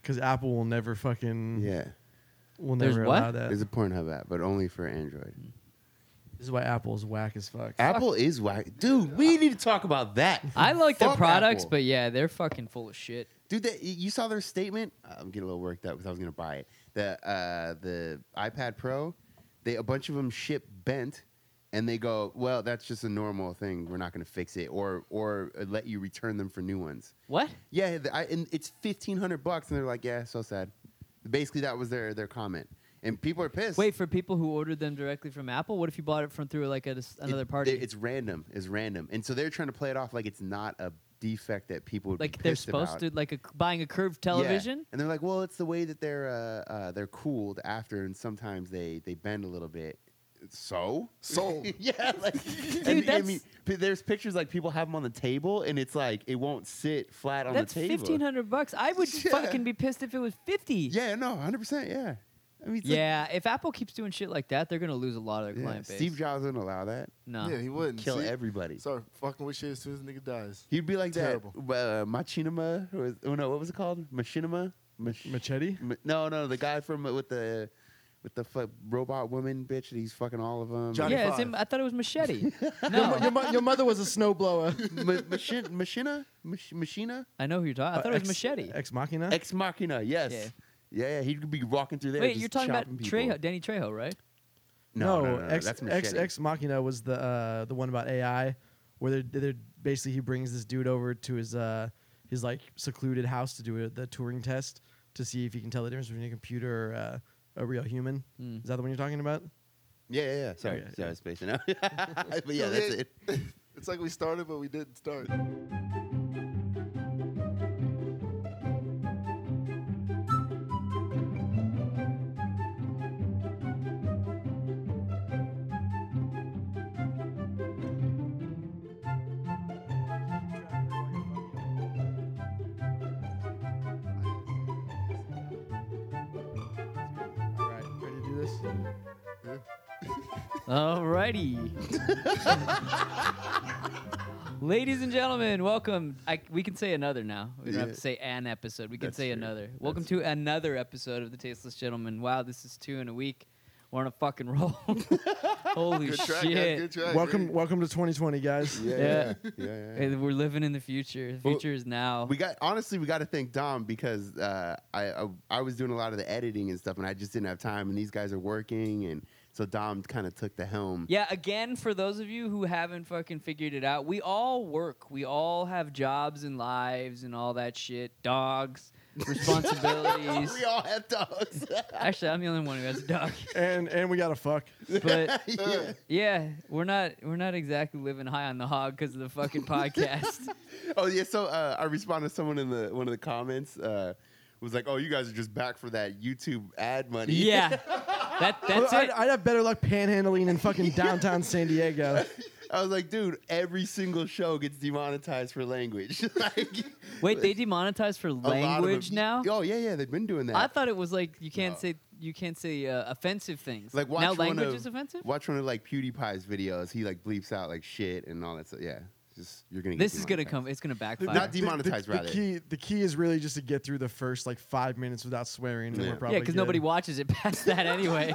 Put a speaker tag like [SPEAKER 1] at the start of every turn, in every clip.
[SPEAKER 1] because Apple will never fucking
[SPEAKER 2] Mm-hmm.
[SPEAKER 3] Yeah,
[SPEAKER 1] will
[SPEAKER 2] There's
[SPEAKER 1] never
[SPEAKER 2] what?
[SPEAKER 1] allow that.
[SPEAKER 3] it's a Pornhub app, but only for Android.
[SPEAKER 2] Mm.
[SPEAKER 1] This is why Apple is whack as fuck.
[SPEAKER 3] Apple is whack, dude. We need to talk about that.
[SPEAKER 2] Uh, I like their
[SPEAKER 3] Fuck
[SPEAKER 2] products,
[SPEAKER 3] Apple.
[SPEAKER 2] but yeah, they're fucking full of shit.
[SPEAKER 3] dude, that, y- you saw their statement. I'm getting a little worked up because I was gonna buy it. The uh, the iPad Pro, they a bunch of them ship bent, and they go, well, that's just a normal thing. We're not gonna fix it or or uh, let you return them for new ones.
[SPEAKER 2] What?
[SPEAKER 3] Yeah, the, I, and it's fifteen hundred bucks, and they're like, yeah, so sad. Basically, that was their their comment, and people are pissed.
[SPEAKER 2] Wait for people who ordered them directly from Apple. What if you bought it from through like a, dis-
[SPEAKER 3] It-
[SPEAKER 2] another party?
[SPEAKER 3] they- it's random. It's random, and so they're trying to play it off like it's not a defect that people would be
[SPEAKER 2] like they're
[SPEAKER 3] pissed
[SPEAKER 2] supposed
[SPEAKER 3] about.
[SPEAKER 2] to like a, buying a curved
[SPEAKER 3] Yeah.
[SPEAKER 2] television.
[SPEAKER 3] And they're like, well, it's the way that they're uh, uh, they're cooled after, and sometimes they they bend a little bit. So,
[SPEAKER 4] So?
[SPEAKER 3] yeah, like,
[SPEAKER 2] Dude,
[SPEAKER 3] and, I
[SPEAKER 2] that's-
[SPEAKER 3] mean, p- there's pictures like people have them on the table, and it's like it won't sit flat on
[SPEAKER 2] That's
[SPEAKER 3] the table.
[SPEAKER 2] fifteen hundred bucks. I would
[SPEAKER 3] Yeah.
[SPEAKER 2] fucking be pissed if it was fifty.
[SPEAKER 3] Yeah, no, hundred percent. Yeah, I mean, it's like-
[SPEAKER 2] Yeah, if Apple keeps doing shit like that, they're gonna lose a lot of their
[SPEAKER 3] yeah,
[SPEAKER 2] client base.
[SPEAKER 3] Steve Jobs wouldn't allow that.
[SPEAKER 2] No.
[SPEAKER 4] Yeah, he wouldn't
[SPEAKER 3] Kill
[SPEAKER 4] See?
[SPEAKER 3] everybody.
[SPEAKER 4] Start fucking with shit as soon as nigga dies.
[SPEAKER 3] He'd be like
[SPEAKER 4] Terrible.
[SPEAKER 3] that. Uh, machinima was oh no, what was it called? Machinima. Mach-
[SPEAKER 1] Machete?
[SPEAKER 3] Ma- no, no, the guy from uh, with the with the fu- robot woman bitch. That he's fucking all of them.
[SPEAKER 4] Johnny
[SPEAKER 2] yeah, it's
[SPEAKER 4] Five.
[SPEAKER 2] in, I thought it was machete.
[SPEAKER 1] Your, mo- your,
[SPEAKER 2] no,
[SPEAKER 1] mo- your mother was a snowblower.
[SPEAKER 3] Ma- machin- machina, Mach- machina,
[SPEAKER 2] I know who you're talking. I thought it was machete.
[SPEAKER 1] Ex Machina.
[SPEAKER 3] ex machina. Yes.
[SPEAKER 2] Yeah.
[SPEAKER 3] Yeah. yeah, He'd be walking through there.
[SPEAKER 2] Wait,
[SPEAKER 3] just
[SPEAKER 2] you're talking about
[SPEAKER 3] chopping people.
[SPEAKER 2] Trejo, Danny Trejo, right?
[SPEAKER 3] No, no, no, no,
[SPEAKER 1] ex,
[SPEAKER 3] that's
[SPEAKER 1] ex
[SPEAKER 3] machete.
[SPEAKER 1] ex Machina was the uh, the one about AI, where they're, they're basically he brings this dude over to his uh, his like secluded house to do a, the Turing test to see if he can tell the difference between a computer or uh, a real human.
[SPEAKER 2] Mm.
[SPEAKER 1] Is that the one you're talking about?
[SPEAKER 3] Yeah, yeah, yeah. Sorry,
[SPEAKER 1] Okay.
[SPEAKER 3] sorry, I was spacing out. but yeah,
[SPEAKER 4] No,
[SPEAKER 3] that's
[SPEAKER 4] yeah.
[SPEAKER 3] it.
[SPEAKER 4] It's like we started, but we didn't start.
[SPEAKER 1] All right, ready to do this?
[SPEAKER 2] Alrighty. Ladies and gentlemen, welcome. I, we can say another now. We don't have to
[SPEAKER 3] Yeah.
[SPEAKER 2] say an episode. We can
[SPEAKER 3] That's
[SPEAKER 2] say
[SPEAKER 3] true.
[SPEAKER 2] another. Welcome to another episode of The Tasteless Gentleman. Wow, this is two in a week. We're on a fucking roll. Holy
[SPEAKER 4] Good track, guys,
[SPEAKER 2] shit.
[SPEAKER 4] good track.
[SPEAKER 1] Welcome,
[SPEAKER 4] dude.
[SPEAKER 1] welcome to 2020, guys.
[SPEAKER 3] Yeah, yeah, yeah. yeah, yeah.
[SPEAKER 2] Hey, We're living in the future. The
[SPEAKER 3] Well,
[SPEAKER 2] future is now.
[SPEAKER 3] We got honestly, we got to thank Dom because uh, I, I I was doing a lot of the editing and stuff, and I just didn't have time. And these guys are working, and so Dom kind of took the helm.
[SPEAKER 2] Yeah, again, for those of you who haven't fucking figured it out, we all work. We all have jobs and lives and all that shit. Dogs, responsibilities.
[SPEAKER 3] we all have dogs.
[SPEAKER 2] Actually, I'm the only one who has a dog.
[SPEAKER 1] And and we got to fuck.
[SPEAKER 2] But uh,
[SPEAKER 3] Yeah.
[SPEAKER 2] yeah, we're not we're not exactly living high on the hog because of the fucking podcast.
[SPEAKER 3] Oh yeah, so uh, I responded to someone in the one of the comments uh, was like, "Oh, you guys are just back for that YouTube ad money."
[SPEAKER 2] yeah, that that's
[SPEAKER 1] I'd,
[SPEAKER 2] it.
[SPEAKER 1] I'd have better luck panhandling in fucking downtown San Diego.
[SPEAKER 3] I was like, "Dude, every single show gets demonetized for language." like,
[SPEAKER 2] Wait, they demonetize for
[SPEAKER 3] a lot of
[SPEAKER 2] language
[SPEAKER 3] them-
[SPEAKER 2] now.
[SPEAKER 3] Oh yeah, yeah, they've been doing that.
[SPEAKER 2] I thought it was like you can't
[SPEAKER 3] No.
[SPEAKER 2] say you can't say uh, offensive things.
[SPEAKER 3] Like watch
[SPEAKER 2] now,
[SPEAKER 3] one
[SPEAKER 2] language
[SPEAKER 3] of,
[SPEAKER 2] is offensive.
[SPEAKER 3] Watch one of like PewDiePie's videos. He like bleeps out like shit and all that stuff. Yeah, just you're gonna. Get
[SPEAKER 2] This is gonna
[SPEAKER 3] demonetized.
[SPEAKER 2] come. It's gonna backfire.
[SPEAKER 3] Not
[SPEAKER 1] The- the-
[SPEAKER 3] demonetized,
[SPEAKER 1] the,
[SPEAKER 3] rather.
[SPEAKER 1] key, the key is really just to get through the first like five minutes without swearing. And
[SPEAKER 3] Yeah.
[SPEAKER 1] we're
[SPEAKER 3] Yeah,
[SPEAKER 1] probably
[SPEAKER 2] yeah, because nobody
[SPEAKER 1] good.
[SPEAKER 2] watches it past that anyway.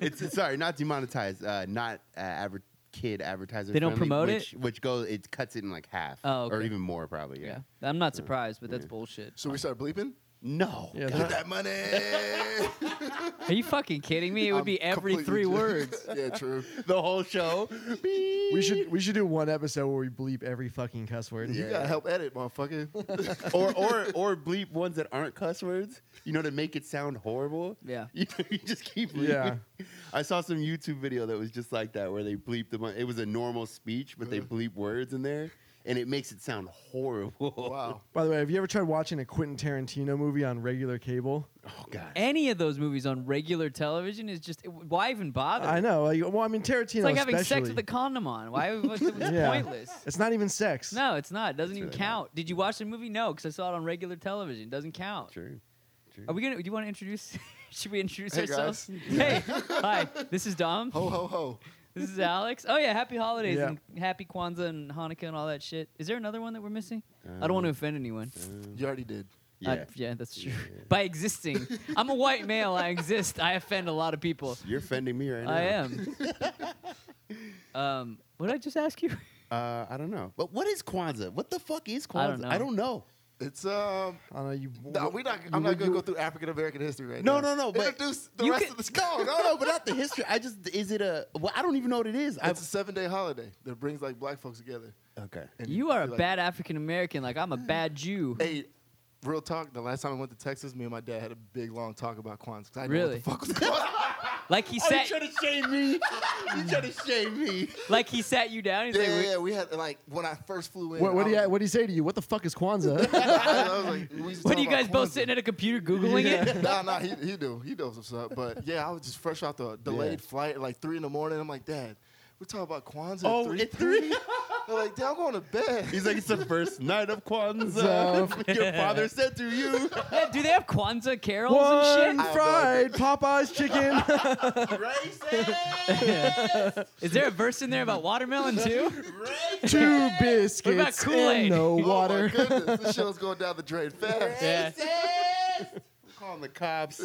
[SPEAKER 3] it's it's- sorry, not demonetized. Uh, not uh, adver- kid advertiser.
[SPEAKER 2] They don't
[SPEAKER 3] friendly,
[SPEAKER 2] promote
[SPEAKER 3] which, Which goes it cuts it in like half.
[SPEAKER 2] Oh,
[SPEAKER 3] or
[SPEAKER 2] okay.
[SPEAKER 3] even more probably. Yeah.
[SPEAKER 2] yeah. I'm not surprised, but that's bullshit.
[SPEAKER 4] Should we start bleeping?
[SPEAKER 3] No.
[SPEAKER 1] Yeah,
[SPEAKER 3] God.
[SPEAKER 1] they're-
[SPEAKER 4] Get that money.
[SPEAKER 2] Are you fucking kidding me? It would
[SPEAKER 4] I'm
[SPEAKER 2] be every
[SPEAKER 4] completely
[SPEAKER 2] three
[SPEAKER 4] joking.
[SPEAKER 2] words.
[SPEAKER 4] yeah, true.
[SPEAKER 3] the whole show.
[SPEAKER 1] We should we should do one episode where we bleep every fucking cuss word.
[SPEAKER 4] You gotta help edit, motherfucker.
[SPEAKER 3] or or or bleep ones that aren't cuss words. You know to make it sound horrible.
[SPEAKER 2] Yeah.
[SPEAKER 3] You, know, you just keep bleeping.
[SPEAKER 1] Yeah.
[SPEAKER 3] I saw some YouTube video that was just like that where they bleep the mon- it was a normal speech but they bleep words in there and it makes it sound horrible.
[SPEAKER 4] wow.
[SPEAKER 1] By the way, have you ever tried watching a Quentin Tarantino movie on regular cable?
[SPEAKER 3] Oh god.
[SPEAKER 2] Any of those movies on regular television is just why even bother?
[SPEAKER 1] I know. Like, well, I mean Tarantino.
[SPEAKER 2] Oh. It's like having sex
[SPEAKER 1] especially.
[SPEAKER 2] with a condom on. Why? It's
[SPEAKER 1] Yeah.
[SPEAKER 2] pointless.
[SPEAKER 1] It's not even sex.
[SPEAKER 2] No, it's not. It doesn't
[SPEAKER 3] It's
[SPEAKER 2] even
[SPEAKER 3] really not.
[SPEAKER 2] count. Did you watch the movie? No, because I saw it on regular television. It doesn't count.
[SPEAKER 3] True. True.
[SPEAKER 2] Are we gonna? Do you want to introduce? should we introduce
[SPEAKER 4] Hey,
[SPEAKER 2] ourselves?
[SPEAKER 4] guys.
[SPEAKER 2] Hey, hi. This is Dom.
[SPEAKER 4] Ho ho ho.
[SPEAKER 2] This is Alex. Oh yeah, happy holidays
[SPEAKER 1] Yeah.
[SPEAKER 2] and happy Kwanzaa and Hanukkah and all that shit. Is there another one that we're missing? I don't want to offend anyone.
[SPEAKER 4] You already did.
[SPEAKER 2] Yeah,
[SPEAKER 3] Uh, Um, Yeah.
[SPEAKER 2] yeah that's true.
[SPEAKER 3] Yeah.
[SPEAKER 2] By existing, I'm a white male. I exist. I offend a lot of people.
[SPEAKER 3] You're offending me right now.
[SPEAKER 2] I am. um, what did I just ask you?
[SPEAKER 3] Uh, I don't know. But what is Kwanzaa? What the fuck is Kwanzaa?
[SPEAKER 2] I don't know.
[SPEAKER 3] know.
[SPEAKER 4] It's um.
[SPEAKER 1] I don't know. You,
[SPEAKER 4] No, we not. I'm not gonna go through African American history right
[SPEAKER 3] No,
[SPEAKER 4] now.
[SPEAKER 3] no, no, but-
[SPEAKER 4] introduce the
[SPEAKER 2] You
[SPEAKER 4] rest
[SPEAKER 2] can-
[SPEAKER 4] of the
[SPEAKER 3] No, no, no, but not the history. I just is it a? Well, I don't even know what it is. I've,
[SPEAKER 4] It's a seven day holiday that brings like black folks together.
[SPEAKER 3] okay.
[SPEAKER 4] And
[SPEAKER 2] You are a
[SPEAKER 4] like,
[SPEAKER 2] bad African American. Like I'm a bad Jew.
[SPEAKER 4] Hey, real talk. The last time I went to Texas, me and my dad had a big long talk about Kwanzaa. 'cause I didn't
[SPEAKER 2] Really?
[SPEAKER 4] Know what the fuck was going on.
[SPEAKER 2] Like he
[SPEAKER 3] Oh, you
[SPEAKER 2] sat,
[SPEAKER 3] trying to shame me? you trying to shame me?
[SPEAKER 2] like he sat you down. He's
[SPEAKER 4] yeah,
[SPEAKER 2] like,
[SPEAKER 4] yeah,
[SPEAKER 2] "We're-
[SPEAKER 4] yeah, we had like when I first flew in.
[SPEAKER 1] what, what do
[SPEAKER 4] I
[SPEAKER 1] you
[SPEAKER 4] was-
[SPEAKER 1] what do you say to you? What the fuck is Kwanzaa?
[SPEAKER 4] I was like, we used to
[SPEAKER 2] What are
[SPEAKER 4] talk
[SPEAKER 2] you guys
[SPEAKER 4] about
[SPEAKER 2] both
[SPEAKER 4] Kwanzaa.
[SPEAKER 2] sitting at a computer googling it?
[SPEAKER 4] nah, nah, he, he do. He knows what's up. But yeah, I was just fresh off the delayed flight at like three in the morning. I'm like, Dad, we're talking about Kwanzaa.
[SPEAKER 3] Oh,
[SPEAKER 4] at
[SPEAKER 3] at three?
[SPEAKER 4] 3:30?" They're like, Dad, I'm going to bed.
[SPEAKER 3] He's like, it's the first night of
[SPEAKER 1] So-
[SPEAKER 3] Kwanzaa. Your father said to you,
[SPEAKER 2] Yeah, do they have Kwanzaa carols
[SPEAKER 1] One
[SPEAKER 2] and shit?
[SPEAKER 1] fried Popeye's chicken.
[SPEAKER 3] racist,
[SPEAKER 2] Is there a verse in there about watermelon too?
[SPEAKER 3] racist,
[SPEAKER 1] two biscuits
[SPEAKER 2] Kool-Aid?
[SPEAKER 1] and no water.
[SPEAKER 4] Oh my goodness, this shit was going down the drain fast.
[SPEAKER 2] Yeah.
[SPEAKER 3] racist. Calling the cops.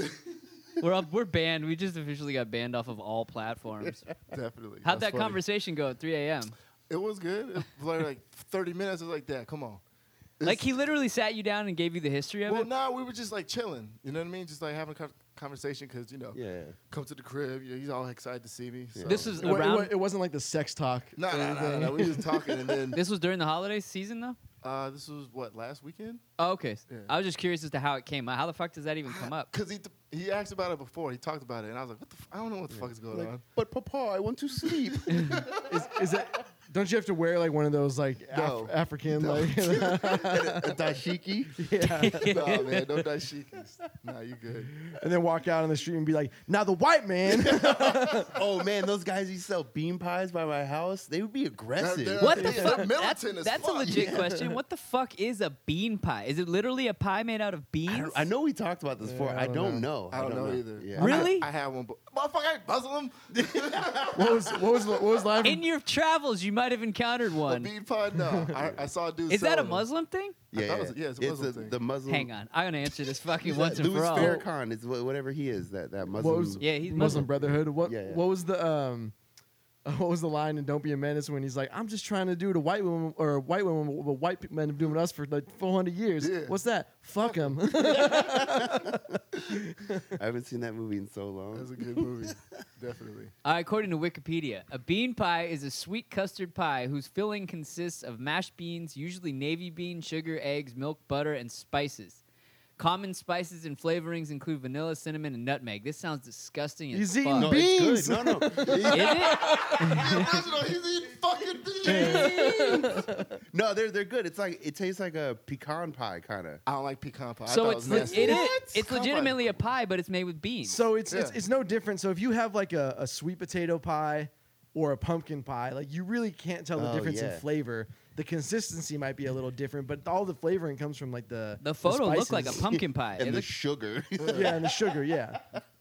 [SPEAKER 2] We're up, we're banned. We just officially got banned off of all platforms.
[SPEAKER 4] Definitely.
[SPEAKER 2] How'd that
[SPEAKER 4] That's funny.
[SPEAKER 2] conversation go at 3 a.m.?
[SPEAKER 4] It was good. It was like, like 30 minutes. It was like, Dad, come on. This-
[SPEAKER 2] Like he literally sat you down and gave you the history of
[SPEAKER 4] Well,
[SPEAKER 2] it.
[SPEAKER 4] nah, we were just like chilling. You know what I mean? Just like having a co- conversation because, you know,
[SPEAKER 3] Yeah.
[SPEAKER 4] come to the crib. You know, he's all excited to see me. So.
[SPEAKER 2] This was
[SPEAKER 1] It, wa- it
[SPEAKER 2] around.
[SPEAKER 1] wa- it wasn't like the sex talk.
[SPEAKER 4] No, no, no, no. We were just talking. And then
[SPEAKER 2] this was during the holiday season though.
[SPEAKER 4] uh, this was what, last weekend?
[SPEAKER 2] Oh, okay.
[SPEAKER 4] Yeah.
[SPEAKER 2] I was just curious as to how it came. up. How the fuck does that even come up?
[SPEAKER 4] Because he, he asked about it before. He talked about it. And I was like, what the f- I don't know what the fuck is going on.
[SPEAKER 3] Like, but Papa, I want to sleep.
[SPEAKER 1] Is, is that? Don't you have to wear like one of those like Af-
[SPEAKER 4] No.
[SPEAKER 1] African
[SPEAKER 4] No.
[SPEAKER 1] like?
[SPEAKER 3] Dashiki.
[SPEAKER 1] yeah.
[SPEAKER 4] no, man. No dashikis. Nah, you good.
[SPEAKER 1] And then walk out on the street and be like, "Now the white man."
[SPEAKER 3] Oh man, those guys used to sell bean pies by my house. They would be aggressive.
[SPEAKER 4] They're-
[SPEAKER 2] What the
[SPEAKER 4] Yeah,
[SPEAKER 2] fuck?
[SPEAKER 4] Middleton
[SPEAKER 2] That's,
[SPEAKER 4] is
[SPEAKER 2] that's a
[SPEAKER 4] fuck.
[SPEAKER 2] legit
[SPEAKER 4] Yeah.
[SPEAKER 2] question. What the fuck is a bean pie? Is it literally a pie made out of
[SPEAKER 3] I,
[SPEAKER 2] beans?
[SPEAKER 3] don't- I know we talked about this before.
[SPEAKER 1] Yeah,
[SPEAKER 3] I don't know.
[SPEAKER 4] I don't, know, either.
[SPEAKER 3] Yeah.
[SPEAKER 4] I-
[SPEAKER 2] Really?
[SPEAKER 4] I, had one. But motherfucker, I buzzle him.
[SPEAKER 1] what was what was what was live?
[SPEAKER 2] In your travels, you might have encountered
[SPEAKER 4] A
[SPEAKER 2] one.
[SPEAKER 4] bean pie? No. I, I saw a dude.
[SPEAKER 2] Is that a
[SPEAKER 4] selling 'em.
[SPEAKER 2] Muslim thing?
[SPEAKER 4] I
[SPEAKER 3] Yeah,
[SPEAKER 4] thought it was- yeah, it's a Muslim thing.
[SPEAKER 3] the Muslim.
[SPEAKER 2] Hang on, I'm gonna answer this fucking
[SPEAKER 3] Is
[SPEAKER 2] once
[SPEAKER 3] that
[SPEAKER 2] and
[SPEAKER 3] Louis
[SPEAKER 2] for all.
[SPEAKER 3] Farrakhan is wha- whatever he is. That that Muslim.
[SPEAKER 1] What was
[SPEAKER 2] Yeah, he's
[SPEAKER 1] Muslim,
[SPEAKER 2] Muslim.
[SPEAKER 1] Brotherhood. What
[SPEAKER 3] Yeah, yeah.
[SPEAKER 1] what was the um, what was the line in "Don't Be a Menace" when he's like, "I'm just trying to do to white women or white women what white pe- men have been doing to us for like 400 years."
[SPEAKER 4] Yeah.
[SPEAKER 1] What's that? Fuck them.
[SPEAKER 3] I haven't seen that movie in so long.
[SPEAKER 4] That's a good movie. Definitely.
[SPEAKER 2] Uh, according to Wikipedia, a bean pie is a sweet custard pie whose filling consists of mashed beans, usually navy bean, sugar, eggs, milk, butter, and spices. Common spices and flavorings include vanilla, cinnamon, and nutmeg. This sounds disgusting as
[SPEAKER 1] He's
[SPEAKER 2] fuck.
[SPEAKER 1] eating
[SPEAKER 3] no,
[SPEAKER 1] beef.
[SPEAKER 3] it's good. No, no,
[SPEAKER 2] Is it?
[SPEAKER 4] the original. He's eating fucking beans.
[SPEAKER 3] no. They're they're good. It's like it tastes like a pecan pie kind of.
[SPEAKER 4] I don't like pecan pie. I
[SPEAKER 2] So
[SPEAKER 4] thought
[SPEAKER 2] it's
[SPEAKER 4] it
[SPEAKER 2] le-
[SPEAKER 4] was nasty.
[SPEAKER 2] it is it's
[SPEAKER 4] Pecan pie.
[SPEAKER 2] legitimately a pie, but it's made with beans.
[SPEAKER 1] So it's, it's
[SPEAKER 4] Yeah.
[SPEAKER 1] it's no different. So if you have like a, a sweet potato pie or a pumpkin pie, like you really can't tell the
[SPEAKER 3] Oh,
[SPEAKER 1] difference
[SPEAKER 3] yeah.
[SPEAKER 1] in flavor. The consistency might be a little different, but all the flavoring comes from like the
[SPEAKER 2] the photo looked like a
[SPEAKER 1] spices.
[SPEAKER 2] pumpkin pie. It
[SPEAKER 3] And the
[SPEAKER 2] looked-
[SPEAKER 3] sugar.
[SPEAKER 1] yeah, and the sugar. Yeah.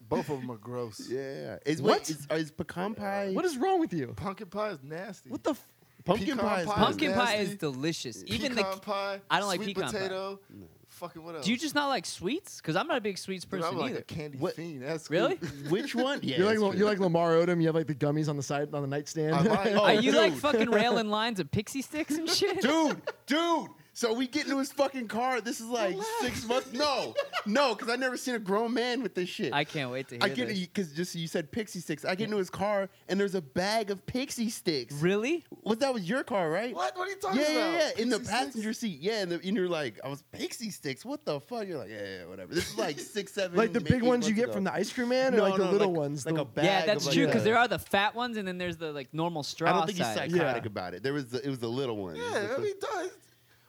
[SPEAKER 4] Both of them are gross.
[SPEAKER 3] yeah. Is
[SPEAKER 1] What?
[SPEAKER 3] what is, is pecan pie?
[SPEAKER 1] What is wrong with you?
[SPEAKER 4] Pumpkin pie is nasty.
[SPEAKER 1] What the? F-
[SPEAKER 3] pumpkin
[SPEAKER 4] pecan
[SPEAKER 3] pie? Is
[SPEAKER 4] pie?
[SPEAKER 2] pumpkin pie
[SPEAKER 4] nasty.
[SPEAKER 2] is delicious. Even
[SPEAKER 4] pecan
[SPEAKER 2] the
[SPEAKER 4] pie.
[SPEAKER 2] I don't like
[SPEAKER 4] sweet
[SPEAKER 2] pecan pie.
[SPEAKER 4] potato. Fucking what else?
[SPEAKER 2] do you just not like sweets? Because I'm not a big sweets
[SPEAKER 4] Dude,
[SPEAKER 2] person
[SPEAKER 4] I'm like
[SPEAKER 2] either.
[SPEAKER 4] a candy
[SPEAKER 3] What-
[SPEAKER 4] fiend. That's
[SPEAKER 2] Really?
[SPEAKER 3] Which one? Yeah,
[SPEAKER 1] you're like
[SPEAKER 3] it's
[SPEAKER 1] Lo-
[SPEAKER 3] true.
[SPEAKER 1] you're like Lamar Odom. You have like the gummies on the side on the nightstand.
[SPEAKER 4] I might.
[SPEAKER 3] Oh,
[SPEAKER 2] Are you like
[SPEAKER 3] dude.
[SPEAKER 2] fucking railing lines of pixie sticks and shit?
[SPEAKER 3] dude, dude. So we get into his fucking car. This is like six months. No, no, because I never seen a grown man with this shit.
[SPEAKER 2] I can't wait to hear
[SPEAKER 3] I get
[SPEAKER 2] this.
[SPEAKER 3] because just you said pixie sticks. I get into his car and there's a bag of pixie sticks.
[SPEAKER 2] Really?
[SPEAKER 3] What that was your car, right?
[SPEAKER 4] What? What are you talking
[SPEAKER 3] Yeah,
[SPEAKER 4] about?
[SPEAKER 3] yeah, yeah. In the
[SPEAKER 4] Pixie sticks?
[SPEAKER 3] passenger seat. Yeah, and, the, and you're like, I was pixie sticks. What the fuck? You're like, yeah, yeah, whatever. This is like six, seven.
[SPEAKER 1] like the
[SPEAKER 3] maybe
[SPEAKER 1] big
[SPEAKER 3] eight
[SPEAKER 1] ones you
[SPEAKER 3] months
[SPEAKER 1] get
[SPEAKER 3] ago.
[SPEAKER 1] from the ice cream man, or
[SPEAKER 3] No,
[SPEAKER 1] like
[SPEAKER 3] no,
[SPEAKER 1] the little ones.
[SPEAKER 3] like
[SPEAKER 1] the-
[SPEAKER 3] a bag.
[SPEAKER 2] yeah, that's
[SPEAKER 3] of
[SPEAKER 2] true.
[SPEAKER 3] Like
[SPEAKER 2] Because
[SPEAKER 3] a-
[SPEAKER 2] there are the fat ones, and then there's the like normal straw
[SPEAKER 3] I don't think he's
[SPEAKER 2] size.
[SPEAKER 3] psychotic
[SPEAKER 1] Yeah.
[SPEAKER 3] about it. There was the, it was the little one.
[SPEAKER 4] Yeah, I mean, does.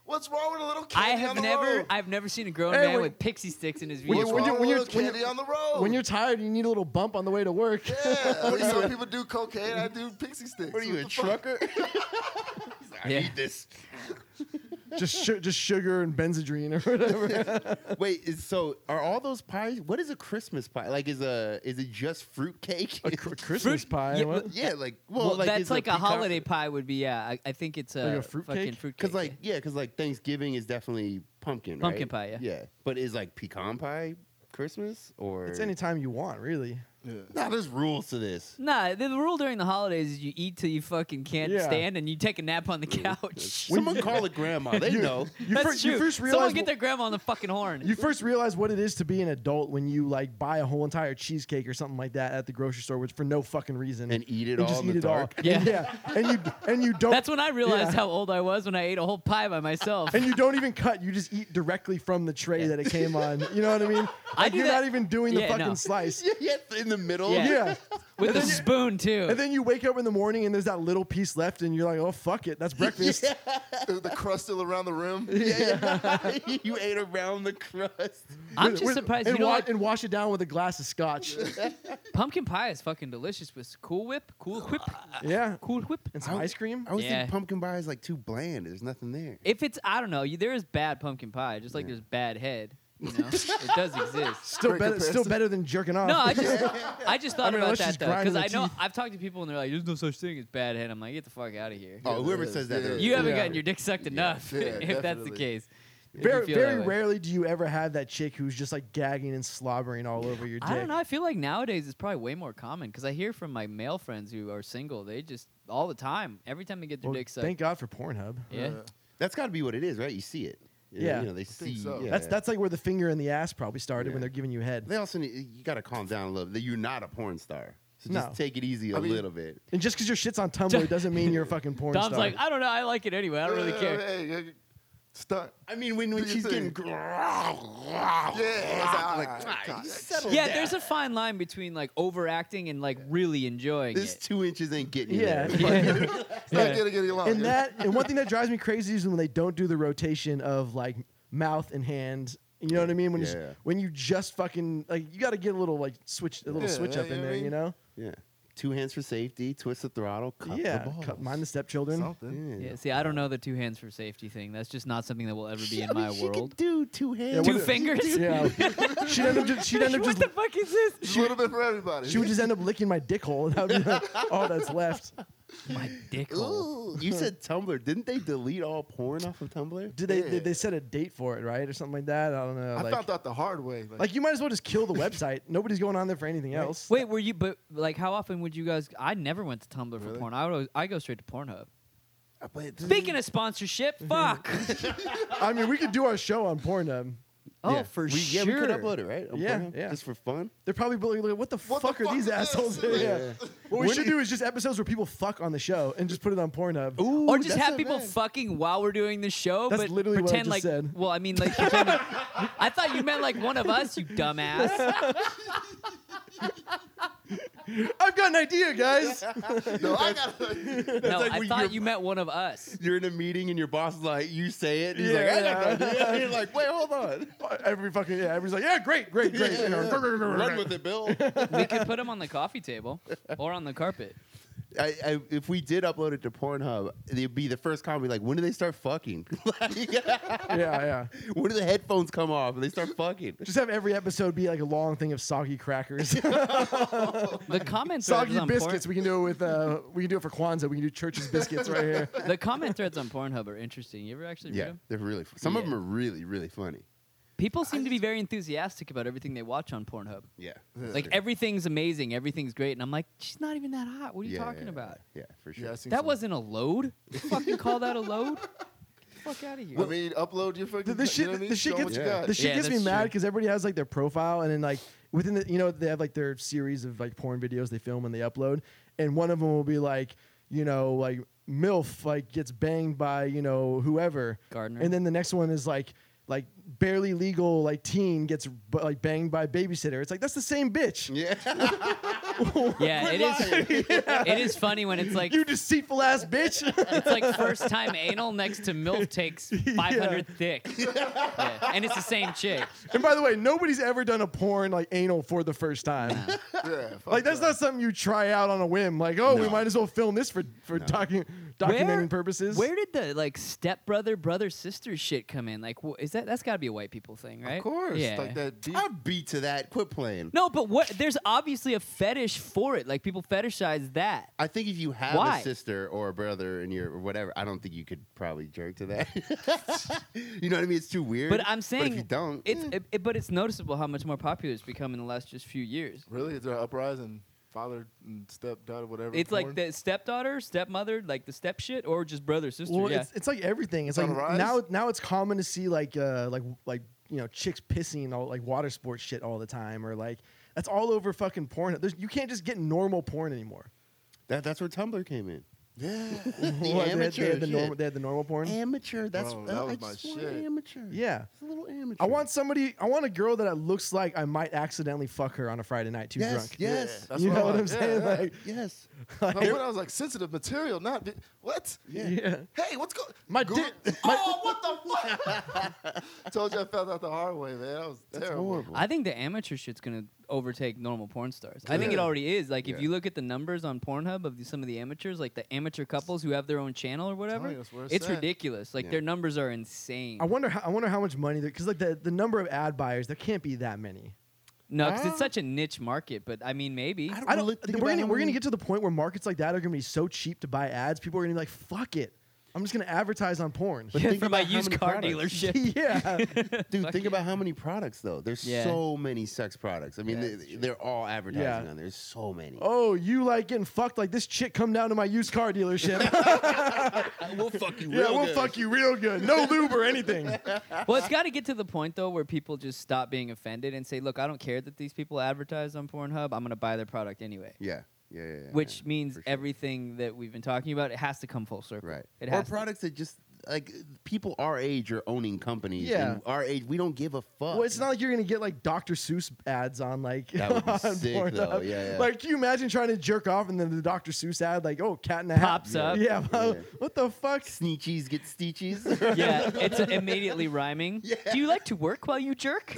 [SPEAKER 4] What's wrong with a little
[SPEAKER 2] I
[SPEAKER 4] candy on
[SPEAKER 2] have
[SPEAKER 4] the
[SPEAKER 2] never,
[SPEAKER 4] road?
[SPEAKER 2] I've never seen a grown
[SPEAKER 1] Hey,
[SPEAKER 2] man
[SPEAKER 1] when-
[SPEAKER 2] with pixie sticks in his
[SPEAKER 1] when you-
[SPEAKER 2] vehicle.
[SPEAKER 4] What's
[SPEAKER 1] when you-
[SPEAKER 4] wrong
[SPEAKER 1] when
[SPEAKER 4] with a
[SPEAKER 1] you-
[SPEAKER 4] little
[SPEAKER 1] when you-
[SPEAKER 4] candy on the road?
[SPEAKER 1] when you're tired, you need a little bump on the way to work.
[SPEAKER 4] yeah, what do you- some people do cocaine. I do pixie sticks.
[SPEAKER 3] What are you, a
[SPEAKER 4] the fuck?
[SPEAKER 3] trucker? He's like, I
[SPEAKER 2] Yeah.
[SPEAKER 3] need this.
[SPEAKER 1] just su- just sugar and benzodrine or whatever.
[SPEAKER 3] Wait, is, so are all those pies? What is a Christmas pie? Like, is a is it just fruit cake?
[SPEAKER 1] a cr- Christmas
[SPEAKER 2] Fruit-
[SPEAKER 1] pie.
[SPEAKER 2] yeah,
[SPEAKER 1] what?
[SPEAKER 2] but-
[SPEAKER 3] yeah, like well,
[SPEAKER 2] Well,
[SPEAKER 3] like,
[SPEAKER 2] that's
[SPEAKER 3] is
[SPEAKER 2] like a,
[SPEAKER 3] peacock-
[SPEAKER 2] holiday pie would be. Yeah, I, I think it's a,
[SPEAKER 1] Like a fruit
[SPEAKER 2] fucking
[SPEAKER 1] cake?
[SPEAKER 2] fruit
[SPEAKER 3] Cause
[SPEAKER 2] cake,
[SPEAKER 3] like yeah, cause like Thanksgiving is definitely pumpkin.
[SPEAKER 2] Pumpkin
[SPEAKER 3] right?
[SPEAKER 2] pie, yeah.
[SPEAKER 3] Yeah, but is like pecan pie Christmas or
[SPEAKER 1] It's any time you want, really.
[SPEAKER 4] Yeah.
[SPEAKER 3] Nah, there's rules to this.
[SPEAKER 2] Nah, the rule during the holidays is you eat till you fucking can't
[SPEAKER 1] Yeah.
[SPEAKER 2] stand, and you take a nap on the couch.
[SPEAKER 1] When
[SPEAKER 3] Someone
[SPEAKER 1] you-
[SPEAKER 3] call it grandma. They
[SPEAKER 1] You-
[SPEAKER 3] know.
[SPEAKER 1] You,
[SPEAKER 2] That's
[SPEAKER 1] fir-
[SPEAKER 2] true.
[SPEAKER 1] you first
[SPEAKER 2] Someone
[SPEAKER 1] realize
[SPEAKER 2] get
[SPEAKER 1] wh-
[SPEAKER 2] their grandma on the fucking horn.
[SPEAKER 1] you first realize what it is to be an adult when you like buy a whole entire cheesecake or something like that at the grocery store, which for no fucking reason,
[SPEAKER 3] And eat it
[SPEAKER 1] You
[SPEAKER 3] all
[SPEAKER 1] just
[SPEAKER 3] in the
[SPEAKER 1] eat it
[SPEAKER 3] dark.
[SPEAKER 1] all.
[SPEAKER 2] Yeah.
[SPEAKER 1] yeah, and you and you don't.
[SPEAKER 2] That's when I realized
[SPEAKER 1] Yeah.
[SPEAKER 2] how old I was when I ate a whole pie by myself.
[SPEAKER 1] and you don't even cut. You just eat directly from the tray that it came on. You know what I mean?
[SPEAKER 2] I
[SPEAKER 1] Like,
[SPEAKER 2] do
[SPEAKER 1] you're
[SPEAKER 2] that-
[SPEAKER 1] not even doing the
[SPEAKER 2] Yeah,
[SPEAKER 1] fucking
[SPEAKER 2] no.
[SPEAKER 1] slice.
[SPEAKER 3] yes, in the middle.
[SPEAKER 2] Yeah.
[SPEAKER 1] yeah.
[SPEAKER 2] with a spoon too.
[SPEAKER 1] And then you wake up in the morning and there's that little piece left, and you're like, oh, fuck it. That's breakfast.
[SPEAKER 4] Is the crust still around the rim?
[SPEAKER 3] you ate around the crust.
[SPEAKER 2] I'm
[SPEAKER 1] With-
[SPEAKER 2] just
[SPEAKER 1] with-
[SPEAKER 2] surprised
[SPEAKER 1] And,
[SPEAKER 2] you don't
[SPEAKER 1] wa-
[SPEAKER 2] like
[SPEAKER 1] and wash it down with a glass of scotch.
[SPEAKER 2] pumpkin pie is fucking delicious with Cool Whip, Cool Whip,
[SPEAKER 1] yeah.
[SPEAKER 2] Cool Whip.
[SPEAKER 1] And some
[SPEAKER 3] I-
[SPEAKER 1] ice cream.
[SPEAKER 3] I always
[SPEAKER 2] Yeah.
[SPEAKER 3] think pumpkin pie is like too bland. There's nothing there.
[SPEAKER 2] If it's I don't know, you, there is bad pumpkin pie, just like there's bad head. You know, it does exist.
[SPEAKER 1] Still
[SPEAKER 4] Great
[SPEAKER 1] better, still
[SPEAKER 4] comparison.
[SPEAKER 1] better than jerking off.
[SPEAKER 2] No, I just I just thought
[SPEAKER 1] Oh. I mean,
[SPEAKER 2] about
[SPEAKER 1] unless
[SPEAKER 2] that
[SPEAKER 1] she's
[SPEAKER 2] though, because I
[SPEAKER 1] grinding her
[SPEAKER 2] know
[SPEAKER 1] teeth.
[SPEAKER 2] I've talked to people and they're like, "There's no such thing as bad head." I'm like, "Get the fuck out of here."
[SPEAKER 3] Oh, whoever
[SPEAKER 4] Yeah,
[SPEAKER 3] says that,
[SPEAKER 4] yeah.
[SPEAKER 3] they're-
[SPEAKER 2] you haven't
[SPEAKER 1] yeah.
[SPEAKER 2] gotten your dick sucked enough.
[SPEAKER 4] yeah,
[SPEAKER 2] if that's the
[SPEAKER 4] definitely.
[SPEAKER 2] case, if you
[SPEAKER 1] very,
[SPEAKER 2] feel
[SPEAKER 1] very
[SPEAKER 2] that way.
[SPEAKER 1] rarely do you ever have that chick who's just like gagging and slobbering all over your dick.
[SPEAKER 2] I don't know. I feel like nowadays it's probably way more common because I hear from my male friends who are single. They just all the time, every time they get their
[SPEAKER 1] Well,
[SPEAKER 2] dick sucked.
[SPEAKER 1] thank Uh, God for Pornhub.
[SPEAKER 2] yeah.
[SPEAKER 3] That's got to be what it is, right? You see it. You know,
[SPEAKER 1] Yeah.
[SPEAKER 3] you know, they see.
[SPEAKER 4] think so.
[SPEAKER 3] yeah.
[SPEAKER 1] That's that's like where the finger in the ass probably started when
[SPEAKER 3] Yeah.
[SPEAKER 1] they're giving you head.
[SPEAKER 3] They also need, you got to calm down a little. bit. You're not a porn star, so just
[SPEAKER 1] No.
[SPEAKER 3] take it easy a
[SPEAKER 4] I mean-
[SPEAKER 3] little bit.
[SPEAKER 1] And just because your shit's on Tumblr doesn't mean you're a fucking porn
[SPEAKER 2] Dom's
[SPEAKER 1] star.
[SPEAKER 2] like, I don't know. I like it anyway. I don't really
[SPEAKER 4] Yeah,
[SPEAKER 2] care.
[SPEAKER 4] Hey, yeah, stunt.
[SPEAKER 3] I mean, when,
[SPEAKER 4] when she's getting
[SPEAKER 3] gr- yeah,
[SPEAKER 4] like,
[SPEAKER 3] like,
[SPEAKER 4] God,
[SPEAKER 3] God,
[SPEAKER 4] you
[SPEAKER 3] settle
[SPEAKER 2] Yeah,
[SPEAKER 3] down.
[SPEAKER 2] there's a fine line between like overacting and like really enjoying
[SPEAKER 3] this
[SPEAKER 2] it.
[SPEAKER 3] two inches ain't getting you
[SPEAKER 1] Yeah.
[SPEAKER 3] there.
[SPEAKER 2] Yeah.
[SPEAKER 4] It's not
[SPEAKER 2] Yeah.
[SPEAKER 4] getting any longer.
[SPEAKER 1] and that and one thing that drives me crazy is when they don't do the rotation of like mouth and hand. You know what I mean? When
[SPEAKER 3] Yeah.
[SPEAKER 1] you, when you just fucking like you got to get a little like switch a little
[SPEAKER 4] Yeah,
[SPEAKER 1] switch
[SPEAKER 4] yeah,
[SPEAKER 1] up in
[SPEAKER 4] yeah,
[SPEAKER 1] there.
[SPEAKER 4] I
[SPEAKER 1] You
[SPEAKER 4] mean-
[SPEAKER 1] know?
[SPEAKER 3] Yeah. Two hands for safety, twist the throttle, cup
[SPEAKER 1] yeah.
[SPEAKER 3] the balls.
[SPEAKER 1] cut- mind the stepchildren.
[SPEAKER 4] something.
[SPEAKER 2] Yeah, see, I don't know the two hands for safety thing. That's just not something that will ever be in
[SPEAKER 3] I mean,
[SPEAKER 2] my
[SPEAKER 3] she
[SPEAKER 2] world.
[SPEAKER 3] Can do two hands.
[SPEAKER 1] Yeah,
[SPEAKER 2] two
[SPEAKER 1] what-
[SPEAKER 2] fingers.
[SPEAKER 1] Yeah. she'd end up just, she'd end up
[SPEAKER 2] what
[SPEAKER 1] just
[SPEAKER 2] the fuck is this?
[SPEAKER 4] Just a little bit for everybody.
[SPEAKER 1] she would just end up licking my dick hole and that would be like, all that's left.
[SPEAKER 2] My dick hole.
[SPEAKER 3] Ooh, you said Tumblr. Didn't they delete all porn off of Tumblr?
[SPEAKER 1] Did they
[SPEAKER 4] Yeah.
[SPEAKER 1] did they set a date for it right or something like that? I don't know.
[SPEAKER 4] I
[SPEAKER 1] like,
[SPEAKER 4] found out the hard way. Like,
[SPEAKER 1] like you might as well just kill the website. Nobody's going on there for anything else.
[SPEAKER 2] Wait, were you? But like, how often would you guys? I never went to Tumblr for
[SPEAKER 4] Really?
[SPEAKER 2] porn. I would. always- I go straight to Pornhub.
[SPEAKER 3] Mm-hmm.
[SPEAKER 4] but it doesn't-
[SPEAKER 2] Speaking of sponsorship, fuck.
[SPEAKER 1] I mean, we could do our show on Pornhub.
[SPEAKER 2] oh,
[SPEAKER 3] Yeah.
[SPEAKER 2] for
[SPEAKER 3] we,
[SPEAKER 2] sure.
[SPEAKER 3] Yeah, we could upload it, right? On
[SPEAKER 1] Yeah,
[SPEAKER 3] Pornhub?
[SPEAKER 1] yeah.
[SPEAKER 3] Just for fun.
[SPEAKER 1] They're probably looking, what the
[SPEAKER 4] What the
[SPEAKER 1] fuck are
[SPEAKER 4] fuck
[SPEAKER 1] these
[SPEAKER 4] is
[SPEAKER 1] assholes?
[SPEAKER 4] this?
[SPEAKER 1] Yeah. What we
[SPEAKER 3] When
[SPEAKER 1] should
[SPEAKER 3] you-
[SPEAKER 1] do is just episodes where people fuck on the show and just put it on Pornhub.
[SPEAKER 3] Ooh,
[SPEAKER 2] or just
[SPEAKER 3] that's
[SPEAKER 2] have
[SPEAKER 3] not
[SPEAKER 2] people
[SPEAKER 3] bad.
[SPEAKER 2] fucking while we're doing the show,
[SPEAKER 1] That's
[SPEAKER 2] but
[SPEAKER 1] literally what I
[SPEAKER 2] pretend
[SPEAKER 1] just
[SPEAKER 2] like.
[SPEAKER 1] said.
[SPEAKER 2] Well, I mean, like, pretend, I thought you meant like one of us, you dumbass.
[SPEAKER 1] I've got an idea, guys.
[SPEAKER 4] no, I got.
[SPEAKER 2] no,
[SPEAKER 3] like
[SPEAKER 2] I
[SPEAKER 3] when
[SPEAKER 2] thought
[SPEAKER 3] you're-
[SPEAKER 2] you meant one of us.
[SPEAKER 3] You're in a meeting and your boss is like, "You say it." And he's
[SPEAKER 1] Yeah,
[SPEAKER 3] like, "I got
[SPEAKER 1] yeah.
[SPEAKER 3] an idea." And You're like, "Wait, hold on."
[SPEAKER 1] Every fucking yeah, everybody's like, yeah, great, great, great.
[SPEAKER 3] Yeah,
[SPEAKER 1] You know,
[SPEAKER 3] yeah. Run with it, Bill.
[SPEAKER 2] we could put them on the coffee table or on the carpet.
[SPEAKER 3] I, I, if we did upload it to Pornhub, it'd be the first comment. Like, when do they start fucking? like,
[SPEAKER 1] yeah, yeah.
[SPEAKER 3] when do the headphones come off and they start fucking?
[SPEAKER 1] Just have every episode be like a long thing of soggy crackers,
[SPEAKER 2] The comment threads
[SPEAKER 1] soggy
[SPEAKER 2] on
[SPEAKER 1] biscuits. We can do it with uh, we can do it for Kwanzaa. We can do church's biscuits right here.
[SPEAKER 2] Porn- the comment threads on Pornhub are interesting. You ever actually read
[SPEAKER 3] Yeah,
[SPEAKER 2] them?
[SPEAKER 3] they're really. fu- Some of
[SPEAKER 2] Yeah.
[SPEAKER 3] them are really, really funny.
[SPEAKER 2] People seem to be very enthusiastic about everything they watch on Pornhub.
[SPEAKER 3] Yeah,
[SPEAKER 2] Like everything's amazing, everything's great, and I'm like, she's not even that hot. What are you
[SPEAKER 3] Yeah,
[SPEAKER 2] talking
[SPEAKER 3] yeah,
[SPEAKER 2] about?
[SPEAKER 3] Yeah, for sure.
[SPEAKER 4] Yeah, I seen
[SPEAKER 2] That
[SPEAKER 4] some-
[SPEAKER 2] wasn't a load. You fucking call that a load? Get the fuck out of here.
[SPEAKER 4] I mean, upload your fucking.
[SPEAKER 1] The, the
[SPEAKER 4] you
[SPEAKER 1] shit,
[SPEAKER 4] know what I mean?
[SPEAKER 1] the shit
[SPEAKER 4] Show
[SPEAKER 1] gets,
[SPEAKER 4] what you
[SPEAKER 3] Yeah.
[SPEAKER 4] got.
[SPEAKER 1] the shit
[SPEAKER 2] Yeah,
[SPEAKER 1] gets me
[SPEAKER 2] that's
[SPEAKER 1] mad
[SPEAKER 2] true.
[SPEAKER 1] because everybody has like their profile and then like within the, you know, they have like their series of like porn videos they film and they upload, and one of them will be like, you know, like milf like gets banged by you know whoever,
[SPEAKER 2] Gardner.
[SPEAKER 1] and then the next one is like like barely legal like teen gets bu- like banged by a babysitter. It's like that's the same bitch.
[SPEAKER 3] Yeah.
[SPEAKER 2] Yeah, it is. It is funny when it's like
[SPEAKER 1] you deceitful ass bitch.
[SPEAKER 2] it's like first time anal next to milk takes 500 thick, yeah. and it's the same chick.
[SPEAKER 1] and by the way, nobody's ever done a porn like anal for the first time.
[SPEAKER 4] Yeah, fuck
[SPEAKER 1] Like that's
[SPEAKER 4] that.
[SPEAKER 1] not something you try out on a whim. Like, oh, we
[SPEAKER 3] No.
[SPEAKER 1] might as well film this for for docu- documenting
[SPEAKER 2] Where-
[SPEAKER 1] purposes.
[SPEAKER 2] Where did the like stepbrother, brother, sister shit come in? Like, wh- is that that's got to be a white people thing, right?
[SPEAKER 4] Of course,
[SPEAKER 2] yeah.
[SPEAKER 4] like that deep.
[SPEAKER 3] I'd beat to that. Quit playing.
[SPEAKER 2] No, but what? There's obviously a fetish for it. Like people fetishize that.
[SPEAKER 3] I think if you have
[SPEAKER 2] Why?
[SPEAKER 3] a sister or a brother and you're or whatever, I don't think you could probably jerk to that. you know what I mean? It's too weird.
[SPEAKER 2] But I'm
[SPEAKER 3] if
[SPEAKER 2] saying
[SPEAKER 3] you don't,
[SPEAKER 2] It's
[SPEAKER 3] eh.
[SPEAKER 2] it, it- but it's noticeable how much more popular it's become in the last just few years.
[SPEAKER 4] Really, is there an uprising? Father and stepdaughter, whatever.
[SPEAKER 2] It's like
[SPEAKER 4] porn?
[SPEAKER 2] the stepdaughter, stepmother, like the step shit, or just brother, sister.
[SPEAKER 1] Well,
[SPEAKER 2] yeah.
[SPEAKER 1] it's, it's like everything. It's
[SPEAKER 4] On
[SPEAKER 1] like
[SPEAKER 4] the rise?
[SPEAKER 1] now now it's common to see like uh like like you know chicks pissing all like water sports shit all the time or like that's all over fucking porn. There's, you can't just get normal porn anymore.
[SPEAKER 3] that, that's where Tumblr came in.
[SPEAKER 4] Yeah.
[SPEAKER 3] The
[SPEAKER 1] What, they, had, they
[SPEAKER 3] amateur
[SPEAKER 1] had the
[SPEAKER 3] shit.
[SPEAKER 1] normal they had the normal porn.
[SPEAKER 3] Amateur. That's
[SPEAKER 4] Bro,
[SPEAKER 3] uh,
[SPEAKER 4] that
[SPEAKER 3] I
[SPEAKER 4] was my
[SPEAKER 3] just want
[SPEAKER 4] shit.
[SPEAKER 3] amateur.
[SPEAKER 1] yeah.
[SPEAKER 3] It's a little amateur.
[SPEAKER 1] I want somebody. I want a girl that looks like I might accidentally fuck her on a Friday night too
[SPEAKER 3] Yes,
[SPEAKER 1] drunk.
[SPEAKER 3] yes.
[SPEAKER 4] Yeah, that's
[SPEAKER 1] you know
[SPEAKER 4] I
[SPEAKER 1] what I'm
[SPEAKER 4] want. Yeah,
[SPEAKER 1] saying?
[SPEAKER 4] yeah.
[SPEAKER 1] Like,
[SPEAKER 3] Yes.
[SPEAKER 4] Like, when I was like sensitive material, not be- what?
[SPEAKER 3] Yeah.
[SPEAKER 1] yeah.
[SPEAKER 4] Hey, what's going?
[SPEAKER 1] My dick-
[SPEAKER 4] oh, what the fuck? Told you I found out the hard way, man. That was
[SPEAKER 3] That's
[SPEAKER 4] terrible.
[SPEAKER 3] horrible.
[SPEAKER 2] I think the amateur shit's gonna overtake normal porn stars. I think it
[SPEAKER 4] Yeah.
[SPEAKER 2] already is. Like if
[SPEAKER 3] Yeah.
[SPEAKER 2] you look at the numbers on Pornhub of the, some of the amateurs, like the amateur couples who have their own channel or whatever,
[SPEAKER 4] telling you, it's worse
[SPEAKER 2] it's
[SPEAKER 4] than-
[SPEAKER 2] ridiculous. Like
[SPEAKER 3] Yeah.
[SPEAKER 2] their numbers are insane.
[SPEAKER 1] I wonder. How, I wonder how much money because like the the number of ad buyers there can't be that many.
[SPEAKER 2] no, because
[SPEAKER 3] Ah.
[SPEAKER 2] it's such a niche market. But I mean, maybe.
[SPEAKER 3] I don't
[SPEAKER 1] I don't.
[SPEAKER 3] really think
[SPEAKER 1] we're
[SPEAKER 3] about
[SPEAKER 1] gonna,
[SPEAKER 3] how
[SPEAKER 1] we're gonna
[SPEAKER 3] many-
[SPEAKER 1] get to the point where markets like that are gonna be so cheap to buy ads. People are gonna be like, fuck it. I'm just gonna advertise on porn.
[SPEAKER 3] But think
[SPEAKER 2] for my
[SPEAKER 3] about how
[SPEAKER 2] used
[SPEAKER 3] many
[SPEAKER 2] car
[SPEAKER 3] products.
[SPEAKER 2] dealership.
[SPEAKER 1] yeah.
[SPEAKER 3] Dude, think about how many products though. There's
[SPEAKER 2] Yeah.
[SPEAKER 3] so many sex products. I mean,
[SPEAKER 2] Yeah,
[SPEAKER 3] they-
[SPEAKER 2] that's true.
[SPEAKER 3] they're all advertising
[SPEAKER 1] Yeah.
[SPEAKER 3] on. there. There's so many.
[SPEAKER 1] Oh, you like getting fucked like this chick? Come down to my used car dealership.
[SPEAKER 3] we'll fuck you.
[SPEAKER 1] yeah, we'll fuck you real good. No lube or anything.
[SPEAKER 2] well, it's got to get to the point though where people just stop being offended and say, "Look, I don't care that these people advertise on Pornhub. I'm gonna buy their product anyway."
[SPEAKER 3] Yeah, yeah, yeah. yeah,
[SPEAKER 2] Which
[SPEAKER 3] yeah,
[SPEAKER 2] means
[SPEAKER 3] for sure.
[SPEAKER 2] everything that we've been talking about, it has to come full circle.
[SPEAKER 3] Right.
[SPEAKER 2] It
[SPEAKER 3] or
[SPEAKER 2] has. to.
[SPEAKER 3] products that just like people our age are owning companies.
[SPEAKER 1] Yeah.
[SPEAKER 3] and our age, we don't give a fuck.
[SPEAKER 1] Well, it's not like you're gonna get like Dr. Seuss ads on like
[SPEAKER 3] That would be
[SPEAKER 1] on
[SPEAKER 3] sick,
[SPEAKER 1] Pornhub.
[SPEAKER 3] though. Yeah, yeah.
[SPEAKER 1] Like, can you imagine trying to jerk off and then the Dr. Seuss ad, like, oh, cat and a
[SPEAKER 2] Pops
[SPEAKER 1] hat.
[SPEAKER 2] up.
[SPEAKER 1] Yeah. well,
[SPEAKER 3] Yeah.
[SPEAKER 1] What the fuck?
[SPEAKER 3] Sneechies get steechies.
[SPEAKER 2] yeah, it's immediately rhyming. Do you like to work while you jerk?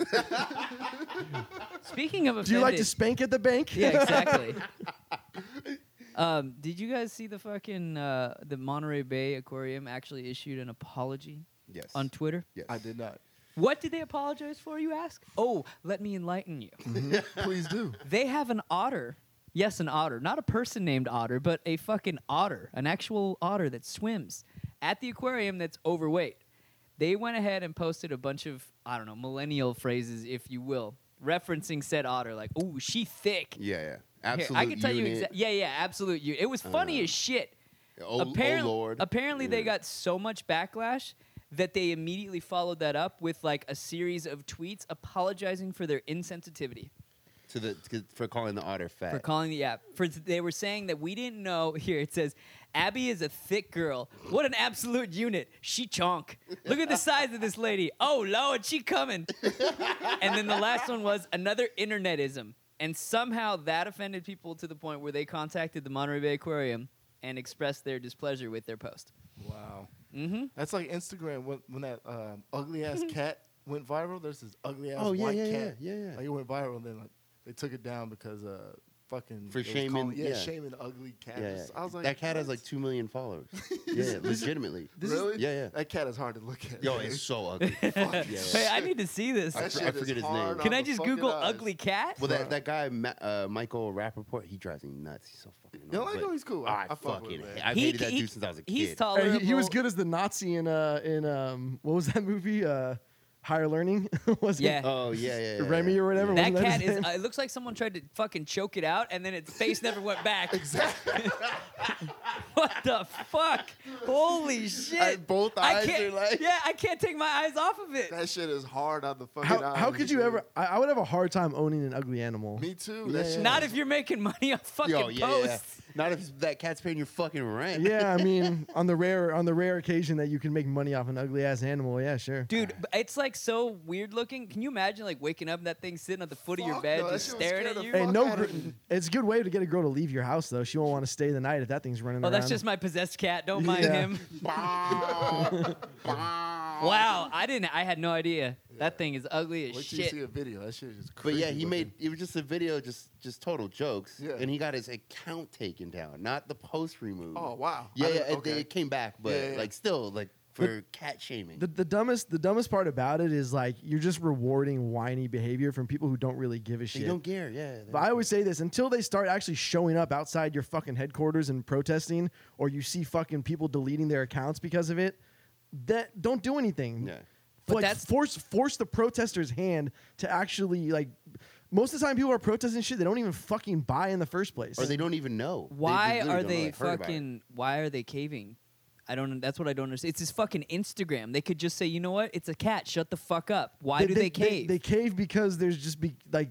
[SPEAKER 2] Speaking of offended,
[SPEAKER 1] Do you like to spank at the bank?
[SPEAKER 2] yeah, exactly. um, did you guys see the fucking uh, the Monterey Bay Aquarium actually issued an apology
[SPEAKER 3] yes.
[SPEAKER 2] on Twitter?
[SPEAKER 3] yes.
[SPEAKER 4] I did not.
[SPEAKER 2] What did they apologize for? You ask. Oh, let me enlighten you.
[SPEAKER 4] Please do.
[SPEAKER 2] they have an otter. Yes, an otter. Not a person named Otter, but a fucking otter, an actual otter that swims at the aquarium that's overweight. They went ahead and posted a bunch of, I don't know, millennial phrases, if you will, referencing said otter, like, oh, she thick.
[SPEAKER 3] Yeah, yeah.
[SPEAKER 2] Here,
[SPEAKER 3] Absolutely.
[SPEAKER 2] I can tell you exactly. Yeah, yeah, absolute. You. It was funny
[SPEAKER 3] Uh,
[SPEAKER 4] Uh-huh.
[SPEAKER 2] as shit.
[SPEAKER 3] Oh,
[SPEAKER 2] Apparent-
[SPEAKER 3] oh Lord.
[SPEAKER 2] Apparently, they
[SPEAKER 3] Yeah.
[SPEAKER 2] got so much backlash that they immediately followed that up with like a series of tweets apologizing for their insensitivity
[SPEAKER 3] to the to, for calling the otter fat.
[SPEAKER 2] for calling the app. For they were saying that we didn't know. Here it says, Abby is a thick girl. What an absolute unit. She chonk. Look at the size of this lady. Oh lord, she coming. and then the last one was another internetism. And somehow that offended people to the point where they contacted the Monterey Bay Aquarium and expressed their displeasure with their post.
[SPEAKER 4] Wow.
[SPEAKER 2] Mm-hmm.
[SPEAKER 4] That's like Instagram when, when that um, ugly ass cat went viral. There's this ugly ass
[SPEAKER 3] Oh, yeah,
[SPEAKER 4] white
[SPEAKER 3] yeah,
[SPEAKER 4] cat.
[SPEAKER 3] yeah, yeah, yeah.
[SPEAKER 4] Like it went viral, and then like they took it down because uh, fucking
[SPEAKER 3] For
[SPEAKER 4] it was
[SPEAKER 3] shaming-
[SPEAKER 4] calling- yeah,
[SPEAKER 3] yeah.
[SPEAKER 4] shaming ugly cats.
[SPEAKER 3] yeah, yeah.
[SPEAKER 4] I was like,
[SPEAKER 3] that cat has
[SPEAKER 4] what?
[SPEAKER 3] like two million followers. yeah, legitimately.
[SPEAKER 4] This is-
[SPEAKER 3] really? Yeah, yeah.
[SPEAKER 4] That cat is hard to look at.
[SPEAKER 3] Yo, it's so ugly.
[SPEAKER 4] Fuck.
[SPEAKER 3] Yeah.
[SPEAKER 2] Hey, I need to see this.
[SPEAKER 3] I
[SPEAKER 4] That
[SPEAKER 3] fr-
[SPEAKER 4] shit
[SPEAKER 3] forget
[SPEAKER 4] is
[SPEAKER 3] his name.
[SPEAKER 4] hard
[SPEAKER 3] I-
[SPEAKER 2] Can
[SPEAKER 4] on
[SPEAKER 2] I
[SPEAKER 4] the
[SPEAKER 2] just
[SPEAKER 4] fucking
[SPEAKER 2] Google
[SPEAKER 4] eyes.
[SPEAKER 2] ugly cat?
[SPEAKER 3] Well, that, that guy Ma- uh, Michael Rappaport, he drives me nuts. He's so fucking.
[SPEAKER 4] Yeah, I
[SPEAKER 3] annoying,
[SPEAKER 4] like him.
[SPEAKER 3] but
[SPEAKER 4] He's cool. I-
[SPEAKER 3] I,
[SPEAKER 4] I fuck with
[SPEAKER 3] fucking.
[SPEAKER 4] him, man.
[SPEAKER 3] hate- I've
[SPEAKER 2] He-
[SPEAKER 3] hated that
[SPEAKER 2] he-
[SPEAKER 3] dude since I was a kid.
[SPEAKER 2] He's
[SPEAKER 1] Hey,
[SPEAKER 2] tolerable.
[SPEAKER 1] he, he was good as the Nazi in uh in um what was that movie uh Higher Learning was
[SPEAKER 2] Yeah.
[SPEAKER 1] it
[SPEAKER 3] Oh yeah, yeah, yeah,
[SPEAKER 1] Remy
[SPEAKER 3] yeah.
[SPEAKER 1] or whatever
[SPEAKER 2] That
[SPEAKER 1] wasn't that
[SPEAKER 2] cat
[SPEAKER 1] his
[SPEAKER 2] is.
[SPEAKER 1] name?
[SPEAKER 2] Uh, it looks like someone tried to fucking choke it out, and then its face never went back.
[SPEAKER 4] Exactly.
[SPEAKER 2] what the fuck? Holy shit!
[SPEAKER 3] And both eyes
[SPEAKER 2] can't,
[SPEAKER 3] are like-
[SPEAKER 2] Yeah, I can't take my eyes off of it.
[SPEAKER 4] That shit is hard on the
[SPEAKER 3] Oh,
[SPEAKER 4] fucking
[SPEAKER 1] how,
[SPEAKER 4] eyes.
[SPEAKER 1] how could you
[SPEAKER 4] dude.
[SPEAKER 1] ever I, I would have a hard time owning an ugly animal
[SPEAKER 4] Me too.
[SPEAKER 3] Yeah,
[SPEAKER 4] that
[SPEAKER 3] yeah.
[SPEAKER 4] shit
[SPEAKER 2] Not
[SPEAKER 4] is-
[SPEAKER 2] if you're making money on fucking
[SPEAKER 3] Yo, yeah, yeah, yeah.
[SPEAKER 2] posts.
[SPEAKER 3] Not if that cat's paying your fucking rent.
[SPEAKER 1] yeah I mean on the rare on the rare occasion that you can make money off an ugly ass animal yeah sure
[SPEAKER 2] Dude, b- it's like like so weird looking. Can you imagine like waking up and that thing sitting at the foot of your
[SPEAKER 4] Fuck
[SPEAKER 2] bed,
[SPEAKER 4] no, that
[SPEAKER 2] just
[SPEAKER 4] shit was
[SPEAKER 2] staring
[SPEAKER 4] scared
[SPEAKER 2] at
[SPEAKER 4] of
[SPEAKER 2] you?
[SPEAKER 4] fuck
[SPEAKER 1] And no,
[SPEAKER 4] outta
[SPEAKER 1] gr-
[SPEAKER 4] here.
[SPEAKER 1] it's a good way to get a girl to leave your house though. She won't want to stay the night if that thing's running
[SPEAKER 2] Oh,
[SPEAKER 1] around.
[SPEAKER 2] that's just my possessed cat. Don't mind
[SPEAKER 1] Yeah.
[SPEAKER 2] him. Wow, I didn't. I had no idea. That thing is ugly as
[SPEAKER 4] Wait till you
[SPEAKER 2] shit.
[SPEAKER 4] see a video. That shit is just
[SPEAKER 3] But
[SPEAKER 4] crazy.
[SPEAKER 3] yeah, he
[SPEAKER 4] looking.
[SPEAKER 3] made it was just a video, just just total jokes,
[SPEAKER 4] Yeah.
[SPEAKER 3] and he got his account taken down, not the post removed.
[SPEAKER 4] Oh wow.
[SPEAKER 3] yeah, yeah,
[SPEAKER 4] I didn't-
[SPEAKER 3] it-
[SPEAKER 4] okay.
[SPEAKER 3] it came back, but
[SPEAKER 4] Yeah, yeah, yeah.
[SPEAKER 3] like still like for cat shaming.
[SPEAKER 1] the, the dumbest. The dumbest part about it is like you're just rewarding whiny behavior from people who don't really give a
[SPEAKER 3] they
[SPEAKER 1] shit.
[SPEAKER 3] don't care. Yeah, they
[SPEAKER 1] But
[SPEAKER 3] don't
[SPEAKER 1] I
[SPEAKER 3] care.
[SPEAKER 1] always say this until they start actually showing up outside your fucking headquarters and protesting, or you see fucking people deleting their accounts because of it. That don't do anything.
[SPEAKER 3] Yeah.
[SPEAKER 2] But
[SPEAKER 1] like
[SPEAKER 2] that's-
[SPEAKER 1] force force the protesters' hand to actually like. Most of the time, people are protesting shit they don't even fucking buy in the first place.
[SPEAKER 3] or they don't even know. They- they
[SPEAKER 2] Why
[SPEAKER 3] literally
[SPEAKER 2] are
[SPEAKER 3] don't know.
[SPEAKER 2] they
[SPEAKER 3] I've heard about it.
[SPEAKER 2] fucking? Why are they caving? I don't. That's what I don't understand. It's this fucking Instagram. They could just say, you know what? It's a cat. Shut the fuck up. Why do they, cave?
[SPEAKER 1] They, cave because there's just be like,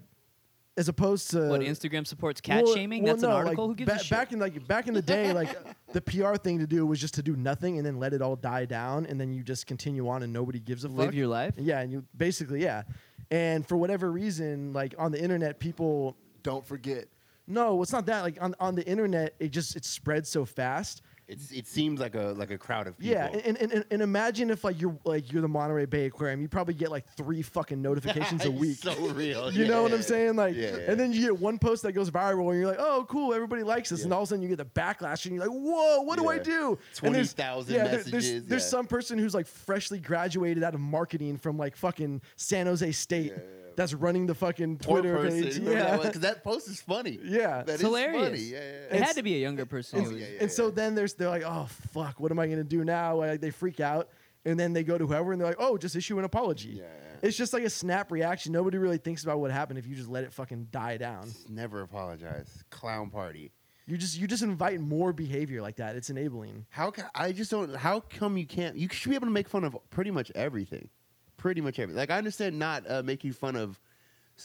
[SPEAKER 1] as opposed to
[SPEAKER 2] what Instagram supports cat
[SPEAKER 1] uh, Well,
[SPEAKER 2] shaming?
[SPEAKER 1] well,
[SPEAKER 2] That's
[SPEAKER 1] no,
[SPEAKER 2] an
[SPEAKER 1] like,
[SPEAKER 2] article. Who gives
[SPEAKER 1] ba-
[SPEAKER 2] a shit?
[SPEAKER 1] Back in like back in the day, like the PR thing to do was just to do nothing and then let it all die down, and then you just continue on and nobody gives a fuck.
[SPEAKER 2] Live your life?
[SPEAKER 1] Yeah, and you basically yeah, and for whatever reason, like on the internet, people
[SPEAKER 4] Don't forget.
[SPEAKER 1] no, it's not that. Like on on the internet, it just it spreads so fast.
[SPEAKER 3] It's, it seems like a like a crowd of people.
[SPEAKER 1] Yeah, and, and, and, and imagine if like you're like you're the Monterey Bay Aquarium, you probably get like three fucking notifications a
[SPEAKER 3] It's
[SPEAKER 1] week.
[SPEAKER 3] So real.
[SPEAKER 1] You know what I'm
[SPEAKER 3] yeah.
[SPEAKER 1] saying? Like,
[SPEAKER 3] Yeah, yeah.
[SPEAKER 1] and then you get one post that goes viral, and you're like, "Oh, cool, everybody likes this," and
[SPEAKER 3] Yeah.
[SPEAKER 1] all of a sudden you get the backlash, and you're like, "Whoa, what do I
[SPEAKER 3] Yeah.
[SPEAKER 1] do?" And there's-
[SPEAKER 3] 20,000
[SPEAKER 1] there- There's,
[SPEAKER 3] messages,
[SPEAKER 1] there's
[SPEAKER 3] yeah.
[SPEAKER 1] some person who's like freshly graduated out of marketing from like fucking San Jose State that's running the fucking
[SPEAKER 3] Poor
[SPEAKER 1] Twitter
[SPEAKER 3] person.
[SPEAKER 1] page.
[SPEAKER 3] Remember that
[SPEAKER 1] Yeah,
[SPEAKER 3] one? 'Cause that post is funny.
[SPEAKER 1] yeah.
[SPEAKER 3] That is
[SPEAKER 2] hilarious.
[SPEAKER 3] funny. Yeah, yeah, yeah.
[SPEAKER 2] It
[SPEAKER 1] It's-
[SPEAKER 2] had to be a younger person.
[SPEAKER 1] And,
[SPEAKER 2] who
[SPEAKER 3] Oh, yeah,
[SPEAKER 2] was-
[SPEAKER 3] yeah.
[SPEAKER 1] and so then there's they're like, "Oh fuck, what am I gonna do now?" Like they freak out. And then they go to whoever and they're like, oh, just issue an apology.
[SPEAKER 3] Yeah, yeah.
[SPEAKER 1] It's just like a snap reaction. Nobody really thinks about what happened if you just let it fucking die down.
[SPEAKER 3] Just never apologize. Clown party.
[SPEAKER 1] You just you just invite more behavior like that. It's enabling.
[SPEAKER 3] How ca I just don't. How come you can't? You should be able to make fun of pretty much everything. Pretty much everything. Like I understand not uh, making fun of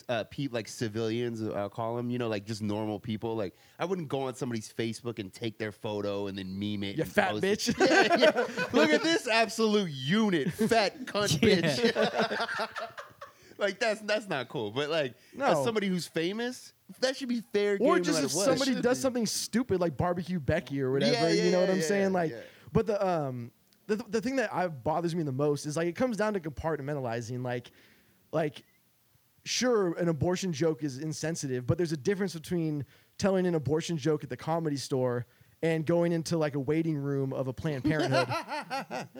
[SPEAKER 3] uh, people like civilians. uh, I'll call them. You know, like just normal people. Like I wouldn't go on somebody's Facebook and take their photo and then meme it.
[SPEAKER 1] You
[SPEAKER 3] and
[SPEAKER 1] fat
[SPEAKER 3] post it.
[SPEAKER 1] bitch.
[SPEAKER 3] Yeah, yeah. Look at this absolute unit, fat cunt bitch. like that's that's not cool. But like,
[SPEAKER 1] No.
[SPEAKER 3] as somebody who's famous, that should be fair game.
[SPEAKER 1] or
[SPEAKER 3] no
[SPEAKER 1] just
[SPEAKER 3] matter
[SPEAKER 1] if
[SPEAKER 3] what.
[SPEAKER 1] somebody
[SPEAKER 4] Should
[SPEAKER 1] does
[SPEAKER 4] be.
[SPEAKER 1] something stupid like barbecue Becky or whatever,
[SPEAKER 3] Yeah, yeah,
[SPEAKER 1] you know what
[SPEAKER 3] yeah,
[SPEAKER 1] I'm
[SPEAKER 3] yeah,
[SPEAKER 1] saying? Like,
[SPEAKER 3] yeah.
[SPEAKER 1] but the um the the thing that I, bothers me the most is like it comes down to compartmentalizing. Like, like sure, an abortion joke is insensitive, but there's a difference between telling an abortion joke at the comedy store. And going into like a waiting room of a Planned Parenthood,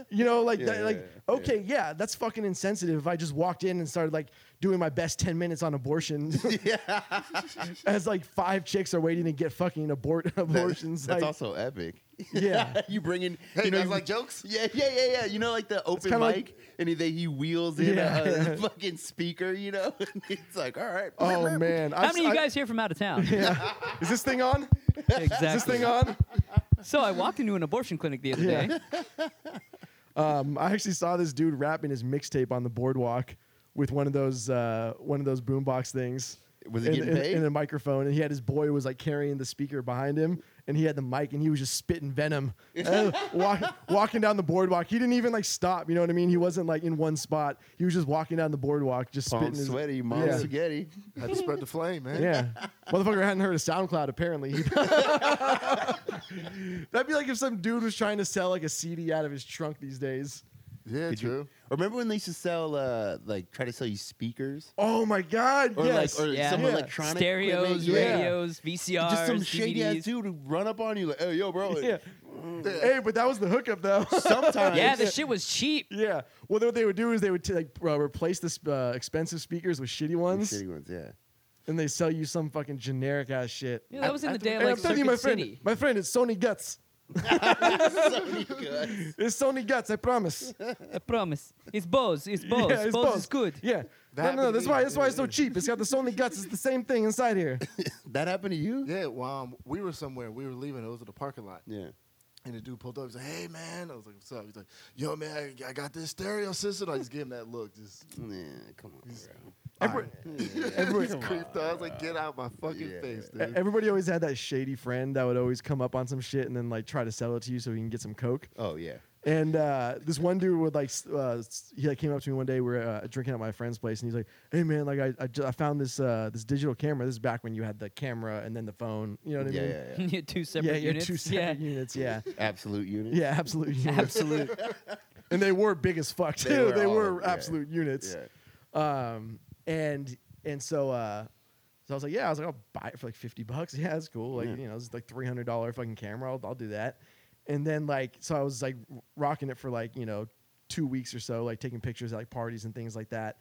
[SPEAKER 1] you know, like
[SPEAKER 3] Yeah,
[SPEAKER 1] that,
[SPEAKER 3] yeah,
[SPEAKER 1] like
[SPEAKER 3] yeah.
[SPEAKER 1] okay, yeah, that's fucking insensitive. If I just walked in and started like doing my best ten minutes on abortion,
[SPEAKER 3] yeah,
[SPEAKER 1] as like five chicks are waiting to get fucking abort abortions.
[SPEAKER 3] That, that's
[SPEAKER 1] like,
[SPEAKER 3] also epic.
[SPEAKER 1] Yeah.
[SPEAKER 3] you bring in.
[SPEAKER 4] Hey,
[SPEAKER 3] you know,
[SPEAKER 4] guys
[SPEAKER 3] you-
[SPEAKER 4] like jokes?
[SPEAKER 3] Yeah, yeah, yeah, yeah. You know, like the open mic,
[SPEAKER 1] kinda like-
[SPEAKER 3] and he, they, he wheels in
[SPEAKER 1] Yeah,
[SPEAKER 3] a,
[SPEAKER 1] yeah.
[SPEAKER 3] a fucking speaker. You know, and it's like, all right.
[SPEAKER 1] Oh man,
[SPEAKER 2] How many of you guys here from out of town?
[SPEAKER 1] is this thing on?
[SPEAKER 2] Exactly.
[SPEAKER 1] Is this thing on?
[SPEAKER 2] So I walked into an abortion clinic the other
[SPEAKER 1] Yeah.
[SPEAKER 2] day.
[SPEAKER 1] Um, I actually saw this dude rapping his mixtape on the boardwalk with one of those uh, one of those boombox things.
[SPEAKER 3] Was he
[SPEAKER 1] and,
[SPEAKER 3] getting
[SPEAKER 1] and-
[SPEAKER 3] paid?
[SPEAKER 1] and a microphone, and he had his boy was like carrying the speaker behind him, and he had the mic, and he was just spitting venom, Uh, wa- walking down the boardwalk. He didn't even like stop. You know what I mean? He wasn't like in one spot. He was just walking down the boardwalk, just
[SPEAKER 3] Palm
[SPEAKER 1] spitting. his-
[SPEAKER 3] Oh, sweaty, mom
[SPEAKER 1] Yeah.
[SPEAKER 3] spaghetti.
[SPEAKER 4] Had to spread the flame, man.
[SPEAKER 1] Yeah. Motherfucker hadn't heard of SoundCloud apparently. He- That'd be like if some dude was trying to sell like a CD out of his trunk these days.
[SPEAKER 4] Yeah,
[SPEAKER 3] Could you-
[SPEAKER 4] true.
[SPEAKER 3] Remember when they used to sell, uh, like, try to sell you speakers?
[SPEAKER 1] Oh my god.
[SPEAKER 3] Or
[SPEAKER 1] yes.
[SPEAKER 3] like, or
[SPEAKER 2] Yeah.
[SPEAKER 3] some
[SPEAKER 1] Yeah.
[SPEAKER 3] electronic equipment,
[SPEAKER 2] Stereos,
[SPEAKER 3] yeah.
[SPEAKER 2] radios, VCRs,
[SPEAKER 3] Just some shady
[SPEAKER 2] DVDs.
[SPEAKER 3] ass dude who run up on you like, "Hey, yo, bro!"
[SPEAKER 1] yeah. Mm. Hey, but that was the hookup though.
[SPEAKER 3] Sometimes,
[SPEAKER 2] Yeah, this shit was cheap.
[SPEAKER 1] yeah. Well, what they would do is they would t- like uh, replace the sp- uh, expensive speakers with shitty ones,
[SPEAKER 3] shitty ones, yeah.
[SPEAKER 1] and they sell you some fucking generic ass shit.
[SPEAKER 2] Yeah, that was in the day of
[SPEAKER 1] Hey,
[SPEAKER 2] like
[SPEAKER 1] I'm telling you, my
[SPEAKER 2] Circuit
[SPEAKER 1] friend,
[SPEAKER 2] City.
[SPEAKER 1] my friend, it's Sony Guts. It's Sony Guts, I promise.
[SPEAKER 2] I promise. It's Bose. It's Bose.
[SPEAKER 1] Yeah, it's
[SPEAKER 2] Bose,
[SPEAKER 1] Bose.
[SPEAKER 2] is good.
[SPEAKER 1] Yeah.
[SPEAKER 4] That
[SPEAKER 1] no, no, no, that's
[SPEAKER 4] happened to
[SPEAKER 1] why
[SPEAKER 4] me.
[SPEAKER 1] that's why it's so cheap. It's got the Sony guts. It's the same thing inside here.
[SPEAKER 3] That happened to you?
[SPEAKER 4] Yeah, well, um, we were somewhere. We were leaving. It was at the parking lot.
[SPEAKER 3] Yeah.
[SPEAKER 4] And the dude pulled up. He's like, "Hey, man." I was like, "What's up?" He's like, "Yo, man, I, I got this stereo system." I just gave him that look. Just
[SPEAKER 3] Nah, come on, bro.
[SPEAKER 1] Every-
[SPEAKER 4] everyone's creeped out. I was like, "Get out my fucking
[SPEAKER 3] Yeah.
[SPEAKER 4] face,
[SPEAKER 1] e-
[SPEAKER 4] dude."
[SPEAKER 1] Everybody always had that shady friend that would always come up on some shit and then like try to sell it to you so he can get some coke.
[SPEAKER 3] Oh yeah.
[SPEAKER 1] And uh, this one dude would like, s- uh, s- he like came up to me one day. We were uh, drinking at my friend's place, and he's like, "Hey man, like I, I, ju- I found this uh, this digital camera. This is back when you had the camera and then the phone. You know what I
[SPEAKER 3] yeah,
[SPEAKER 1] mean?
[SPEAKER 3] yeah, yeah.
[SPEAKER 2] You had two separate
[SPEAKER 1] yeah,
[SPEAKER 2] units.
[SPEAKER 1] two separate units. Yeah,
[SPEAKER 3] Absolute unit.
[SPEAKER 1] yeah, absolute units.
[SPEAKER 2] absolute.
[SPEAKER 1] and they were big as fuck too.
[SPEAKER 3] They
[SPEAKER 1] They
[SPEAKER 3] were
[SPEAKER 1] were,
[SPEAKER 3] all- yeah.
[SPEAKER 1] absolute units.
[SPEAKER 3] Yeah.
[SPEAKER 1] Um, and and so uh, so I was like, yeah, I was like, I'll buy it for like fifty bucks. Yeah, that's cool. Like
[SPEAKER 3] Yeah.
[SPEAKER 1] you know, it's like three hundred dollar fucking camera. I'll, I'll do that. And then like, so I was like rocking it for like you know two weeks or so, like taking pictures at like parties and things like that.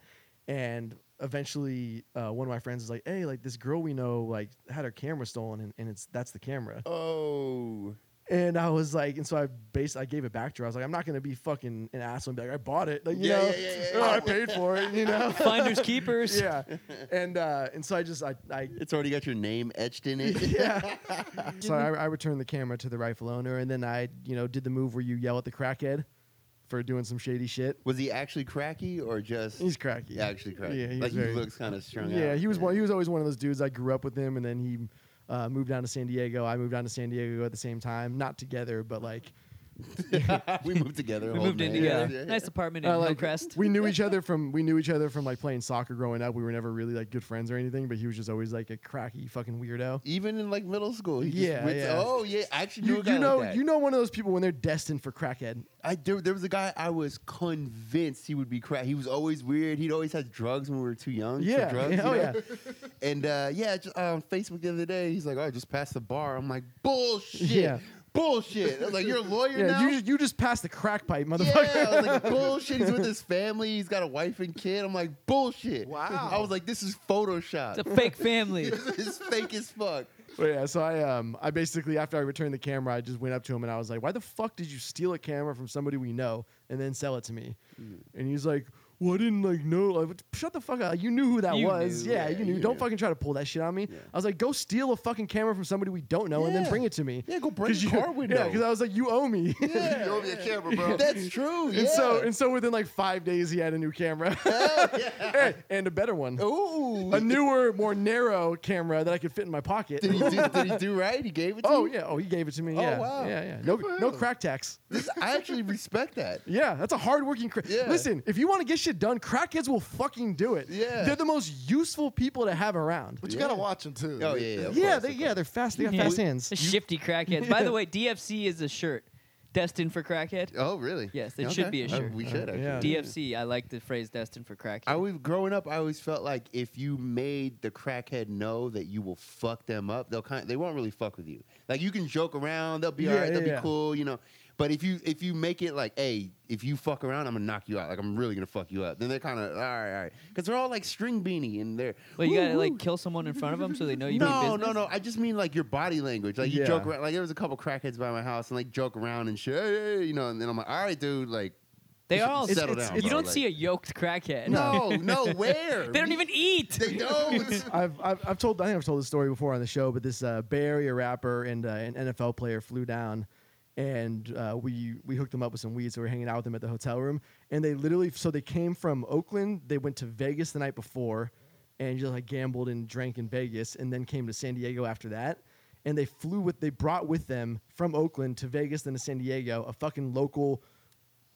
[SPEAKER 1] And eventually, uh, one of my friends was like, hey, like this girl we know like had her camera stolen, and, and it's that's the camera.
[SPEAKER 3] Oh.
[SPEAKER 1] And I was like, and so I based, I gave it back to her. I was like, I'm not gonna be fucking an asshole and be like, I bought it, like you
[SPEAKER 3] Yeah,
[SPEAKER 1] know,
[SPEAKER 3] yeah, yeah, yeah,
[SPEAKER 1] "Oh,
[SPEAKER 3] yeah."
[SPEAKER 1] I paid for it, you know,
[SPEAKER 2] Finders keepers.
[SPEAKER 1] yeah. And uh, and so I just, I, I
[SPEAKER 3] It's already got your name etched in it.
[SPEAKER 1] yeah. so I, I returned the camera to the rifle owner, and then I, you know, did the move where you yell at the crackhead for doing some shady shit.
[SPEAKER 3] Was he actually cracky or just
[SPEAKER 1] He's cracky.
[SPEAKER 3] actually cracky?
[SPEAKER 1] Yeah, he
[SPEAKER 3] like
[SPEAKER 1] was
[SPEAKER 3] he
[SPEAKER 1] very-
[SPEAKER 3] looks kind of strung out.
[SPEAKER 1] yeah, he was one. He was always one of those dudes. I grew up with him, and then he uh, moved down to San Diego. I moved down to San Diego at the same time, not together, but like.
[SPEAKER 3] we moved together.
[SPEAKER 2] We
[SPEAKER 3] old
[SPEAKER 2] moved in
[SPEAKER 3] Oh, man.
[SPEAKER 2] together.
[SPEAKER 3] Yeah, yeah,
[SPEAKER 2] Nice
[SPEAKER 3] yeah.
[SPEAKER 2] apartment in
[SPEAKER 1] Uh, like,
[SPEAKER 2] Hillcrest.
[SPEAKER 1] We knew each other from we knew each other from like playing soccer growing up. We were never really like good friends or anything, but he was just always like a cracky fucking weirdo.
[SPEAKER 3] Even in like middle school, he just
[SPEAKER 1] Yeah,
[SPEAKER 3] went to-
[SPEAKER 1] yeah.
[SPEAKER 3] oh yeah, I actually knew
[SPEAKER 1] You,
[SPEAKER 3] a guy
[SPEAKER 1] you know
[SPEAKER 3] like that.
[SPEAKER 1] you know one of those people when they're destined for crackhead.
[SPEAKER 3] I there, there was a guy I was convinced he would be crack. He was always weird. He'd always had drugs when we were too young.
[SPEAKER 1] Yeah,
[SPEAKER 3] for drugs,
[SPEAKER 1] yeah, oh
[SPEAKER 3] you know? And uh, yeah, just, uh, on Facebook the other day, he's like, "Oh, I just passed the bar." I'm like, "Bullshit,
[SPEAKER 1] Yeah.
[SPEAKER 3] bullshit." I was like, "You're a lawyer
[SPEAKER 1] Yeah,
[SPEAKER 3] now."
[SPEAKER 1] you just you just passed the crack pipe, motherfucker.
[SPEAKER 3] yeah, I was like, bullshit. He's with his family. He's got a wife and kid. I'm like, bullshit.
[SPEAKER 4] Wow.
[SPEAKER 3] I was like, this is Photoshop.
[SPEAKER 2] It's a fake family.
[SPEAKER 3] this is fake as fuck.
[SPEAKER 1] But yeah, so I um I basically after I returned the camera, I just went up to him and I was like, "Why the fuck did you steal a camera from somebody we know and then sell it to me?"
[SPEAKER 3] Mm.
[SPEAKER 1] And he's like, "Well, I didn't like know. Like, shut the fuck up. You knew who that
[SPEAKER 2] You
[SPEAKER 1] was.
[SPEAKER 2] knew,
[SPEAKER 1] yeah,
[SPEAKER 3] yeah,
[SPEAKER 1] you knew.
[SPEAKER 3] you
[SPEAKER 1] Don't
[SPEAKER 3] knew.
[SPEAKER 1] fucking try to pull that shit on me."
[SPEAKER 3] Yeah.
[SPEAKER 1] I was like, "Go steal a fucking camera from somebody we don't know and then
[SPEAKER 3] Yeah.
[SPEAKER 1] bring it to me."
[SPEAKER 3] Yeah, go break
[SPEAKER 1] 'Cause
[SPEAKER 3] a car window.
[SPEAKER 1] Yeah, because I was like, "You owe me."
[SPEAKER 4] you owe me a camera, bro.
[SPEAKER 3] That's true. Yeah.
[SPEAKER 1] and so and so within like five days, he had a new camera and, and a better one.
[SPEAKER 3] Oh, Ooh.
[SPEAKER 1] A newer, more narrow camera that I could fit in my pocket.
[SPEAKER 3] did, he do, did he do right? He gave it to
[SPEAKER 1] Oh
[SPEAKER 3] you?
[SPEAKER 1] yeah. Oh, he gave it to me.
[SPEAKER 3] Oh,
[SPEAKER 1] yeah.
[SPEAKER 3] wow.
[SPEAKER 1] Yeah, yeah. No,
[SPEAKER 4] for
[SPEAKER 1] no
[SPEAKER 4] him.
[SPEAKER 1] crack tax.
[SPEAKER 3] This, I actually respect that.
[SPEAKER 1] Yeah, that's a hardworking. Cra-
[SPEAKER 3] Yeah.
[SPEAKER 1] Listen, if you want to get shit done, crackheads will fucking do it.
[SPEAKER 3] Yeah.
[SPEAKER 1] They're the most useful people to have around.
[SPEAKER 4] But you gotta
[SPEAKER 3] Yeah.
[SPEAKER 4] watch him too.
[SPEAKER 3] Oh, yeah, yeah. of
[SPEAKER 1] yeah,
[SPEAKER 3] course,
[SPEAKER 1] they,
[SPEAKER 3] of
[SPEAKER 1] yeah,
[SPEAKER 3] course.
[SPEAKER 1] they're fast. They got
[SPEAKER 2] Yeah.
[SPEAKER 1] fast hands.
[SPEAKER 2] Shifty crackheads. By the way, DFC is a shirt destined for crackhead.
[SPEAKER 3] Oh, really?
[SPEAKER 2] Yes, it should be a
[SPEAKER 3] Oh,
[SPEAKER 2] shirt.
[SPEAKER 3] we should,
[SPEAKER 1] Uh,
[SPEAKER 3] actually.
[SPEAKER 1] yeah.
[SPEAKER 2] DFC. I like the phrase destined for crackhead.
[SPEAKER 3] I always growing up, I always felt like if you made the crackhead know that you will fuck them up, they'll kind they won't really fuck with you. Like you can joke around, they'll be
[SPEAKER 1] Yeah,
[SPEAKER 3] all right,
[SPEAKER 1] yeah,
[SPEAKER 3] they'll
[SPEAKER 1] yeah.
[SPEAKER 3] be cool, you know. But if you if you make it like, hey, if you fuck around, I'm gonna knock you out. Like I'm really gonna fuck you up. Then they're kind of all right, all right, because they're all like string beanie and they're.
[SPEAKER 2] Well, you
[SPEAKER 3] "Woo,
[SPEAKER 2] gotta
[SPEAKER 3] woo."
[SPEAKER 2] like kill someone in front of them so they know you mean
[SPEAKER 3] No,
[SPEAKER 2] business.
[SPEAKER 3] no, no. I just mean like your body language. Like you
[SPEAKER 1] Yeah.
[SPEAKER 3] joke around. Like there was a couple crackheads by my house and like joke around and shit. Hey, hey, you know, and then I'm like, all right, dude. Like
[SPEAKER 2] They
[SPEAKER 3] you
[SPEAKER 2] are
[SPEAKER 3] should
[SPEAKER 2] all.
[SPEAKER 3] settle
[SPEAKER 1] it's-
[SPEAKER 3] down.
[SPEAKER 1] it's-
[SPEAKER 2] you
[SPEAKER 3] bro,
[SPEAKER 2] don't
[SPEAKER 3] like-
[SPEAKER 2] see a yoked crackhead.
[SPEAKER 3] No, no. Where
[SPEAKER 2] they don't even eat.
[SPEAKER 3] They don't.
[SPEAKER 1] I've, I've I've told I think I've told this story before on the show, but this uh, Bay Area rapper and uh, an NFL player flew down, and uh, we we hooked them up with some weed. So we are hanging out with them at the hotel room, and they literally so they came from Oakland, they went to Vegas the night before, and just like gambled and drank in Vegas, and then came to San Diego after that. And they flew with they brought with them from Oakland to Vegas then to San Diego a fucking local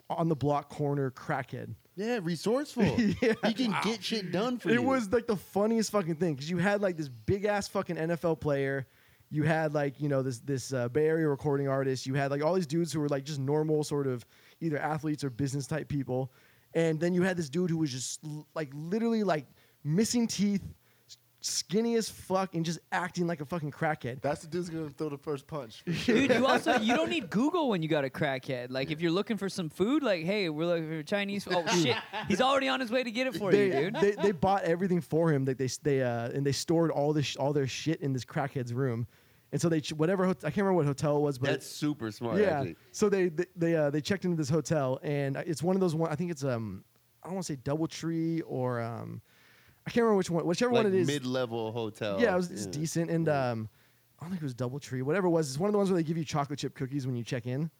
[SPEAKER 1] on the block corner crackhead.
[SPEAKER 3] Yeah, resourceful. He can get shit done for you.
[SPEAKER 1] It was like the funniest fucking thing because you had like this big ass fucking NFL player, you had like you know this this uh, Bay Area recording artist, you had like all these dudes who were like just normal sort of either athletes or business type people, and then you had this dude who was just l- like literally like missing teeth, s- skinny as fuck, and just acting like a fucking crackhead.
[SPEAKER 4] That's the dude's gonna throw the first punch.
[SPEAKER 2] Dude, you also you don't need Google when you got a crackhead. Like if you're looking for some food, like hey, we're looking for Chinese. food. Oh shit, he's already on his way to get it for
[SPEAKER 1] they,
[SPEAKER 2] you, dude.
[SPEAKER 1] They, they bought everything for him. Like they they uh, and they stored all this all their shit in this crackhead's room, and so they ch- whatever hot I can't remember what hotel it was, but
[SPEAKER 3] That's super smart.
[SPEAKER 1] yeah.
[SPEAKER 3] Actually.
[SPEAKER 1] So they they they, uh, they checked into this hotel, and it's one of those one. I think it's um I don't want to say DoubleTree or um I can't remember which one, whichever
[SPEAKER 3] Like
[SPEAKER 1] one it is.
[SPEAKER 3] mid-level hotel.
[SPEAKER 1] yeah, it was it's decent, and um I don't think it was DoubleTree, whatever it was. It's one of the ones where they give you chocolate chip cookies when you check in.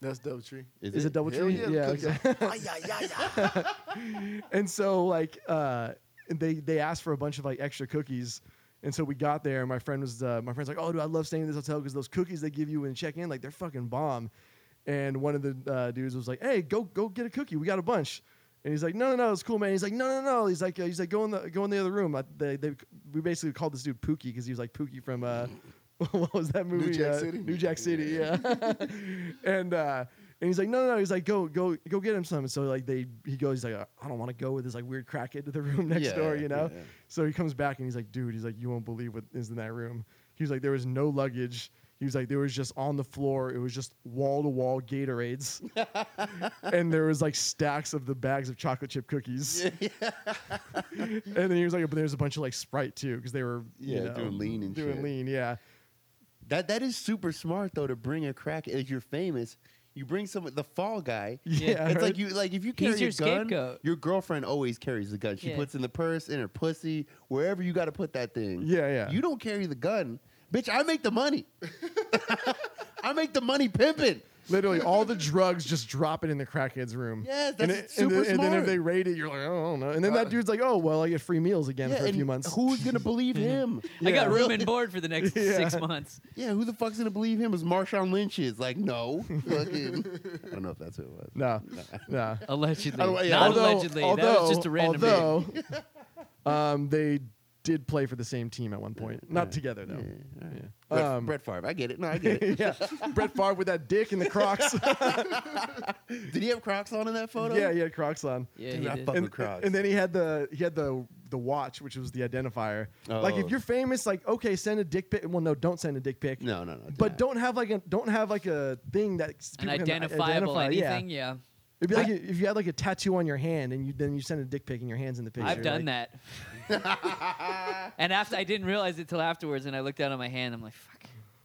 [SPEAKER 4] That's double tree.
[SPEAKER 3] Is,
[SPEAKER 1] Is it,
[SPEAKER 3] double?
[SPEAKER 1] DoubleTree?
[SPEAKER 4] yeah.
[SPEAKER 1] exactly.
[SPEAKER 4] Ay, ay, ay, ay.
[SPEAKER 1] and so like uh they they asked for a bunch of like extra cookies and so we got there and my friend was uh, my friend's like oh dude i love staying in this hotel because those cookies they give you when you check in like they're fucking bomb and one of the uh, dudes was like, "Hey, go go get a cookie. We got a bunch." And he's like, "No, no, no, it's cool, man." He's like, "No, no, no." He's like, uh, "He's like, go in the go in the other room." I, they, they we basically called this dude Pookie because he was like Pookie from uh, what was that movie?
[SPEAKER 4] Jack
[SPEAKER 1] Uh,
[SPEAKER 4] City?
[SPEAKER 1] New Jack City, yeah. and uh, and he's like, "No, no, no." He's like, "Go go go get him some." And so like they he goes, he's like, "I don't want to go with this like weird crackhead to the room next
[SPEAKER 3] Yeah,
[SPEAKER 1] door,"
[SPEAKER 3] yeah,
[SPEAKER 1] you know.
[SPEAKER 3] yeah, yeah.
[SPEAKER 1] So he comes back and he's like, dude, he's like, you won't believe what is in that room. He was like, there was no luggage. He was like, there was just on the floor, it was just wall to wall Gatorades. and there was like stacks of the bags of chocolate chip cookies. and then he was like, but there's a bunch of like Sprite too, because they were, you
[SPEAKER 3] Yeah,
[SPEAKER 1] know,
[SPEAKER 3] doing lean and
[SPEAKER 1] doing
[SPEAKER 3] shit.
[SPEAKER 1] lean, yeah.
[SPEAKER 3] That that is super smart though to bring a crack. If you're famous, you bring someone the fall guy.
[SPEAKER 1] Yeah.
[SPEAKER 3] it's
[SPEAKER 1] right?
[SPEAKER 3] like you like if you carry
[SPEAKER 2] He's your
[SPEAKER 3] a gun,
[SPEAKER 2] scapegoat.
[SPEAKER 3] your girlfriend always carries the gun. She
[SPEAKER 2] Yeah.
[SPEAKER 3] puts in the purse, in her pussy, wherever you got to put that thing.
[SPEAKER 1] Yeah, yeah.
[SPEAKER 3] You don't carry the gun, bitch. I make the money. I make the money pimping.
[SPEAKER 1] Literally, all the drugs just drop it in the crackhead's room.
[SPEAKER 3] Yes,
[SPEAKER 1] and,
[SPEAKER 3] that's
[SPEAKER 1] and
[SPEAKER 3] super
[SPEAKER 1] then, and then if
[SPEAKER 3] smart.
[SPEAKER 1] they raid it, you're like, oh, I don't know. And then
[SPEAKER 4] Uh,
[SPEAKER 1] that dude's like, oh, well, I get free meals again for a
[SPEAKER 3] and
[SPEAKER 1] few months.
[SPEAKER 3] Who's gonna believe him?
[SPEAKER 2] I got
[SPEAKER 3] Yeah.
[SPEAKER 2] room and board for the next
[SPEAKER 1] Yeah.
[SPEAKER 2] six months.
[SPEAKER 3] Yeah, who the fuck's gonna believe him? Is Marshawn Lynch is like no. Fucking- I don't know if that's who it was.
[SPEAKER 1] No, no.
[SPEAKER 2] Allegedly,
[SPEAKER 4] I don't- yeah.
[SPEAKER 2] not
[SPEAKER 1] Oh, Although-
[SPEAKER 2] allegedly. that was just a random. name.
[SPEAKER 1] Although, um, they did play for the same team at one point, not together though.
[SPEAKER 3] Yeah, all right.
[SPEAKER 1] Yeah.
[SPEAKER 3] Brett,
[SPEAKER 1] Um,
[SPEAKER 3] Brett Favre, I get it. No, I get it.
[SPEAKER 1] yeah, Brett Favre with that dick and the Crocs.
[SPEAKER 3] Did he have Crocs on in that photo?
[SPEAKER 1] yeah, he had Crocs on.
[SPEAKER 2] yeah,
[SPEAKER 3] Dude,
[SPEAKER 2] he
[SPEAKER 3] I
[SPEAKER 2] did.
[SPEAKER 3] fuck-
[SPEAKER 1] And,
[SPEAKER 3] with Crocs.
[SPEAKER 1] and then he had the he had the the watch, which was the identifier. Like
[SPEAKER 3] Oh.
[SPEAKER 1] if you're famous, like okay, send a dick pic. Well, no, don't send a dick pic.
[SPEAKER 3] No, no, no. do
[SPEAKER 1] But
[SPEAKER 3] not.
[SPEAKER 1] don't have like a don't have like a thing that
[SPEAKER 2] An
[SPEAKER 1] people can
[SPEAKER 2] identifiable
[SPEAKER 1] identify, yeah.
[SPEAKER 2] anything, yeah.
[SPEAKER 1] It'd be like if you had like a tattoo on your hand and you then you send a dick pic and your hands in the picture.
[SPEAKER 2] I've done
[SPEAKER 1] like-
[SPEAKER 2] that. and after I didn't realize it till afterwards, and I looked down at my hand. I'm like, fuck.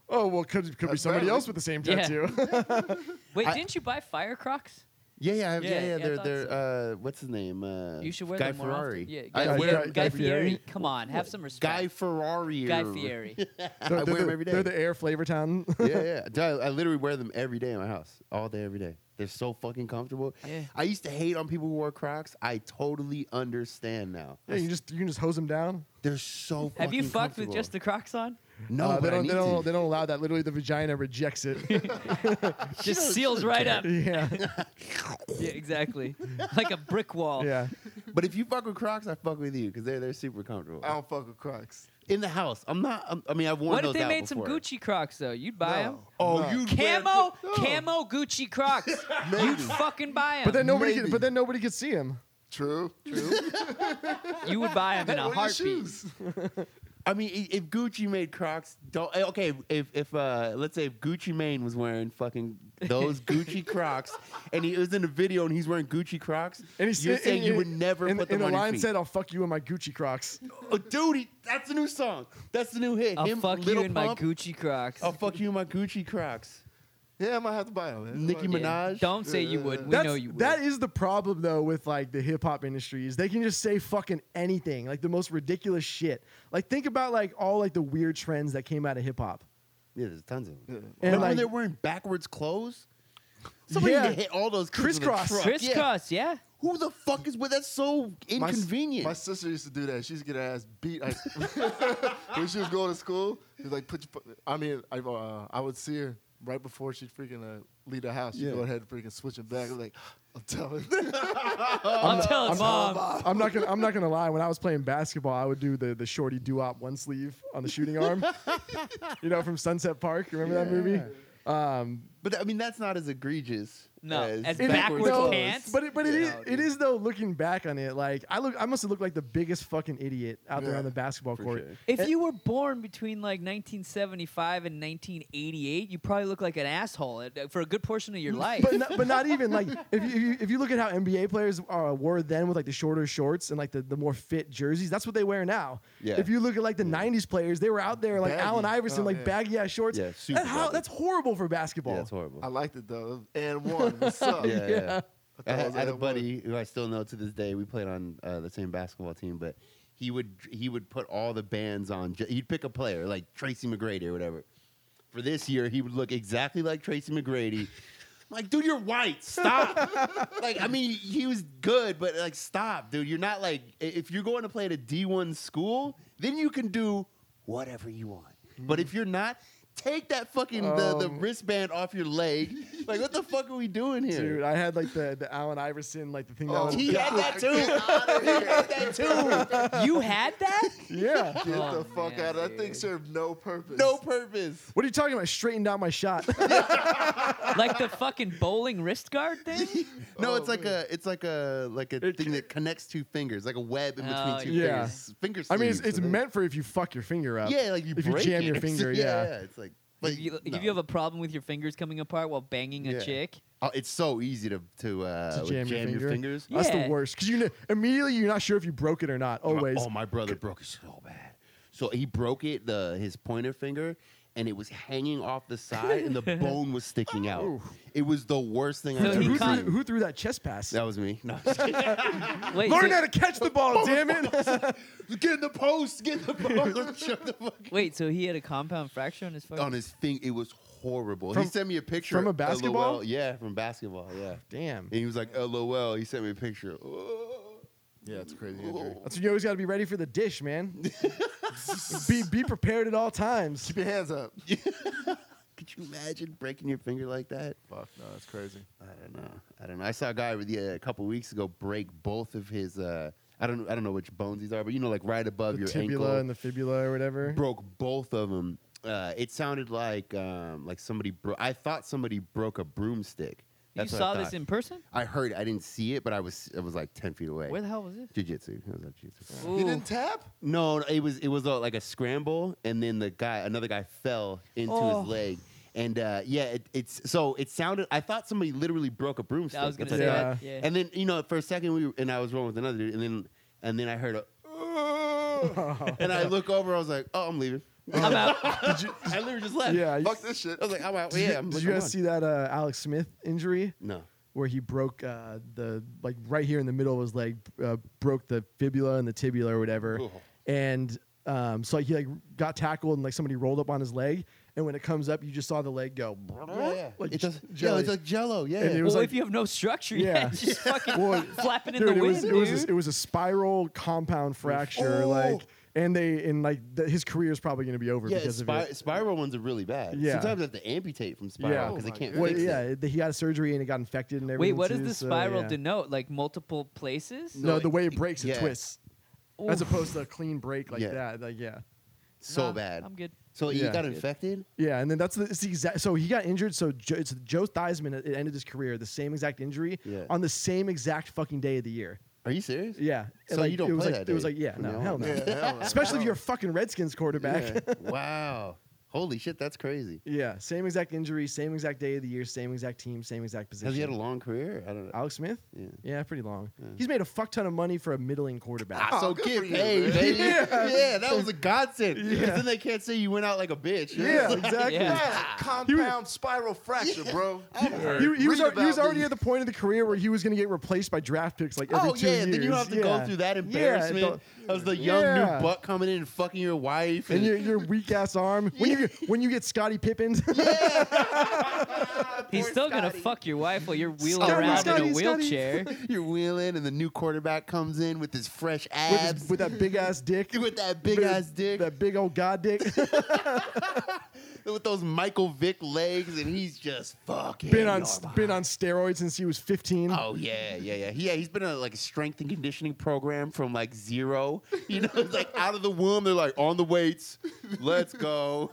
[SPEAKER 1] Oh well, could could be
[SPEAKER 4] That's
[SPEAKER 1] somebody
[SPEAKER 4] better.
[SPEAKER 1] else with the same
[SPEAKER 2] Yeah.
[SPEAKER 1] tattoo.
[SPEAKER 2] Wait,
[SPEAKER 3] I-
[SPEAKER 2] didn't you buy fire crocs?
[SPEAKER 3] Yeah, yeah, I have- yeah,
[SPEAKER 2] Yeah,
[SPEAKER 3] yeah.
[SPEAKER 2] yeah, I
[SPEAKER 3] they're
[SPEAKER 2] thought
[SPEAKER 3] they're uh, what's his name? Uh,
[SPEAKER 2] You should wear
[SPEAKER 3] Guy
[SPEAKER 2] them more
[SPEAKER 3] Ferrari.
[SPEAKER 2] Often. Yeah, Guy,
[SPEAKER 3] I
[SPEAKER 1] Guy
[SPEAKER 3] wear
[SPEAKER 2] Fieri-
[SPEAKER 1] Fieri-
[SPEAKER 2] Guy
[SPEAKER 1] Guy Fieri.
[SPEAKER 2] Fieri. Come on, have some respect.
[SPEAKER 3] Guy Ferrari.
[SPEAKER 2] Guy Fieri.
[SPEAKER 1] They're-
[SPEAKER 3] I
[SPEAKER 1] they're
[SPEAKER 3] wear them
[SPEAKER 1] the-
[SPEAKER 3] every day.
[SPEAKER 1] They're the air flavor town.
[SPEAKER 3] yeah, yeah. Dude, I, I literally wear them every day in my house, all day, every day. They're so fucking comfortable.
[SPEAKER 2] Yeah.
[SPEAKER 3] I used to hate on people who wore Crocs. I totally understand now.
[SPEAKER 1] Yeah, you can just you can just hose them down.
[SPEAKER 3] They're so.
[SPEAKER 2] Have you
[SPEAKER 3] fucking
[SPEAKER 2] fucked with
[SPEAKER 3] comfortable.
[SPEAKER 2] just the crocs on?
[SPEAKER 3] no?
[SPEAKER 1] Uh,
[SPEAKER 3] but
[SPEAKER 1] they
[SPEAKER 3] I
[SPEAKER 1] don't. They
[SPEAKER 3] need to.
[SPEAKER 1] don't. They don't allow that. Literally, the vagina rejects it.
[SPEAKER 2] Just seals right up.
[SPEAKER 1] yeah,
[SPEAKER 2] Yeah, exactly. Like a brick wall.
[SPEAKER 1] yeah.
[SPEAKER 3] But if you fuck with Crocs, I fuck with you because they're they're super comfortable.
[SPEAKER 4] I don't fuck with Crocs.
[SPEAKER 3] In the house, I'm not. I'm, I mean, I've worn
[SPEAKER 2] What
[SPEAKER 3] those
[SPEAKER 2] if they
[SPEAKER 3] out
[SPEAKER 2] made some
[SPEAKER 3] before.
[SPEAKER 2] Gucci Crocs though? You'd buy them.
[SPEAKER 4] No.
[SPEAKER 3] Oh,
[SPEAKER 4] No.
[SPEAKER 3] you
[SPEAKER 2] Camo,
[SPEAKER 4] No.
[SPEAKER 2] camo Gucci Crocs. You'd fucking buy
[SPEAKER 1] But then
[SPEAKER 2] them.
[SPEAKER 1] nobody.
[SPEAKER 4] Maybe.
[SPEAKER 1] Could, but then nobody could see him.
[SPEAKER 4] True. True.
[SPEAKER 2] you would buy them in a
[SPEAKER 4] What are your
[SPEAKER 2] heartbeat.
[SPEAKER 4] shoes?
[SPEAKER 3] I mean, i- if Gucci made Crocs, don't. eh, Okay, if if uh, let's say if Gucci Mane was wearing fucking those Gucci Crocs, and he was in a video and he's wearing Gucci Crocs,
[SPEAKER 1] And
[SPEAKER 3] you're saying you would never
[SPEAKER 1] and,
[SPEAKER 3] put
[SPEAKER 1] and
[SPEAKER 3] them on
[SPEAKER 1] the line
[SPEAKER 3] your feet.
[SPEAKER 1] said, "I'll fuck you in my Gucci Crocs."
[SPEAKER 3] oh, dude, he- that's the new song. That's the new hit.
[SPEAKER 2] I'll
[SPEAKER 3] Him,
[SPEAKER 2] fuck you
[SPEAKER 3] Lil
[SPEAKER 2] in my
[SPEAKER 3] Pump,
[SPEAKER 2] Gucci Crocs.
[SPEAKER 3] I'll fuck you in my Gucci Crocs.
[SPEAKER 4] Yeah, I might have to buy them. man.
[SPEAKER 3] Nicki
[SPEAKER 4] Fuck
[SPEAKER 3] Minaj.
[SPEAKER 4] it.
[SPEAKER 2] Yeah. Don't say you would. We
[SPEAKER 1] That's,
[SPEAKER 2] know you would.
[SPEAKER 1] That is the problem though with like the hip hop industry is they can just say fucking anything, like the most ridiculous shit. Like think about like all like the weird trends that came out of hip hop.
[SPEAKER 3] Yeah, there's tons of them.
[SPEAKER 4] Yeah.
[SPEAKER 3] Remember when
[SPEAKER 1] like-
[SPEAKER 3] they're wearing backwards clothes? Somebody
[SPEAKER 1] Yeah.
[SPEAKER 3] need to hit all those kids with a
[SPEAKER 1] Crisscross.
[SPEAKER 3] truck. Yeah.
[SPEAKER 2] crisscross. Yeah.
[SPEAKER 3] Who the fuck is with? That's so
[SPEAKER 4] My s-
[SPEAKER 3] inconvenient.
[SPEAKER 4] My, sister used to do that. She used to get her ass beat. I, when she was going to school, she was like, put your, fu- I mean, I, uh, I would see her right before she freaking uh, leave the house. She'd
[SPEAKER 3] Yeah.
[SPEAKER 4] go ahead and freaking switch it back. I'm like, I'm telling
[SPEAKER 2] I'll tell his mom.
[SPEAKER 1] I'm not gonna. I'm not gonna lie. When I was playing basketball, I would do the the shorty duop one sleeve on the shooting arm. you know, from Sunset Park. Remember that movie? Um,
[SPEAKER 3] But I mean, that's not as egregious.
[SPEAKER 2] No,
[SPEAKER 3] as,
[SPEAKER 2] as
[SPEAKER 1] it-
[SPEAKER 2] backwards
[SPEAKER 1] no,
[SPEAKER 2] pants.
[SPEAKER 1] But it, but it
[SPEAKER 4] Yeah,
[SPEAKER 1] is it
[SPEAKER 4] dude.
[SPEAKER 1] is though. Looking back on it, like I look, I must have looked like the biggest fucking idiot out there
[SPEAKER 4] Yeah,
[SPEAKER 1] on the basketball
[SPEAKER 3] for
[SPEAKER 1] court.
[SPEAKER 3] sure.
[SPEAKER 2] If you were born between like 1975 and 1988, you probably look like an asshole at- for a good portion of your life.
[SPEAKER 1] But not, but not even like if you, if you if you look at how NBA players uh, were then with like the shorter shorts and like the, the more fit jerseys, that's what they wear now.
[SPEAKER 3] Yeah.
[SPEAKER 1] If you look at like the '90s players, they were out there like
[SPEAKER 4] Baggy.
[SPEAKER 1] Allen Iverson,
[SPEAKER 4] Oh,
[SPEAKER 1] like
[SPEAKER 4] yeah.
[SPEAKER 1] baggy ass shorts.
[SPEAKER 3] Yeah, super
[SPEAKER 1] That how,
[SPEAKER 3] baggy.
[SPEAKER 1] that's horrible for basketball.
[SPEAKER 3] Yeah, that's horrible.
[SPEAKER 4] I liked it though. And one. What's up?
[SPEAKER 3] yeah, yeah.
[SPEAKER 1] yeah.
[SPEAKER 3] I
[SPEAKER 4] I thought it
[SPEAKER 3] had,
[SPEAKER 4] was
[SPEAKER 3] I had a
[SPEAKER 4] that
[SPEAKER 3] buddy who I still know to this day. We played on uh, the same basketball team, but he would he would put all the bands on. ju- He'd pick a player like Tracy McGrady or whatever. For this year, he would look exactly like Tracy McGrady. I'm like, dude, you're white. Stop. like, I mean, he was good, but like, stop, dude. You're not like i- if you're going to
[SPEAKER 4] Hmm.
[SPEAKER 3] play at a D1 school, then you can do whatever you want. But if you're not, take that fucking the, the
[SPEAKER 4] Oh
[SPEAKER 1] Um,
[SPEAKER 3] wristband off your leg. Like, what the fuck are we doing here?
[SPEAKER 1] Dude, I had like the the Allen Iverson like the thing that
[SPEAKER 4] Oh,
[SPEAKER 1] was
[SPEAKER 3] he had that too.
[SPEAKER 4] Get outta
[SPEAKER 3] he had that too.
[SPEAKER 2] you had that?
[SPEAKER 1] yeah.
[SPEAKER 4] Get
[SPEAKER 2] Oh,
[SPEAKER 4] the fuck
[SPEAKER 2] man,
[SPEAKER 4] out of that thing.
[SPEAKER 2] dude.
[SPEAKER 4] Served no purpose.
[SPEAKER 3] No purpose.
[SPEAKER 1] What are you talking about? I Straightened out my shot.
[SPEAKER 2] Like the fucking bowling wrist guard thing?
[SPEAKER 3] No,
[SPEAKER 4] Oh,
[SPEAKER 3] it's like
[SPEAKER 4] man.
[SPEAKER 3] a it's like a like a
[SPEAKER 1] It-
[SPEAKER 3] thing that connects two fingers, like a web in between
[SPEAKER 2] Oh,
[SPEAKER 3] two
[SPEAKER 1] yeah.
[SPEAKER 3] fingers. Finger
[SPEAKER 1] I mean, it's,
[SPEAKER 3] sleeves.
[SPEAKER 1] it's meant for if you fuck your finger up.
[SPEAKER 3] Yeah, like you
[SPEAKER 1] if you
[SPEAKER 3] break
[SPEAKER 1] jam
[SPEAKER 3] it.
[SPEAKER 1] your finger,
[SPEAKER 3] yeah,
[SPEAKER 1] yeah.
[SPEAKER 3] it's like. But
[SPEAKER 2] If you,
[SPEAKER 3] no.
[SPEAKER 2] if you have a problem with your fingers coming apart while banging
[SPEAKER 3] Yeah.
[SPEAKER 2] a chick,
[SPEAKER 3] Oh, it's so easy to to, uh,
[SPEAKER 1] To jam your finger.
[SPEAKER 3] fingers.
[SPEAKER 1] That's
[SPEAKER 2] Yeah.
[SPEAKER 1] the worst because you know, immediately you're not sure if you broke it or not.
[SPEAKER 3] My-
[SPEAKER 1] Always.
[SPEAKER 3] oh, my brother broke it so bad. So he broke it, the his pointer finger, and it was hanging off the side, and the bone was sticking out. It was the worst thing
[SPEAKER 2] So
[SPEAKER 3] I've
[SPEAKER 1] Dude,
[SPEAKER 2] he
[SPEAKER 3] ever
[SPEAKER 1] who,
[SPEAKER 2] caught-
[SPEAKER 1] threw,
[SPEAKER 3] seen.
[SPEAKER 1] who threw that chest pass?
[SPEAKER 3] That was me. No, I'm just kidding.
[SPEAKER 2] wait,
[SPEAKER 1] Learn
[SPEAKER 2] so,
[SPEAKER 1] how to catch the ball, damn it!
[SPEAKER 3] get in the post. Get in the post. Shut the fuck up.
[SPEAKER 2] wait, so he had a compound fracture on his fucking.
[SPEAKER 3] On his thing, it was horrible. he
[SPEAKER 1] From-
[SPEAKER 3] sent me a picture
[SPEAKER 1] from a
[SPEAKER 3] of
[SPEAKER 1] basketball?
[SPEAKER 3] LOL. Yeah, from basketball. Yeah,
[SPEAKER 1] damn.
[SPEAKER 3] and he was like, "LOL." He sent me a picture. Oh.
[SPEAKER 4] Yeah, it's crazy. Injury.
[SPEAKER 1] That's when you always got to be ready for the dish, man. be be prepared at all times.
[SPEAKER 4] Keep your hands up.
[SPEAKER 3] Could you imagine breaking your finger like that?
[SPEAKER 4] Fuck no, that's crazy.
[SPEAKER 3] I don't know. I don't know. I saw a guy with the, uh, a couple weeks ago break both of his. Uh, I don't. I don't know which bones these are, but you know, like right above
[SPEAKER 1] The
[SPEAKER 3] your
[SPEAKER 1] tibula
[SPEAKER 3] ankle,
[SPEAKER 1] and the fibula or whatever.
[SPEAKER 3] broke both of them. Uh, it sounded like um, like somebody. Bro- I thought somebody broke a broomstick.
[SPEAKER 2] you
[SPEAKER 3] That's what
[SPEAKER 2] saw
[SPEAKER 3] I
[SPEAKER 2] this
[SPEAKER 3] thought.
[SPEAKER 2] in person?
[SPEAKER 3] I heard. it. I didn't see it, but I was. It was like ten feet away.
[SPEAKER 2] Where the hell was this?
[SPEAKER 3] Jiu-jitsu. It was at jiu-jitsu.
[SPEAKER 4] He
[SPEAKER 2] Ooh.
[SPEAKER 4] didn't tap.
[SPEAKER 3] No, no, it was it was a, like a scramble, and then the guy, another guy, fell into
[SPEAKER 2] Oh.
[SPEAKER 3] his leg, and uh, yeah, it, it's so it sounded. I thought somebody literally broke a broomstick.
[SPEAKER 2] I was gonna
[SPEAKER 3] That's
[SPEAKER 2] say
[SPEAKER 3] what
[SPEAKER 1] Yeah.
[SPEAKER 2] that. Yeah.
[SPEAKER 3] And then you know, for a second, we were, and I was rolling with another dude, and then and then I heard a, and I look over, I was like, oh, I'm leaving.
[SPEAKER 2] I'm out.
[SPEAKER 3] Did you, I literally just left.
[SPEAKER 1] yeah. you-
[SPEAKER 4] Fuck this shit.
[SPEAKER 3] I was like, I'm out.
[SPEAKER 1] did you,
[SPEAKER 3] Yeah, I'm
[SPEAKER 1] did
[SPEAKER 3] like,
[SPEAKER 1] you
[SPEAKER 3] I'm
[SPEAKER 1] guys
[SPEAKER 3] on.
[SPEAKER 1] see that uh, Alex Smith injury
[SPEAKER 3] No.
[SPEAKER 1] where he broke uh, the like right here in the middle of his leg, uh, broke the fibula and the tibula or whatever,
[SPEAKER 3] Cool.
[SPEAKER 1] and um, so he like got tackled and like somebody rolled up on his leg, and when it comes up, you just saw the leg go. Like
[SPEAKER 3] it
[SPEAKER 1] j-
[SPEAKER 3] does, yeah,
[SPEAKER 1] jelly.
[SPEAKER 3] it's like Jello. Yeah,
[SPEAKER 1] And it
[SPEAKER 2] well,
[SPEAKER 1] was like-
[SPEAKER 2] if you have no structure, yeah,
[SPEAKER 1] Yeah.
[SPEAKER 2] just fucking
[SPEAKER 1] Well,
[SPEAKER 2] flapping in
[SPEAKER 1] Dude,
[SPEAKER 2] the
[SPEAKER 1] it
[SPEAKER 2] wind,
[SPEAKER 1] was
[SPEAKER 2] dude. Oh.
[SPEAKER 1] it was a, it was a spiral compound fracture, like, and they and like th- his career is probably going to be over
[SPEAKER 3] yeah.
[SPEAKER 1] because
[SPEAKER 3] spi-
[SPEAKER 1] of it.
[SPEAKER 3] spiral ones are really bad.
[SPEAKER 1] Yeah.
[SPEAKER 3] Sometimes I have to amputate from
[SPEAKER 1] Yeah.
[SPEAKER 3] spiral
[SPEAKER 1] Oh
[SPEAKER 3] because
[SPEAKER 4] my
[SPEAKER 3] they can't
[SPEAKER 1] Well,
[SPEAKER 3] fix
[SPEAKER 1] yeah,
[SPEAKER 3] it.
[SPEAKER 1] it- he had a surgery and it got infected and
[SPEAKER 2] Wait,
[SPEAKER 1] everything.
[SPEAKER 2] what does
[SPEAKER 1] too,
[SPEAKER 2] the
[SPEAKER 1] so,
[SPEAKER 2] spiral
[SPEAKER 1] yeah.
[SPEAKER 2] denote? Like multiple places?
[SPEAKER 1] No,
[SPEAKER 3] No,
[SPEAKER 1] the
[SPEAKER 3] it-
[SPEAKER 1] way it breaks, it
[SPEAKER 3] yeah.
[SPEAKER 1] twists, as
[SPEAKER 2] Oof.
[SPEAKER 1] opposed to a clean break like
[SPEAKER 3] Yeah.
[SPEAKER 1] that. Like, yeah.
[SPEAKER 3] So
[SPEAKER 2] Nah,
[SPEAKER 3] bad.
[SPEAKER 2] I'm good.
[SPEAKER 3] So he
[SPEAKER 1] Yeah.
[SPEAKER 3] got infected.
[SPEAKER 1] Yeah, and then that's the, it's the exact. So he got injured. So Joe, it's Joe Theismann at- it ended his career the same exact injury
[SPEAKER 3] Yeah.
[SPEAKER 1] on the same exact fucking day of the year.
[SPEAKER 3] Are you serious?
[SPEAKER 1] Yeah, and,
[SPEAKER 3] So
[SPEAKER 1] like,
[SPEAKER 3] you don't
[SPEAKER 1] it was
[SPEAKER 3] play
[SPEAKER 1] like,
[SPEAKER 3] that
[SPEAKER 1] It was
[SPEAKER 3] day
[SPEAKER 1] like yeah,
[SPEAKER 3] from now
[SPEAKER 1] no, hell
[SPEAKER 3] on.
[SPEAKER 1] no.
[SPEAKER 4] Yeah, hell no.
[SPEAKER 1] Especially if you're a fucking Redskins quarterback. Yeah.
[SPEAKER 3] wow. Holy shit, that's crazy.
[SPEAKER 1] same exact injury, same exact day of the year, same exact team, same exact position.
[SPEAKER 3] Has he had a long career? I don't know.
[SPEAKER 1] Alex Smith?
[SPEAKER 3] Yeah. Ah,
[SPEAKER 1] pretty long. He's made a fuck ton of money for a middling quarterback.
[SPEAKER 3] so
[SPEAKER 4] good
[SPEAKER 3] get
[SPEAKER 4] for you,
[SPEAKER 3] paid,
[SPEAKER 4] man.
[SPEAKER 3] baby. Yeah. that was a godsend. Because
[SPEAKER 1] Yeah.
[SPEAKER 3] then they can't say you went out like a bitch.
[SPEAKER 1] yeah, exactly.
[SPEAKER 2] Yeah.
[SPEAKER 4] Compound spiral fracture, bro.
[SPEAKER 1] He, he was,
[SPEAKER 4] Read
[SPEAKER 1] al- he was
[SPEAKER 4] about
[SPEAKER 1] already
[SPEAKER 4] these.
[SPEAKER 1] at the point of the career where he was going to get replaced by draft picks like every
[SPEAKER 3] oh
[SPEAKER 1] two
[SPEAKER 3] yeah,
[SPEAKER 1] years.
[SPEAKER 3] then you don't have to go
[SPEAKER 1] Yeah.
[SPEAKER 3] through that
[SPEAKER 1] Yeah,
[SPEAKER 3] embarrassment
[SPEAKER 1] don't-
[SPEAKER 3] of the young
[SPEAKER 1] Yeah.
[SPEAKER 3] new buck coming in and fucking your wife.
[SPEAKER 1] and your, your weak ass arm. When you get- when you get Scotty Pippins,
[SPEAKER 2] He's
[SPEAKER 3] Poor
[SPEAKER 2] still gonna
[SPEAKER 3] Scotty.
[SPEAKER 2] fuck your wife while you're wheeling
[SPEAKER 1] Scotty,
[SPEAKER 2] around in
[SPEAKER 1] Scotty,
[SPEAKER 2] a
[SPEAKER 1] Scotty.
[SPEAKER 2] wheelchair.
[SPEAKER 3] you're wheeling, and the new quarterback comes in with his fresh
[SPEAKER 1] with,
[SPEAKER 3] abs,
[SPEAKER 1] his- with that big ass dick,
[SPEAKER 3] with that big ass dick,
[SPEAKER 1] that big old god dick,
[SPEAKER 3] with those Michael Vick legs, and he's just fucking
[SPEAKER 1] been on
[SPEAKER 3] normal.
[SPEAKER 1] been on steroids since he was 15.
[SPEAKER 3] Oh yeah, yeah, yeah. He- Yeah, he's been in a like a strength and conditioning program from like zero. You know, it's like out of the womb, they're like on the weights. Let's go.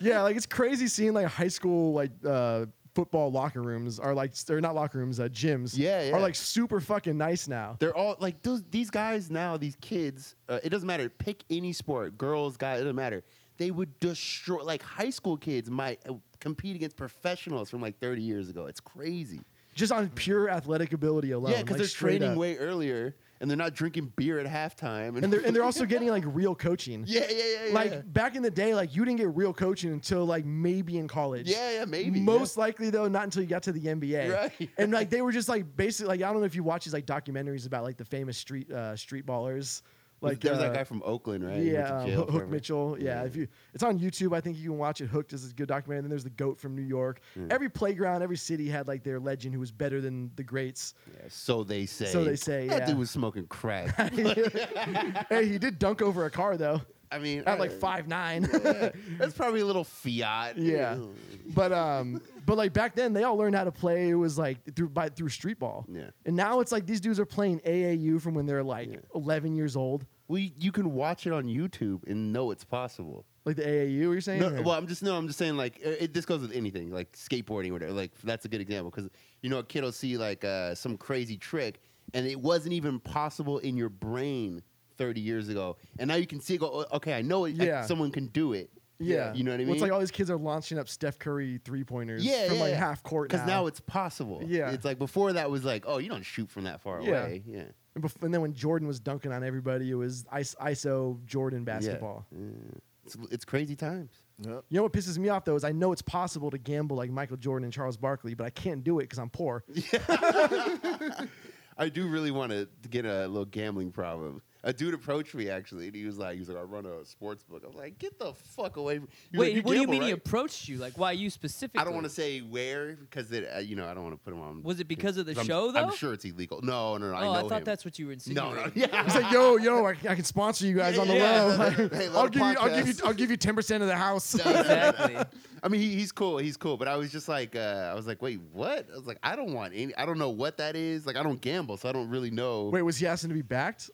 [SPEAKER 1] Yeah, like it's crazy seeing like high school like uh, football locker rooms are like they're not locker rooms, uh, gyms.
[SPEAKER 3] Yeah, yeah.
[SPEAKER 1] are like super fucking nice now.
[SPEAKER 3] They're all like those. These guys now, these kids. Uh, it doesn't matter. Pick any sport, girls, guys. It doesn't matter. They would destroy. Like high school kids might uh, compete against professionals from like 30 years ago. It's crazy.
[SPEAKER 1] Just on pure athletic ability alone.
[SPEAKER 3] yeah, because
[SPEAKER 1] like,
[SPEAKER 3] they're
[SPEAKER 1] straight
[SPEAKER 3] training
[SPEAKER 1] up.
[SPEAKER 3] way earlier, and they're not drinking beer at halftime.
[SPEAKER 1] and they're and they're also getting like real coaching.
[SPEAKER 3] yeah, yeah, yeah, yeah.
[SPEAKER 1] Like back in the day, like you didn't get real coaching until like maybe in college.
[SPEAKER 3] yeah, yeah, maybe yeah.
[SPEAKER 1] Most likely though, not until you got to the NBA.
[SPEAKER 3] Right.
[SPEAKER 1] And like they were just like basically like I don't know if you watch these like documentaries about like the famous street uh, street ballers. Like
[SPEAKER 3] there was
[SPEAKER 1] uh,
[SPEAKER 3] that guy from Oakland, right? He went
[SPEAKER 1] Yeah,
[SPEAKER 3] to
[SPEAKER 1] um,
[SPEAKER 3] jail
[SPEAKER 1] Hook, Hook
[SPEAKER 3] forever.
[SPEAKER 1] Mitchell. Yeah, if you, it's on YouTube. I think you can watch it. Hooked is a good documentary. And then there's the Goat from New York.
[SPEAKER 3] Mm.
[SPEAKER 1] Every playground, every city had like their legend who was better than the greats.
[SPEAKER 3] Yeah, so they say.
[SPEAKER 1] So they say,
[SPEAKER 3] That
[SPEAKER 1] yeah.
[SPEAKER 3] dude was smoking crack.
[SPEAKER 1] hey, he did dunk over a car though.
[SPEAKER 3] I I mean, uh,
[SPEAKER 1] at like five nine.
[SPEAKER 3] That's probably a little fiat.
[SPEAKER 1] Yeah. but um, but like back then, they all learned how to play. It was like through by through street ball.
[SPEAKER 3] Yeah.
[SPEAKER 1] And now it's like these dudes are playing AAU from when they're like
[SPEAKER 3] Yeah.
[SPEAKER 1] eleven years old,
[SPEAKER 3] Well, you, you can watch it on YouTube and know it's possible.
[SPEAKER 1] like the AAU. You're saying?
[SPEAKER 3] No,
[SPEAKER 1] Or-
[SPEAKER 3] well, I'm just no. I'm just saying like uh, it, this goes with anything like skateboarding or whatever. Like that's a good example because you know a kid will see like uh, some crazy trick and it wasn't even possible in your brain 30 years ago, and now you can see it go. "Oh, Okay, I know it. I-
[SPEAKER 1] Yeah.
[SPEAKER 3] someone can do it.
[SPEAKER 1] yeah.
[SPEAKER 3] you know what I
[SPEAKER 1] Well,
[SPEAKER 3] mean?
[SPEAKER 1] it's like all these kids are launching up Steph Curry three pointers
[SPEAKER 3] yeah,
[SPEAKER 1] from
[SPEAKER 3] yeah,
[SPEAKER 1] like
[SPEAKER 3] yeah.
[SPEAKER 1] half court
[SPEAKER 3] because now it's possible.
[SPEAKER 1] Yeah.
[SPEAKER 3] it's like before that was like oh you don't shoot from that far
[SPEAKER 1] Yeah.
[SPEAKER 3] away. Yeah,
[SPEAKER 1] And, bef- and then when Jordan was dunking on everybody, it was is- ISO Jordan
[SPEAKER 3] Yeah.
[SPEAKER 1] basketball.
[SPEAKER 3] Yeah. It's, it's crazy times.
[SPEAKER 4] Yep.
[SPEAKER 1] You know what pisses me off though is I know it's possible to gamble like Michael Jordan and Charles Barkley, but I can't do it because I'm poor.
[SPEAKER 3] I do really want to get a little gambling problem. A dude approached me actually, and he was like, "He was like, I run a sports book." I was like, "Get the fuck away!" From He was
[SPEAKER 2] Wait,
[SPEAKER 3] like,
[SPEAKER 2] what do you
[SPEAKER 3] gamble,
[SPEAKER 2] mean he
[SPEAKER 3] right?"
[SPEAKER 2] approached you? Like, why you specifically?
[SPEAKER 3] I don't want to say where because it, uh, you know, I don't want to put him on.
[SPEAKER 2] Was it because of the
[SPEAKER 3] 'cause I'm-
[SPEAKER 2] show, though?
[SPEAKER 3] I'm sure it's illegal. No, no, no.
[SPEAKER 2] Oh,
[SPEAKER 3] I
[SPEAKER 2] I,
[SPEAKER 3] know
[SPEAKER 2] thought
[SPEAKER 3] him.
[SPEAKER 2] that's what you were
[SPEAKER 3] no,
[SPEAKER 2] insinuating.
[SPEAKER 3] no. Yeah,
[SPEAKER 1] He's like, yo, yo, I, I can sponsor you guys on the
[SPEAKER 2] Yeah.
[SPEAKER 1] low.
[SPEAKER 3] Hey, lot
[SPEAKER 1] I'll
[SPEAKER 3] of
[SPEAKER 1] give you, I'll give you,
[SPEAKER 3] podcasts.
[SPEAKER 1] I'll give you ten percent of the house.
[SPEAKER 2] Exactly.
[SPEAKER 3] I mean, he, he's cool. He's cool. But I was just like, uh, I was like, wait, what? I was like, I don't want any. I don't know what that is. Like, I don't gamble, so I don't really know.
[SPEAKER 1] Wait, was he asking to be backed?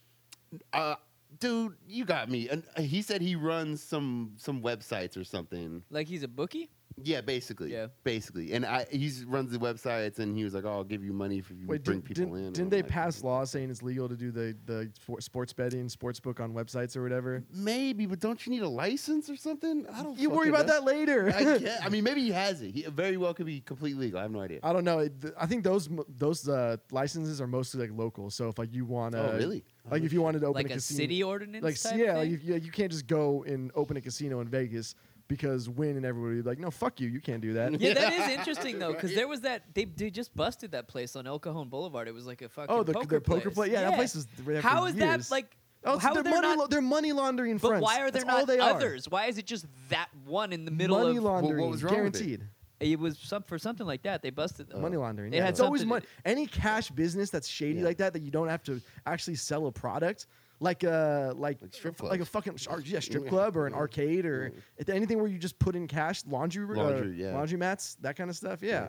[SPEAKER 3] uh, dude, you got me. And uh, he said he runs some some websites or something.
[SPEAKER 2] like he's a bookie.
[SPEAKER 3] Yeah, basically.
[SPEAKER 2] Yeah.
[SPEAKER 3] basically. And I he runs the websites, and he was like, "Oh, I'll give you money if you
[SPEAKER 1] Wait,
[SPEAKER 3] bring
[SPEAKER 1] did,
[SPEAKER 3] people in."
[SPEAKER 1] didn't,
[SPEAKER 3] And
[SPEAKER 1] didn't
[SPEAKER 3] I'm
[SPEAKER 1] they
[SPEAKER 3] like,
[SPEAKER 1] pass laws saying it's legal to do the the spor- sports betting, sports book on websites or whatever?
[SPEAKER 3] Maybe, but don't you need a license or something? I don't.
[SPEAKER 1] You worry
[SPEAKER 3] fucking
[SPEAKER 1] about
[SPEAKER 3] know.
[SPEAKER 1] that later.
[SPEAKER 3] I, can't, I mean, maybe he has it. He it very well could be completely legal. I have no idea.
[SPEAKER 1] I don't know. It- th- I think those mo- those uh, licenses are mostly like local. So if like you want to,
[SPEAKER 3] Oh, really?
[SPEAKER 1] Like if you wanted to open
[SPEAKER 2] Like
[SPEAKER 1] a,
[SPEAKER 2] a
[SPEAKER 1] casino,
[SPEAKER 2] city ordinance.
[SPEAKER 1] like
[SPEAKER 2] type
[SPEAKER 1] yeah, like
[SPEAKER 2] thing?
[SPEAKER 1] if you, you can't just go and open a casino in Vegas because Win and everybody would be like, no, fuck you, you can't do that.
[SPEAKER 2] yeah, that is interesting though, because there was that they, they just busted that place on El Cajon Boulevard. It was like a fucking
[SPEAKER 1] Oh, the
[SPEAKER 2] poker
[SPEAKER 1] the poker play. Yeah, that place is.
[SPEAKER 2] How is that like?
[SPEAKER 1] Oh, it's-
[SPEAKER 2] how
[SPEAKER 1] they're
[SPEAKER 2] are there
[SPEAKER 1] money.
[SPEAKER 2] not-
[SPEAKER 1] lau- they're money laundering
[SPEAKER 2] but
[SPEAKER 1] fronts.
[SPEAKER 2] why are there
[SPEAKER 1] That's all
[SPEAKER 2] not
[SPEAKER 1] they are.
[SPEAKER 2] others? Why is it just that one in the middle
[SPEAKER 1] money
[SPEAKER 2] of?
[SPEAKER 1] laundering?
[SPEAKER 3] was wrong with it?
[SPEAKER 1] guaranteed.
[SPEAKER 2] It was some for something like that. They busted
[SPEAKER 3] Oh.
[SPEAKER 2] them.
[SPEAKER 1] money laundering.
[SPEAKER 2] It
[SPEAKER 1] yeah.
[SPEAKER 2] had
[SPEAKER 1] it's always
[SPEAKER 2] something
[SPEAKER 1] money.
[SPEAKER 2] to-
[SPEAKER 1] Any cash business that's shady
[SPEAKER 3] Yeah.
[SPEAKER 1] like that that you don't have to actually sell a product. Like a like
[SPEAKER 3] Like strip
[SPEAKER 1] like a
[SPEAKER 3] clubs.
[SPEAKER 1] fucking sh- or, yeah strip
[SPEAKER 3] Yeah.
[SPEAKER 1] club or an arcade or if anything where you just put in cash laundry uh,
[SPEAKER 3] Laundry, yeah.
[SPEAKER 1] laundromats that kind of stuff yeah.
[SPEAKER 3] Yeah.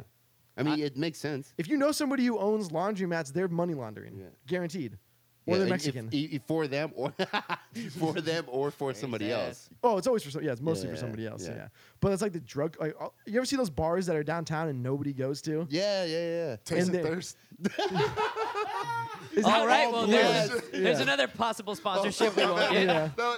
[SPEAKER 3] I mean, it makes sense.
[SPEAKER 1] if you know somebody who owns laundromats they're money laundering
[SPEAKER 3] Yeah.
[SPEAKER 1] guaranteed or
[SPEAKER 3] Yeah,
[SPEAKER 1] they're
[SPEAKER 3] like,
[SPEAKER 1] Mexican
[SPEAKER 3] If, if for them or for them or for somebody
[SPEAKER 2] Crazy
[SPEAKER 3] else.
[SPEAKER 2] ass.
[SPEAKER 1] oh it's always for some yeah it's mostly for
[SPEAKER 3] Yeah,
[SPEAKER 1] somebody else yeah.
[SPEAKER 3] yeah.
[SPEAKER 1] but it's like the drug like all- you ever see those bars that are downtown and nobody goes to
[SPEAKER 3] Yeah, yeah, yeah.
[SPEAKER 4] Taste
[SPEAKER 1] And
[SPEAKER 4] and
[SPEAKER 1] they-
[SPEAKER 4] thirst.
[SPEAKER 1] Is
[SPEAKER 2] All
[SPEAKER 1] that-
[SPEAKER 2] right, well, there's,
[SPEAKER 3] Yes.
[SPEAKER 2] there's
[SPEAKER 1] Yeah. Oh.
[SPEAKER 2] another possible sponsorship we won't get.
[SPEAKER 1] yeah
[SPEAKER 4] No,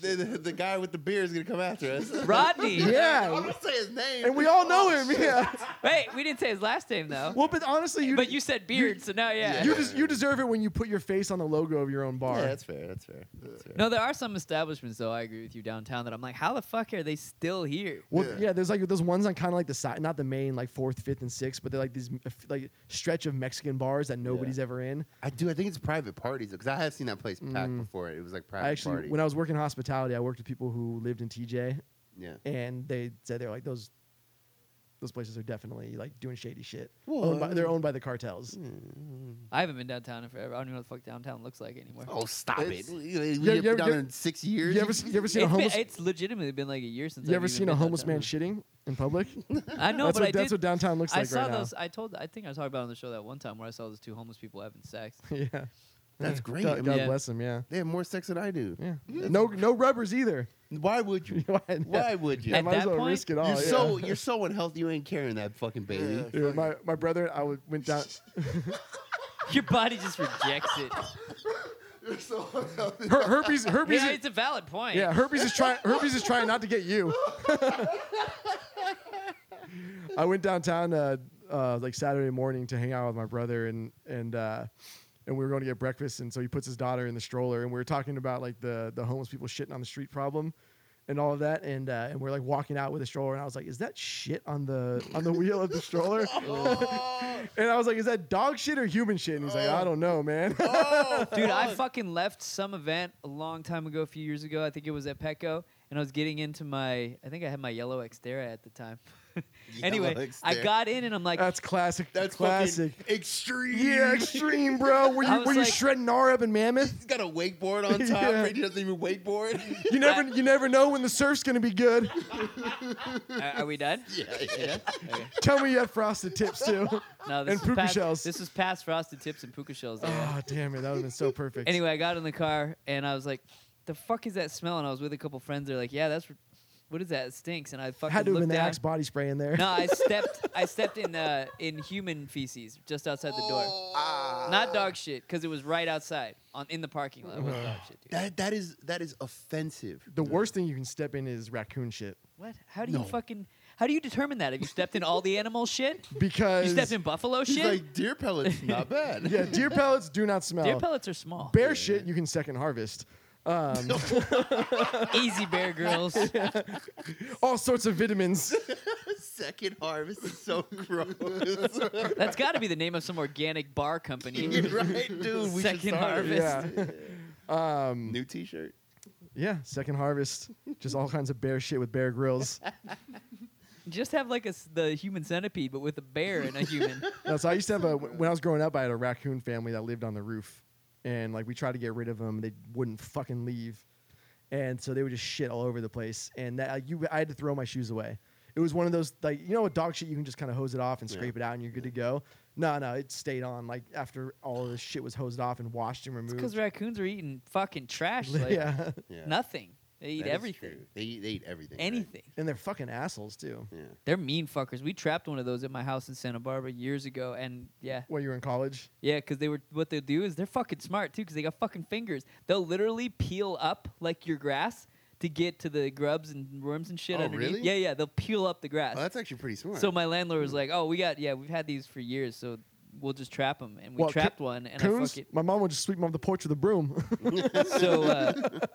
[SPEAKER 3] The, the, the guy with the beer is gonna come after us.
[SPEAKER 2] Rodney.
[SPEAKER 3] I'm
[SPEAKER 1] yeah
[SPEAKER 3] gonna say his name.
[SPEAKER 1] and we all know
[SPEAKER 3] Oh,
[SPEAKER 1] him yeah
[SPEAKER 2] Wait, we didn't say his last name though.
[SPEAKER 1] well but honestly you
[SPEAKER 2] but you said beard, so now yeah.
[SPEAKER 1] You des- you deserve it when you put your face on the logo of your own bar.
[SPEAKER 3] Yeah, that's fair. That's fair. That's fair.
[SPEAKER 2] No, there are some establishments though. I agree with you downtown that I'm like, how the fuck are they still here?
[SPEAKER 1] well, yeah.
[SPEAKER 4] Yeah.
[SPEAKER 1] there's like those ones on kind of like the side, not the main, like fourth, fifth, and sixth, but they're like these uh, like stretch of Mexican bars that nobody's ever in.
[SPEAKER 3] I do. I think it's private parties because I have seen that place packed before. It was like private
[SPEAKER 1] Mm. I actually,
[SPEAKER 3] party.
[SPEAKER 1] when I was working hospitality, I worked with people who lived in TJ,
[SPEAKER 3] yeah.
[SPEAKER 1] and they said they're like those. Those places are definitely like doing shady shit.
[SPEAKER 3] Well,
[SPEAKER 1] Owned by-
[SPEAKER 3] I
[SPEAKER 1] they're
[SPEAKER 3] mean-
[SPEAKER 1] owned by the cartels.
[SPEAKER 3] Hmm.
[SPEAKER 2] I haven't been downtown in forever. I don't even know what the fuck downtown looks like anymore.
[SPEAKER 3] Oh, stop it!
[SPEAKER 4] It's-
[SPEAKER 3] We we
[SPEAKER 1] You-
[SPEAKER 3] have
[SPEAKER 1] you-
[SPEAKER 3] been down
[SPEAKER 1] you-
[SPEAKER 3] there in six years.
[SPEAKER 1] You ever see- you ever seen a
[SPEAKER 2] It's been-
[SPEAKER 1] homeless?
[SPEAKER 2] it's legitimately been like a year since.
[SPEAKER 1] you
[SPEAKER 2] I've
[SPEAKER 1] ever
[SPEAKER 2] even
[SPEAKER 1] seen a
[SPEAKER 2] been
[SPEAKER 1] homeless
[SPEAKER 2] downtown.
[SPEAKER 1] man shitting in public?
[SPEAKER 2] I know,
[SPEAKER 1] that's
[SPEAKER 2] but
[SPEAKER 1] what,
[SPEAKER 2] I
[SPEAKER 1] that's
[SPEAKER 2] did.
[SPEAKER 1] what downtown looks
[SPEAKER 2] I
[SPEAKER 1] like
[SPEAKER 2] saw
[SPEAKER 1] right
[SPEAKER 2] those. I told. I think I talked about it on the show that one time where I saw those two homeless people having sex.
[SPEAKER 1] now. yeah,
[SPEAKER 3] That's great. I
[SPEAKER 1] God,
[SPEAKER 3] mean,
[SPEAKER 1] God
[SPEAKER 2] Yeah.
[SPEAKER 1] bless them. Yeah,
[SPEAKER 3] They have more sex than I do.
[SPEAKER 1] yeah. No, no rubbers either.
[SPEAKER 3] Why would you?
[SPEAKER 1] Why-
[SPEAKER 3] Why would you?
[SPEAKER 1] Yeah,
[SPEAKER 2] At
[SPEAKER 1] might as
[SPEAKER 2] that
[SPEAKER 1] well
[SPEAKER 2] point,
[SPEAKER 1] risk it all.
[SPEAKER 3] you're
[SPEAKER 1] yeah.
[SPEAKER 3] so you're so unhealthy. You ain't carrying that fucking baby.
[SPEAKER 4] Yeah.
[SPEAKER 1] Dude, my, my brother, I would, went down.
[SPEAKER 2] Your body just rejects it.
[SPEAKER 4] you're so unhealthy.
[SPEAKER 1] Her, herpes, herpes.
[SPEAKER 2] yeah,
[SPEAKER 1] is,
[SPEAKER 2] it's a valid point.
[SPEAKER 1] yeah, herpes is trying. Herpes is trying not to get you. I went downtown uh, uh, like Saturday morning to hang out with my brother and and uh, and we were going to get breakfast and so he puts his daughter in the stroller and we were talking about like the the homeless people shitting on the street problem and all of that and uh, and we're like walking out with a stroller and I was like, is that shit on the on the wheel of the stroller?
[SPEAKER 3] Oh.
[SPEAKER 1] and I was like, is that dog shit or human shit? And he's like, I don't know, man.
[SPEAKER 3] Oh.
[SPEAKER 2] Dude, I fucking left some event a long time ago, a few years ago. I think it was at Petco, and I was getting into my. I think I had my yellow Xterra at the time. anyway,
[SPEAKER 3] Alex,
[SPEAKER 2] I
[SPEAKER 3] there.
[SPEAKER 2] got in and I'm like,
[SPEAKER 1] That's classic.
[SPEAKER 3] That's
[SPEAKER 1] classic.
[SPEAKER 3] fucking extreme.
[SPEAKER 1] Yeah, extreme, bro. Were
[SPEAKER 2] I
[SPEAKER 1] you,
[SPEAKER 2] was
[SPEAKER 1] were you
[SPEAKER 2] like-
[SPEAKER 1] shredding Nara up in Mammoth?
[SPEAKER 3] He's got a wakeboard on top.
[SPEAKER 1] Yeah.
[SPEAKER 3] He doesn't even wakeboard.
[SPEAKER 1] You never, you never know when the surf's gonna be good.
[SPEAKER 2] are, are we done?
[SPEAKER 3] yeah, yeah.
[SPEAKER 2] Okay.
[SPEAKER 1] Tell me you have frosted tips too.
[SPEAKER 2] No, this
[SPEAKER 1] And
[SPEAKER 2] is
[SPEAKER 1] puka
[SPEAKER 2] past,
[SPEAKER 1] shells.
[SPEAKER 2] This is past frosted tips and puka shells. that I had.
[SPEAKER 1] Oh damn it, that would have been so perfect.
[SPEAKER 2] Anyway, I got in the car and I was like, "The fuck is that smell?" And I was with a couple friends. They're like, "Yeah, that's what is that? It stinks." And I fucking
[SPEAKER 1] had to have
[SPEAKER 2] looked
[SPEAKER 1] been the
[SPEAKER 2] down.
[SPEAKER 1] Axe body spray in there.
[SPEAKER 2] No, I stepped. I stepped in uh, in human feces just outside the door.
[SPEAKER 3] Ah.
[SPEAKER 2] Not dog shit, because it was right outside on in the parking lot. It wasn't dog shit, dude.
[SPEAKER 3] That that is that is offensive.
[SPEAKER 1] The worst thing you can step in is raccoon shit
[SPEAKER 2] What? How do you
[SPEAKER 3] No.
[SPEAKER 2] fucking? How do you determine that? Have you stepped in all the animal shit?
[SPEAKER 1] because
[SPEAKER 2] You stepped in buffalo
[SPEAKER 3] He's
[SPEAKER 2] shit.
[SPEAKER 3] like deer pellets, not bad.
[SPEAKER 1] yeah, deer pellets do not smell.
[SPEAKER 2] Deer pellets are small.
[SPEAKER 1] Bear shit you can second harvest. Um,
[SPEAKER 2] Easy bear grills.
[SPEAKER 1] all sorts of vitamins.
[SPEAKER 3] Second harvest is so gross.
[SPEAKER 2] That's got to be the name of some organic bar company.
[SPEAKER 3] You're right, dude. We should
[SPEAKER 2] Second
[SPEAKER 3] start it.
[SPEAKER 2] harvest.
[SPEAKER 1] yeah, um,
[SPEAKER 3] New T-shirt.
[SPEAKER 1] yeah, second harvest. Just all kinds of bear shit with bear grills.
[SPEAKER 2] Just have like a s the human centipede, but with a bear and a human.
[SPEAKER 1] No, so I used to have a when I was growing up, I had a raccoon family that lived on the roof, and like we tried to get rid of them, they wouldn't fucking leave, and so they would just shit all over the place, and that like, you I had to throw my shoes away. It was one of those like you know with dog shit you can just kind of hose it off and
[SPEAKER 3] Yeah.
[SPEAKER 1] scrape it out and you're good to go. No, no, it stayed on like after all of this shit was hosed off and washed and removed.
[SPEAKER 2] Because raccoons are eating fucking trash. Like
[SPEAKER 1] yeah,
[SPEAKER 3] Yeah.
[SPEAKER 2] Nothing. They eat
[SPEAKER 3] That is
[SPEAKER 2] everything.
[SPEAKER 3] true. They eat, they eat everything. right?
[SPEAKER 2] Anything.
[SPEAKER 1] and they're fucking assholes too.
[SPEAKER 3] Yeah.
[SPEAKER 2] They're mean fuckers. We trapped one of those at my house in Santa Barbara years ago, and yeah,
[SPEAKER 1] When you were in college,
[SPEAKER 2] yeah, because they were what they do is they're fucking smart too, because they got fucking fingers. They'll literally peel up like your grass to get to the grubs and worms and shit
[SPEAKER 3] Oh,
[SPEAKER 2] underneath.
[SPEAKER 3] really?
[SPEAKER 2] Yeah, yeah, they'll peel up the grass.
[SPEAKER 3] Oh, that's actually pretty smart. Hmm.
[SPEAKER 2] so my landlord was like, "Oh, we got yeah, we've had these for years, so we'll just trap them." And we
[SPEAKER 1] What, co-
[SPEAKER 2] trapped one, and
[SPEAKER 1] coons.
[SPEAKER 2] I fucking
[SPEAKER 1] My mom would just sweep them off the porch with a broom.
[SPEAKER 2] so uh,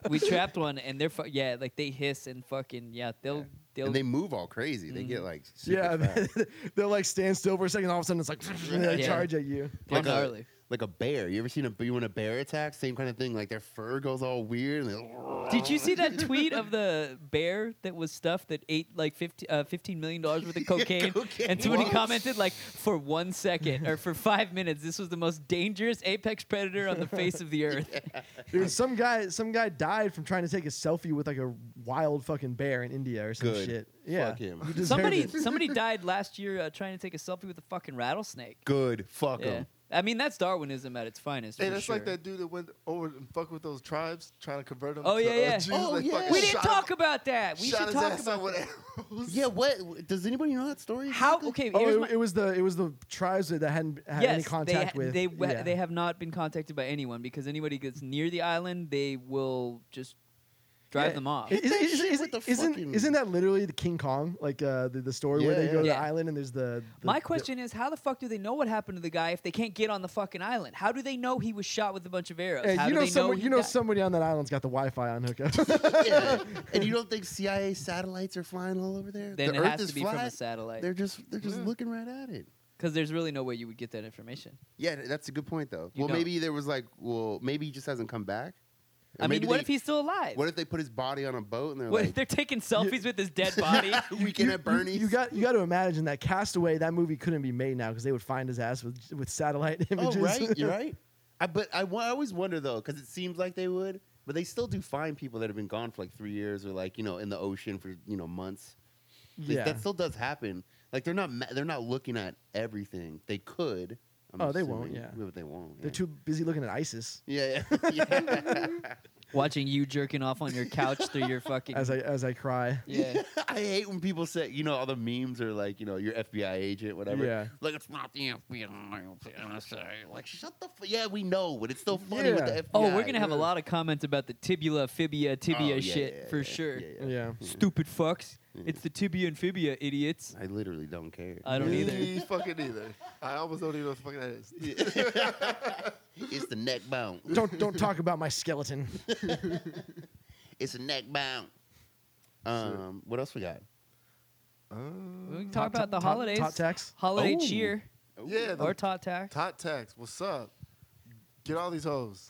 [SPEAKER 2] we trapped one, and they're fu- yeah, like they hiss and fucking yeah, they'll they'll
[SPEAKER 3] and they move all crazy. They
[SPEAKER 2] Mm-hmm.
[SPEAKER 3] get like super
[SPEAKER 1] yeah,
[SPEAKER 3] fat.
[SPEAKER 1] they'll like stand still for a second. All of a sudden, it's like and they
[SPEAKER 2] Yeah.
[SPEAKER 1] charge at you.
[SPEAKER 2] they're
[SPEAKER 3] like a-
[SPEAKER 2] gnarly.
[SPEAKER 3] like a bear. You ever seen a when a bear attacks? Same kind of thing. Like their fur goes all weird. And they-
[SPEAKER 2] Did you see that tweet of the bear that was stuffed that ate like 50, uh, $15 million dollars worth of cocaine?
[SPEAKER 3] cocaine.
[SPEAKER 2] And somebody
[SPEAKER 3] What?
[SPEAKER 2] commented, like, for one second or for five minutes, this was the most dangerous apex predator on the face of the earth.
[SPEAKER 1] Dude, some guy, some guy died from trying to take a selfie with like a wild fucking bear in India or some
[SPEAKER 3] Good.
[SPEAKER 1] shit. Yeah,
[SPEAKER 3] Fuck him.
[SPEAKER 1] He deserved
[SPEAKER 2] Somebody,
[SPEAKER 1] it.
[SPEAKER 2] somebody died last year uh, trying to take a selfie with a fucking rattlesnake.
[SPEAKER 3] Good. Fuck
[SPEAKER 2] Yeah.
[SPEAKER 3] them.
[SPEAKER 2] I mean, that's Darwinism at its finest.
[SPEAKER 4] Hey,
[SPEAKER 2] for
[SPEAKER 4] that's like
[SPEAKER 2] sure.
[SPEAKER 4] that dude that went over and fucked with those tribes, trying to convert them.
[SPEAKER 2] Oh,
[SPEAKER 4] to,
[SPEAKER 2] yeah,
[SPEAKER 4] uh,
[SPEAKER 2] yeah.
[SPEAKER 4] Jews.
[SPEAKER 3] Oh,
[SPEAKER 4] They
[SPEAKER 3] yeah.
[SPEAKER 4] fucking
[SPEAKER 2] We didn't
[SPEAKER 4] shot
[SPEAKER 2] talk
[SPEAKER 4] him-
[SPEAKER 2] about that. We
[SPEAKER 4] shot
[SPEAKER 2] should
[SPEAKER 4] his
[SPEAKER 2] talk
[SPEAKER 4] ass
[SPEAKER 2] about
[SPEAKER 4] out with
[SPEAKER 2] that.
[SPEAKER 4] arrows.
[SPEAKER 3] Yeah. What does anybody know that story?
[SPEAKER 2] How? Okay,
[SPEAKER 1] Oh,
[SPEAKER 2] here's
[SPEAKER 1] it,
[SPEAKER 2] my,
[SPEAKER 1] it was the it was the tribes that hadn't had
[SPEAKER 2] yes,
[SPEAKER 1] any contact
[SPEAKER 2] they, ha-
[SPEAKER 1] with.
[SPEAKER 2] They, wa-
[SPEAKER 1] yeah.
[SPEAKER 2] they have not been contacted by anyone because anybody gets near the island, they will just drive
[SPEAKER 1] Yeah.
[SPEAKER 2] them off.
[SPEAKER 1] Is,
[SPEAKER 3] that
[SPEAKER 1] is,
[SPEAKER 3] shit
[SPEAKER 1] is,
[SPEAKER 3] with the
[SPEAKER 1] isn't,
[SPEAKER 3] fucking-
[SPEAKER 1] isn't that literally the King Kong like uh, the, the story where
[SPEAKER 3] Yeah,
[SPEAKER 1] they
[SPEAKER 3] yeah.
[SPEAKER 1] go to
[SPEAKER 2] Yeah.
[SPEAKER 1] the island and there's the, the
[SPEAKER 2] My
[SPEAKER 1] the-
[SPEAKER 2] question is, how the fuck do they know what happened to the guy if they can't get on the fucking island? How do they know he was shot with a bunch of arrows?
[SPEAKER 1] Hey,
[SPEAKER 2] how
[SPEAKER 1] you
[SPEAKER 2] do
[SPEAKER 1] know
[SPEAKER 2] they
[SPEAKER 1] someone,
[SPEAKER 2] he
[SPEAKER 1] you know
[SPEAKER 2] died?
[SPEAKER 1] somebody on that island's got the Wi-Fi on hookup.
[SPEAKER 3] Yeah. and you don't think CIA satellites are flying all over there?
[SPEAKER 2] Then
[SPEAKER 3] the
[SPEAKER 2] it
[SPEAKER 3] Earth
[SPEAKER 2] has
[SPEAKER 3] is
[SPEAKER 2] to be
[SPEAKER 3] flat.
[SPEAKER 2] from a satellite
[SPEAKER 3] They're just they're just
[SPEAKER 4] Yeah.
[SPEAKER 3] looking right at it.
[SPEAKER 2] because there's really no way you would get that information.
[SPEAKER 3] Yeah, th- that's a good point though.
[SPEAKER 2] You
[SPEAKER 3] well,
[SPEAKER 2] don't.
[SPEAKER 3] maybe there was like, well, maybe he just hasn't come back. Or
[SPEAKER 2] I mean,
[SPEAKER 3] maybe
[SPEAKER 2] what
[SPEAKER 3] they-
[SPEAKER 2] if he's still alive?
[SPEAKER 3] What if they put his body on a boat and they're
[SPEAKER 2] What if
[SPEAKER 3] like,
[SPEAKER 2] they're taking selfies with his dead body?
[SPEAKER 3] weekend at Bernie's?
[SPEAKER 1] you got you got to imagine that Castaway that movie couldn't be made now because they would find his ass with with satellite images.
[SPEAKER 3] Oh, right, you're right. I, but I, wa- I always wonder though, because it seems like they would, but they still do find people that have been gone for like three years or like you know in the ocean for you know months. Like,
[SPEAKER 1] yeah.
[SPEAKER 3] that still does happen. Like they're not ma- they're not looking at everything. They could. I'm
[SPEAKER 1] Oh, they won't, yeah.
[SPEAKER 3] but they won't.
[SPEAKER 1] They're
[SPEAKER 3] yeah.
[SPEAKER 1] too busy looking at ISIS.
[SPEAKER 3] Yeah, yeah. yeah.
[SPEAKER 2] Watching you jerking off on your couch through your fucking
[SPEAKER 1] as I as I cry.
[SPEAKER 2] yeah.
[SPEAKER 3] I hate when people say, you know, all the memes are like, you know, your FBI agent, whatever.
[SPEAKER 1] Yeah.
[SPEAKER 3] Like, it's not the FBI, it's the NSA. Like, shut the f Yeah, we know, but it's still funny with the
[SPEAKER 1] Yeah.
[SPEAKER 3] FBI.
[SPEAKER 2] Oh, we're gonna have a lot of comments about the tibula, fibia, tibia
[SPEAKER 3] Oh, yeah,
[SPEAKER 2] shit
[SPEAKER 3] yeah,
[SPEAKER 2] for
[SPEAKER 3] yeah,
[SPEAKER 2] sure.
[SPEAKER 3] yeah,
[SPEAKER 1] Yeah.
[SPEAKER 2] Mm-hmm. Stupid fucks.
[SPEAKER 3] Yeah.
[SPEAKER 2] It's the tibia and fibia, idiots.
[SPEAKER 3] I literally don't care.
[SPEAKER 2] I don't
[SPEAKER 4] Me
[SPEAKER 2] either.
[SPEAKER 4] fucking either. I almost don't even know what the fuck that is.
[SPEAKER 3] it's the neck bone.
[SPEAKER 1] Don't don't talk about my skeleton.
[SPEAKER 3] It's a neck bone. Um, what else we got?
[SPEAKER 2] We
[SPEAKER 4] Uh,
[SPEAKER 2] can talk about the
[SPEAKER 1] Top-
[SPEAKER 2] holidays.
[SPEAKER 1] Top tax.
[SPEAKER 2] Holiday
[SPEAKER 3] Oh.
[SPEAKER 2] cheer
[SPEAKER 4] yeah, the
[SPEAKER 2] or tot tax.
[SPEAKER 4] tot tax. What's up? Get all these hoes.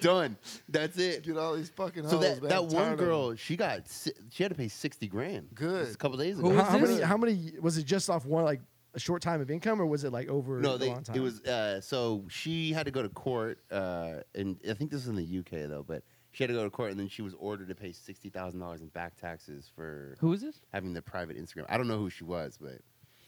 [SPEAKER 3] Done. That's it.
[SPEAKER 4] Get all these fucking hoes.
[SPEAKER 3] So that,
[SPEAKER 4] man.
[SPEAKER 3] that
[SPEAKER 4] I'm tired
[SPEAKER 3] one
[SPEAKER 4] of them.
[SPEAKER 3] girl, she got si- she had to pay sixty grand.
[SPEAKER 4] Good.
[SPEAKER 3] Just a couple days
[SPEAKER 2] Who
[SPEAKER 3] ago.
[SPEAKER 1] How,
[SPEAKER 2] was
[SPEAKER 1] how
[SPEAKER 2] this?
[SPEAKER 1] many? How many? Was it just off one like a short time of income, or was it like over
[SPEAKER 3] No,
[SPEAKER 1] a
[SPEAKER 3] they,
[SPEAKER 1] long time?
[SPEAKER 3] it was uh, so she had to go to court, uh, and I think this is in the UK though. But she had to go to court, and then she was ordered to pay sixty thousand dollars in back taxes for
[SPEAKER 2] Who is this?
[SPEAKER 3] having the private Instagram. I don't know who she was, but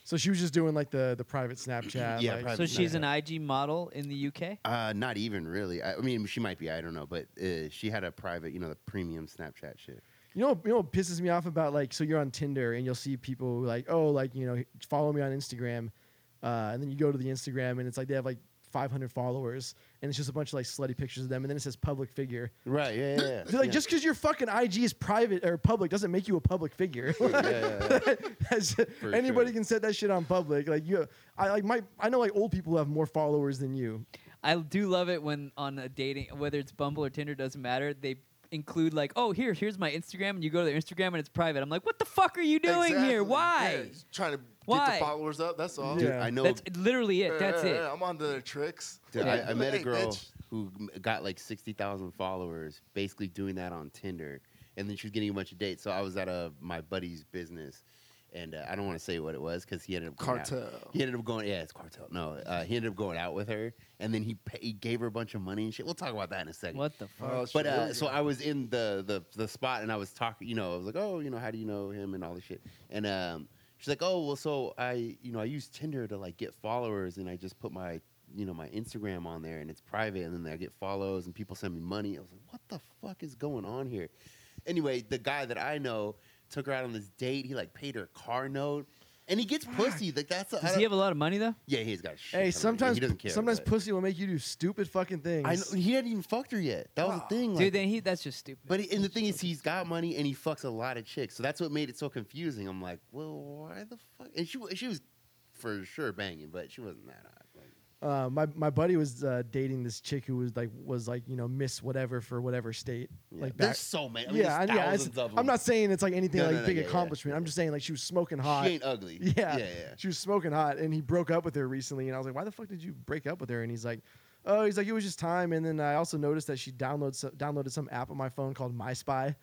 [SPEAKER 1] So she was just doing like the the private Snapchat.
[SPEAKER 3] Yeah,
[SPEAKER 1] like,
[SPEAKER 3] private
[SPEAKER 2] So
[SPEAKER 3] I've
[SPEAKER 2] she's an
[SPEAKER 3] never-
[SPEAKER 2] IG model in the UK.
[SPEAKER 3] uh, not even really. I, I mean, she might be. I don't know, but uh, she had a private, you know, the premium Snapchat shit.
[SPEAKER 1] You know, you know what pisses me off about like so you're on Tinder and you'll see people who like oh like you know follow me on Instagram, uh, and then you go to the Instagram and it's like they have like 500 followers and it's just a bunch of like slutty pictures of them and then it says public figure.
[SPEAKER 3] Right? Yeah, yeah.
[SPEAKER 1] They're like just because your fucking IG is private or public doesn't make you a public figure. That's-
[SPEAKER 3] For
[SPEAKER 1] anybody
[SPEAKER 3] sure.
[SPEAKER 1] can set that shit on public. Like you, I like my I know like old people who have more followers than you.
[SPEAKER 2] I do love it when on a dating, whether it's Bumble or Tinder, doesn't matter. They include like, oh, here, here's my Instagram, and you go to their Instagram and it's private. I'm like, what the fuck are you doing
[SPEAKER 4] Exactly.
[SPEAKER 2] here?
[SPEAKER 4] Yeah,
[SPEAKER 2] Why?
[SPEAKER 4] just trying to
[SPEAKER 2] Why?
[SPEAKER 4] get the followers up. That's all.
[SPEAKER 1] Yeah.
[SPEAKER 3] Dude, I know.
[SPEAKER 2] That's literally it.
[SPEAKER 4] Yeah,
[SPEAKER 2] That's
[SPEAKER 4] yeah,
[SPEAKER 2] it.
[SPEAKER 4] yeah, I'm on to their tricks.
[SPEAKER 3] Dude,
[SPEAKER 2] Yeah.
[SPEAKER 3] I, I met a
[SPEAKER 4] Hey,
[SPEAKER 3] girl
[SPEAKER 4] bitch.
[SPEAKER 3] who m- got like 60,000 followers basically doing that on Tinder. And then she was getting a bunch of dates. So I was at a, my buddy's business. And uh, I don't want to say what it was because he ended up going out-
[SPEAKER 4] Cartel.
[SPEAKER 3] He ended up going, yeah, it's cartel. No, uh, he ended up going out with her, and then he, pay, he gave her a bunch of money and shit. We'll talk about that in a second.
[SPEAKER 2] What the fuck?
[SPEAKER 4] Oh, shit,
[SPEAKER 3] But
[SPEAKER 4] here
[SPEAKER 3] uh,
[SPEAKER 4] we
[SPEAKER 3] so
[SPEAKER 4] go.
[SPEAKER 3] I was in the, the the spot and I was talking, you know, I was like, oh, you know, how do you know him and all this shit. And um, she's like, oh, well, so I, you know, I use Tinder to like get followers and I just put my, you know, my Instagram on there and it's private and then I get follows and people send me money. I was like, what the fuck is going on here? Anyway, the guy that I know took her out on this date. He like paid her car note and he gets pussy. Like that's a, I
[SPEAKER 2] Does
[SPEAKER 3] don't-
[SPEAKER 2] he have a lot of money though?
[SPEAKER 3] yeah, he's got shit.
[SPEAKER 1] Hey, sometimes
[SPEAKER 3] he doesn't care.
[SPEAKER 1] sometimes
[SPEAKER 3] but-
[SPEAKER 1] pussy will make you do stupid fucking things.
[SPEAKER 3] I know, he hadn't even fucked her yet. That was
[SPEAKER 4] Oh.
[SPEAKER 3] the thing. Like,
[SPEAKER 2] Dude, then he that's just stupid.
[SPEAKER 3] but he, and the thing is, he's got money and he fucks a lot of chicks, so that's what made it so confusing. I'm like, well, why the fuck? And she wa- she was for sure banging, but she wasn't that hot. Like,
[SPEAKER 1] uh, my my buddy was uh, dating this chick who was like was like you know Miss whatever for whatever state.
[SPEAKER 3] yeah.
[SPEAKER 1] Like
[SPEAKER 3] there's
[SPEAKER 1] back-
[SPEAKER 3] so many. I mean,
[SPEAKER 1] yeah,
[SPEAKER 3] there's
[SPEAKER 1] I- yeah. it's-
[SPEAKER 3] thousands of them.
[SPEAKER 1] I'm not saying it's like anything
[SPEAKER 3] No,
[SPEAKER 1] like
[SPEAKER 3] no, no,
[SPEAKER 1] big
[SPEAKER 3] yeah, yeah.
[SPEAKER 1] accomplishment. I'm just saying like she was smoking hot.
[SPEAKER 3] She ain't ugly.
[SPEAKER 1] yeah.
[SPEAKER 3] yeah, yeah.
[SPEAKER 1] she was smoking hot, and he broke up with her recently. And I was like, why the fuck did you break up with her? And he's like. Oh, he's like it was just time, and then I also noticed that she downloaded some, downloaded some app on my phone called MySpy,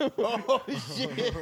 [SPEAKER 3] oh shit!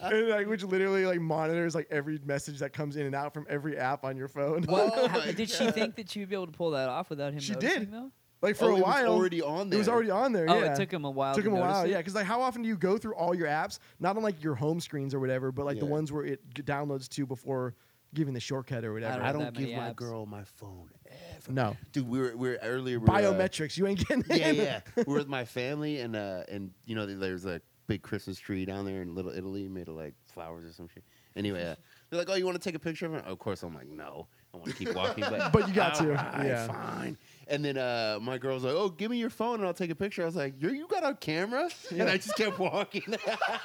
[SPEAKER 1] and, like, which literally like monitors like every message that comes in and out from every app on your phone.
[SPEAKER 2] What-
[SPEAKER 3] Oh
[SPEAKER 2] how-
[SPEAKER 3] my
[SPEAKER 2] did she think that she would be able to pull that off without him?
[SPEAKER 1] She
[SPEAKER 2] noticing,
[SPEAKER 1] did.
[SPEAKER 2] Though?
[SPEAKER 1] Like for
[SPEAKER 3] Oh,
[SPEAKER 1] a
[SPEAKER 3] it was
[SPEAKER 1] while,
[SPEAKER 3] already on
[SPEAKER 1] It was
[SPEAKER 3] there.
[SPEAKER 1] already on there.
[SPEAKER 2] Oh,
[SPEAKER 1] yeah.
[SPEAKER 2] it took him a while.
[SPEAKER 1] took
[SPEAKER 2] to
[SPEAKER 1] him a
[SPEAKER 2] notice
[SPEAKER 1] while,
[SPEAKER 2] it?
[SPEAKER 1] yeah. Because like, how often do you go through all your apps? Not on like your home screens or whatever, but like the
[SPEAKER 3] Yeah.
[SPEAKER 1] ones where it g- downloads to before giving the shortcut or whatever.
[SPEAKER 2] don't
[SPEAKER 3] I
[SPEAKER 2] have
[SPEAKER 3] don't
[SPEAKER 2] that many
[SPEAKER 3] give my
[SPEAKER 2] apps.
[SPEAKER 3] girl my phone ever.
[SPEAKER 1] No
[SPEAKER 3] Dude, we were we were earlier. we were, uh,
[SPEAKER 1] biometrics. You ain't getting
[SPEAKER 3] yeah,
[SPEAKER 1] in.
[SPEAKER 3] yeah. We're with my family, and uh, and you know, there's a big Christmas tree down there in Little Italy, made of like flowers or some shit. Anyway, uh, they're like, "Oh, you want to take a picture of it?" Of course, I'm like, "No, I want to keep walking." But,
[SPEAKER 1] But you got to,
[SPEAKER 3] "All right,
[SPEAKER 1] yeah.
[SPEAKER 3] fine. And then uh, my girl's like, "Oh, give me your phone, and I'll take a picture." I was like, "You you got a camera?" And I just kept walking.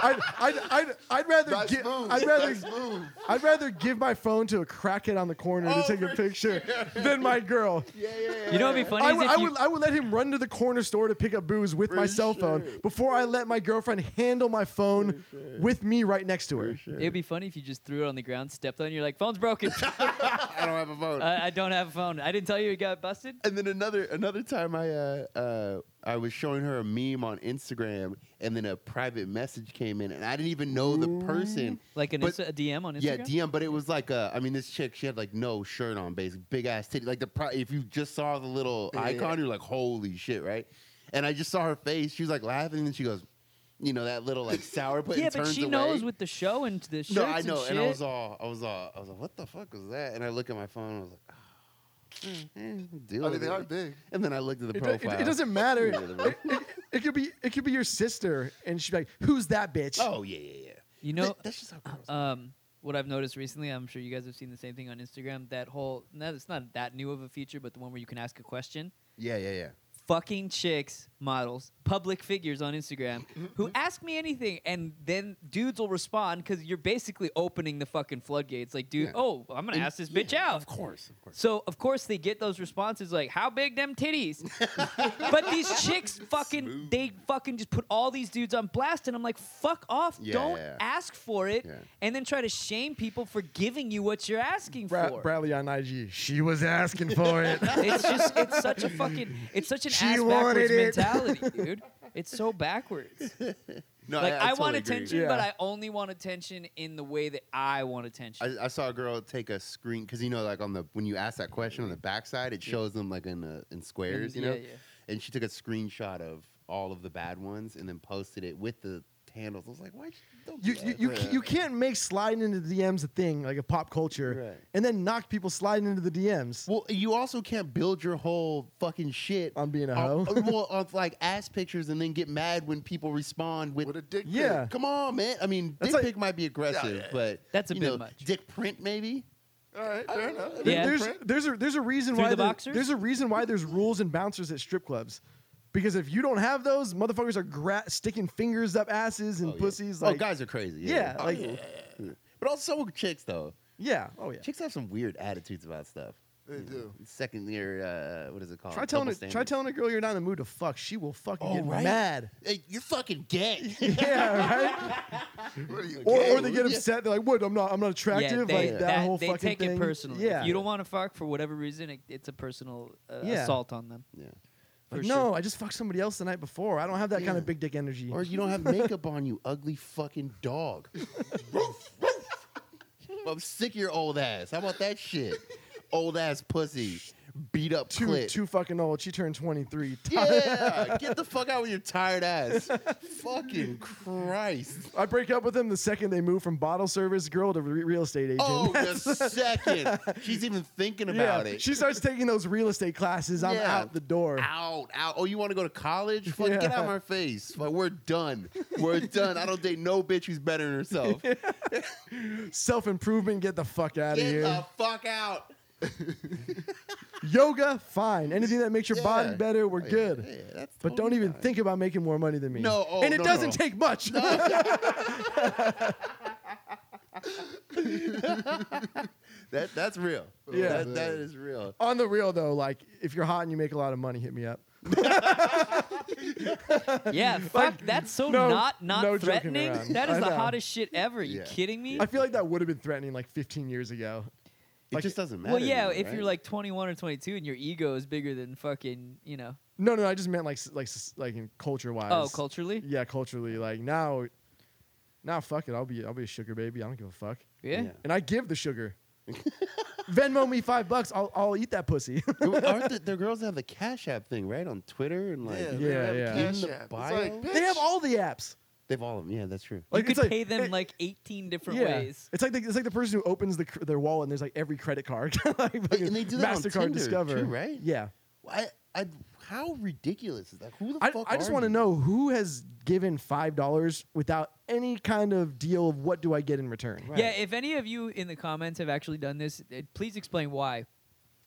[SPEAKER 1] I'd, I'd, I'd, I'd rather
[SPEAKER 4] Nice
[SPEAKER 1] gi-
[SPEAKER 4] move.
[SPEAKER 1] I'd rather
[SPEAKER 4] Nice move.
[SPEAKER 1] I'd rather give my phone to a crackhead on the corner
[SPEAKER 3] Oh,
[SPEAKER 1] to take a
[SPEAKER 3] for
[SPEAKER 1] picture than my girl.
[SPEAKER 3] yeah, yeah, yeah.
[SPEAKER 2] You know what'd be funny
[SPEAKER 1] I
[SPEAKER 2] is
[SPEAKER 1] would,
[SPEAKER 2] if
[SPEAKER 1] I,
[SPEAKER 2] you,
[SPEAKER 1] would, I would let him run to the corner store to pick up booze with
[SPEAKER 3] For
[SPEAKER 1] my cell phone
[SPEAKER 3] sure.
[SPEAKER 1] before I let my girlfriend handle my phone with me right next to her.
[SPEAKER 2] it'd be funny if you just threw it on the ground, stepped on, it, you're like, phone's broken.
[SPEAKER 3] I don't have a phone.
[SPEAKER 2] I, I don't have a phone. I didn't tell you it got busted.
[SPEAKER 3] and then another another time I uh, uh, I was showing her a meme on Instagram, and then a private message came in, and I didn't even know the person.
[SPEAKER 2] Like an
[SPEAKER 3] But-
[SPEAKER 2] Insta, a DM on Instagram.
[SPEAKER 3] Yeah, DM, but it was like uh, I mean, this chick she had like no shirt on, basically big ass titty. Like the pro- if you just saw the little
[SPEAKER 4] Yeah, yeah.
[SPEAKER 3] icon, you're like, holy shit, right? And I just saw her face. She was like laughing, and she goes, you know, that little like sour. But
[SPEAKER 2] yeah, but she knows
[SPEAKER 3] what.
[SPEAKER 2] with the show and the shirts
[SPEAKER 3] No, I know,
[SPEAKER 2] and,
[SPEAKER 3] and I
[SPEAKER 2] shit.
[SPEAKER 3] was all, I was all, I was like, what the fuck was that? And I look at my phone, and I was like.
[SPEAKER 2] Mm.
[SPEAKER 3] Oh, eh, deal
[SPEAKER 4] I mean,
[SPEAKER 3] with
[SPEAKER 4] they
[SPEAKER 3] it."
[SPEAKER 4] are big.
[SPEAKER 3] And then I looked at the
[SPEAKER 1] It, do- it-
[SPEAKER 3] profile.
[SPEAKER 1] it doesn't matter.
[SPEAKER 3] Yeah, the-
[SPEAKER 1] It could be it could be your sister, and she'd be like, "Who's that bitch?"
[SPEAKER 3] oh yeah, yeah, yeah.
[SPEAKER 2] you know,
[SPEAKER 3] That- that's just how girls.
[SPEAKER 2] um, what I've noticed recently, I'm sure you guys have seen the same thing on Instagram. That whole, no, it's not that new of a feature, but the one where you can ask a question.
[SPEAKER 3] yeah, yeah, yeah.
[SPEAKER 2] Fucking chicks models, public figures on Instagram who ask me anything, and then dudes will respond because you're basically opening the fucking floodgates. Like, dude,
[SPEAKER 3] Yeah.
[SPEAKER 2] oh, I'm gonna ask this bitch out.
[SPEAKER 3] Of course, of course.
[SPEAKER 2] So of course they get those responses like, "How big them titties?" but these chicks fucking they fucking just put all these dudes on blast, and I'm like, "Fuck off!
[SPEAKER 3] Yeah,
[SPEAKER 2] Don't
[SPEAKER 3] yeah, yeah.
[SPEAKER 2] ask for it,
[SPEAKER 3] Yeah.
[SPEAKER 2] and then try to shame people for giving you what you're asking
[SPEAKER 1] Bra-
[SPEAKER 2] for."
[SPEAKER 1] Bradley on IG. She was asking for it.
[SPEAKER 2] it's just it's such a fucking it's such an
[SPEAKER 1] She
[SPEAKER 2] ass
[SPEAKER 1] wanted
[SPEAKER 2] backwards
[SPEAKER 1] it.
[SPEAKER 2] mentality, dude. It's so backwards.
[SPEAKER 3] No,
[SPEAKER 2] like I,
[SPEAKER 3] totally
[SPEAKER 2] want
[SPEAKER 3] agree.
[SPEAKER 2] attention,
[SPEAKER 1] Yeah.
[SPEAKER 2] but I only want attention in the way that I want attention.
[SPEAKER 3] I, I saw a girl take a screen because you know, like on the when you ask that question on the backside, it shows them like in uh, in squares, you
[SPEAKER 2] yeah,
[SPEAKER 3] know.
[SPEAKER 2] yeah.
[SPEAKER 3] And she took a screenshot of all of the bad ones and then posted it with the handles. I was like, why? Don't do
[SPEAKER 1] You, you,
[SPEAKER 3] that.
[SPEAKER 1] you, ca- you can't make sliding into DMs a thing, like a pop culture,
[SPEAKER 3] Right.
[SPEAKER 1] and then knock people sliding into the DMs.
[SPEAKER 3] Well, you also can't build your whole fucking shit
[SPEAKER 1] On being a
[SPEAKER 3] on- uh,
[SPEAKER 1] hoe.
[SPEAKER 3] well, on like ass pictures, and then get mad when people respond with,
[SPEAKER 4] With a dick pic.
[SPEAKER 1] Yeah.
[SPEAKER 3] "Come on, man." I mean,
[SPEAKER 1] That's
[SPEAKER 3] dick
[SPEAKER 1] like-
[SPEAKER 3] pic might be aggressive,
[SPEAKER 4] Yeah, yeah,
[SPEAKER 3] but
[SPEAKER 2] That's a
[SPEAKER 3] you
[SPEAKER 2] bit
[SPEAKER 3] know,
[SPEAKER 2] much.
[SPEAKER 3] Dick print, maybe.
[SPEAKER 4] All right, fair enough.
[SPEAKER 2] There- Yeah.
[SPEAKER 1] there's
[SPEAKER 4] Print.
[SPEAKER 1] there's a there's a reason
[SPEAKER 2] Through
[SPEAKER 1] why
[SPEAKER 2] the
[SPEAKER 1] there-
[SPEAKER 2] boxers?
[SPEAKER 1] there's a reason why there's rules and bouncers at strip clubs, because if you don't have those, motherfuckers are gra- sticking fingers up asses and
[SPEAKER 3] Oh, yeah.
[SPEAKER 1] pussies.
[SPEAKER 3] oh,
[SPEAKER 1] Like,
[SPEAKER 3] guys are crazy.
[SPEAKER 1] yeah,
[SPEAKER 3] Oh,
[SPEAKER 1] like-
[SPEAKER 3] yeah. But also chicks though.
[SPEAKER 1] yeah, oh yeah.
[SPEAKER 3] Chicks have some weird attitudes about stuff.
[SPEAKER 4] They
[SPEAKER 3] You
[SPEAKER 4] do.
[SPEAKER 3] Second year, uh, what is it called?
[SPEAKER 1] Try telling a,
[SPEAKER 3] Double
[SPEAKER 1] try
[SPEAKER 3] standards.
[SPEAKER 1] telling a girl you're not in the mood to fuck. She will fucking
[SPEAKER 3] Oh,
[SPEAKER 1] get
[SPEAKER 3] right?
[SPEAKER 1] mad.
[SPEAKER 3] Hey, you're fucking gay.
[SPEAKER 1] yeah, right.
[SPEAKER 4] What are you,
[SPEAKER 1] Or,
[SPEAKER 4] gay?
[SPEAKER 1] or they get
[SPEAKER 3] Yeah.
[SPEAKER 1] upset. They're like, "What? I'm not. I'm not
[SPEAKER 2] yeah,
[SPEAKER 1] attractive."
[SPEAKER 2] they,
[SPEAKER 1] like that,
[SPEAKER 2] that-
[SPEAKER 1] whole
[SPEAKER 2] they
[SPEAKER 1] fucking
[SPEAKER 2] take
[SPEAKER 1] thing.
[SPEAKER 2] it personally.
[SPEAKER 1] Yeah.
[SPEAKER 2] If you don't want to fuck for whatever reason, it, it's a personal uh,
[SPEAKER 1] Yeah.
[SPEAKER 2] assault on them.
[SPEAKER 3] yeah.
[SPEAKER 1] Like,
[SPEAKER 2] for
[SPEAKER 1] no,
[SPEAKER 2] sure.
[SPEAKER 1] I just fucked somebody else the night before. I don't have that kind
[SPEAKER 3] Yeah.
[SPEAKER 1] of big dick energy.
[SPEAKER 3] Or you don't have makeup on, you ugly fucking dog. Roof, roof. I'm sick of your old ass. How about that shit? Old ass pussy, beat up
[SPEAKER 1] too
[SPEAKER 3] clit.
[SPEAKER 1] too fucking old. She turned 23.
[SPEAKER 3] yeah, get the fuck out with your tired ass. fucking Christ.
[SPEAKER 1] I break up with them the second they move from bottle service girl to re- real estate agent.
[SPEAKER 3] Oh, the second she's even thinking about
[SPEAKER 1] yeah,
[SPEAKER 3] it.
[SPEAKER 1] she starts taking those real estate classes. I'm
[SPEAKER 3] Yeah.
[SPEAKER 1] out the door.
[SPEAKER 3] out, out. Oh, you want to go to college? Fuck, Get out
[SPEAKER 1] Yeah.
[SPEAKER 3] of my face. Like, we're done. We're done. I don't date no bitch who's better than herself. Get
[SPEAKER 1] Self improvement. Get the fuck out of here.
[SPEAKER 3] the fuck out.
[SPEAKER 1] Yoga, fine. Anything that makes your body
[SPEAKER 3] Yeah.
[SPEAKER 1] better, we're
[SPEAKER 3] Oh, yeah.
[SPEAKER 1] good.
[SPEAKER 3] Yeah, that's
[SPEAKER 1] But don't
[SPEAKER 3] totally
[SPEAKER 1] even
[SPEAKER 3] fine.
[SPEAKER 1] think about making more money than me.
[SPEAKER 3] No, oh,
[SPEAKER 1] and it
[SPEAKER 3] no, no,
[SPEAKER 1] doesn't
[SPEAKER 3] no.
[SPEAKER 1] take much.
[SPEAKER 3] That that's real.
[SPEAKER 1] Yeah.
[SPEAKER 3] That- that is real.
[SPEAKER 1] On the real though, like if you're hot and you make a lot of money, hit me up.
[SPEAKER 2] Yeah, fuck. that's so
[SPEAKER 1] no-
[SPEAKER 2] not not
[SPEAKER 1] no joking
[SPEAKER 2] threatening.
[SPEAKER 1] around.
[SPEAKER 2] That is
[SPEAKER 1] I
[SPEAKER 2] the
[SPEAKER 1] know.
[SPEAKER 2] hottest shit ever. You
[SPEAKER 3] Yeah.
[SPEAKER 2] kidding me?
[SPEAKER 1] I feel like that would have been threatening like 15 years ago.
[SPEAKER 3] It
[SPEAKER 1] Like-
[SPEAKER 3] just doesn't matter.
[SPEAKER 2] well, yeah,
[SPEAKER 3] anymore,
[SPEAKER 2] if you're
[SPEAKER 3] right?
[SPEAKER 2] like 21 or 22 and your ego is bigger than fucking, you know,
[SPEAKER 1] No, no, I just meant like s- like s- like in culture wise.
[SPEAKER 2] oh, culturally,
[SPEAKER 1] Yeah, culturally. Like now, now fuck it. I'll be I'll be a sugar baby. I don't give a fuck.
[SPEAKER 2] yeah.
[SPEAKER 3] Yeah.
[SPEAKER 1] And I give the sugar. Venmo me five bucks. I'll I'll eat that pussy.
[SPEAKER 3] aren't the, the girls have the Cash App thing right on Twitter and like
[SPEAKER 4] Yeah,
[SPEAKER 1] Yeah,
[SPEAKER 4] yeah,
[SPEAKER 1] yeah.
[SPEAKER 4] Cash
[SPEAKER 3] In the
[SPEAKER 4] App. It's
[SPEAKER 3] bio?
[SPEAKER 4] like,
[SPEAKER 1] they have
[SPEAKER 4] bitch.
[SPEAKER 1] all the apps.
[SPEAKER 3] they've all of them. Yeah, that's true.
[SPEAKER 1] Like,
[SPEAKER 2] you
[SPEAKER 1] it's
[SPEAKER 2] could
[SPEAKER 1] like-
[SPEAKER 2] pay them
[SPEAKER 1] it-
[SPEAKER 2] like 18 different
[SPEAKER 1] yeah,
[SPEAKER 2] ways.
[SPEAKER 1] it's like the, it's like the person who opens the, cr- their wallet and there's like every credit card, like fucking
[SPEAKER 3] they do that on
[SPEAKER 1] Mastercard,
[SPEAKER 3] Tinder,
[SPEAKER 1] Discover,
[SPEAKER 3] too, right?
[SPEAKER 1] Yeah,
[SPEAKER 3] I, I, how ridiculous is that? Who the
[SPEAKER 1] I,
[SPEAKER 3] fuck?
[SPEAKER 1] I just
[SPEAKER 3] are
[SPEAKER 1] want to
[SPEAKER 3] you?
[SPEAKER 1] know who has given five dollars without any kind of deal of what do I get in return?
[SPEAKER 3] Right.
[SPEAKER 2] Yeah, if any of you in the comments have actually done this, uh, please explain why,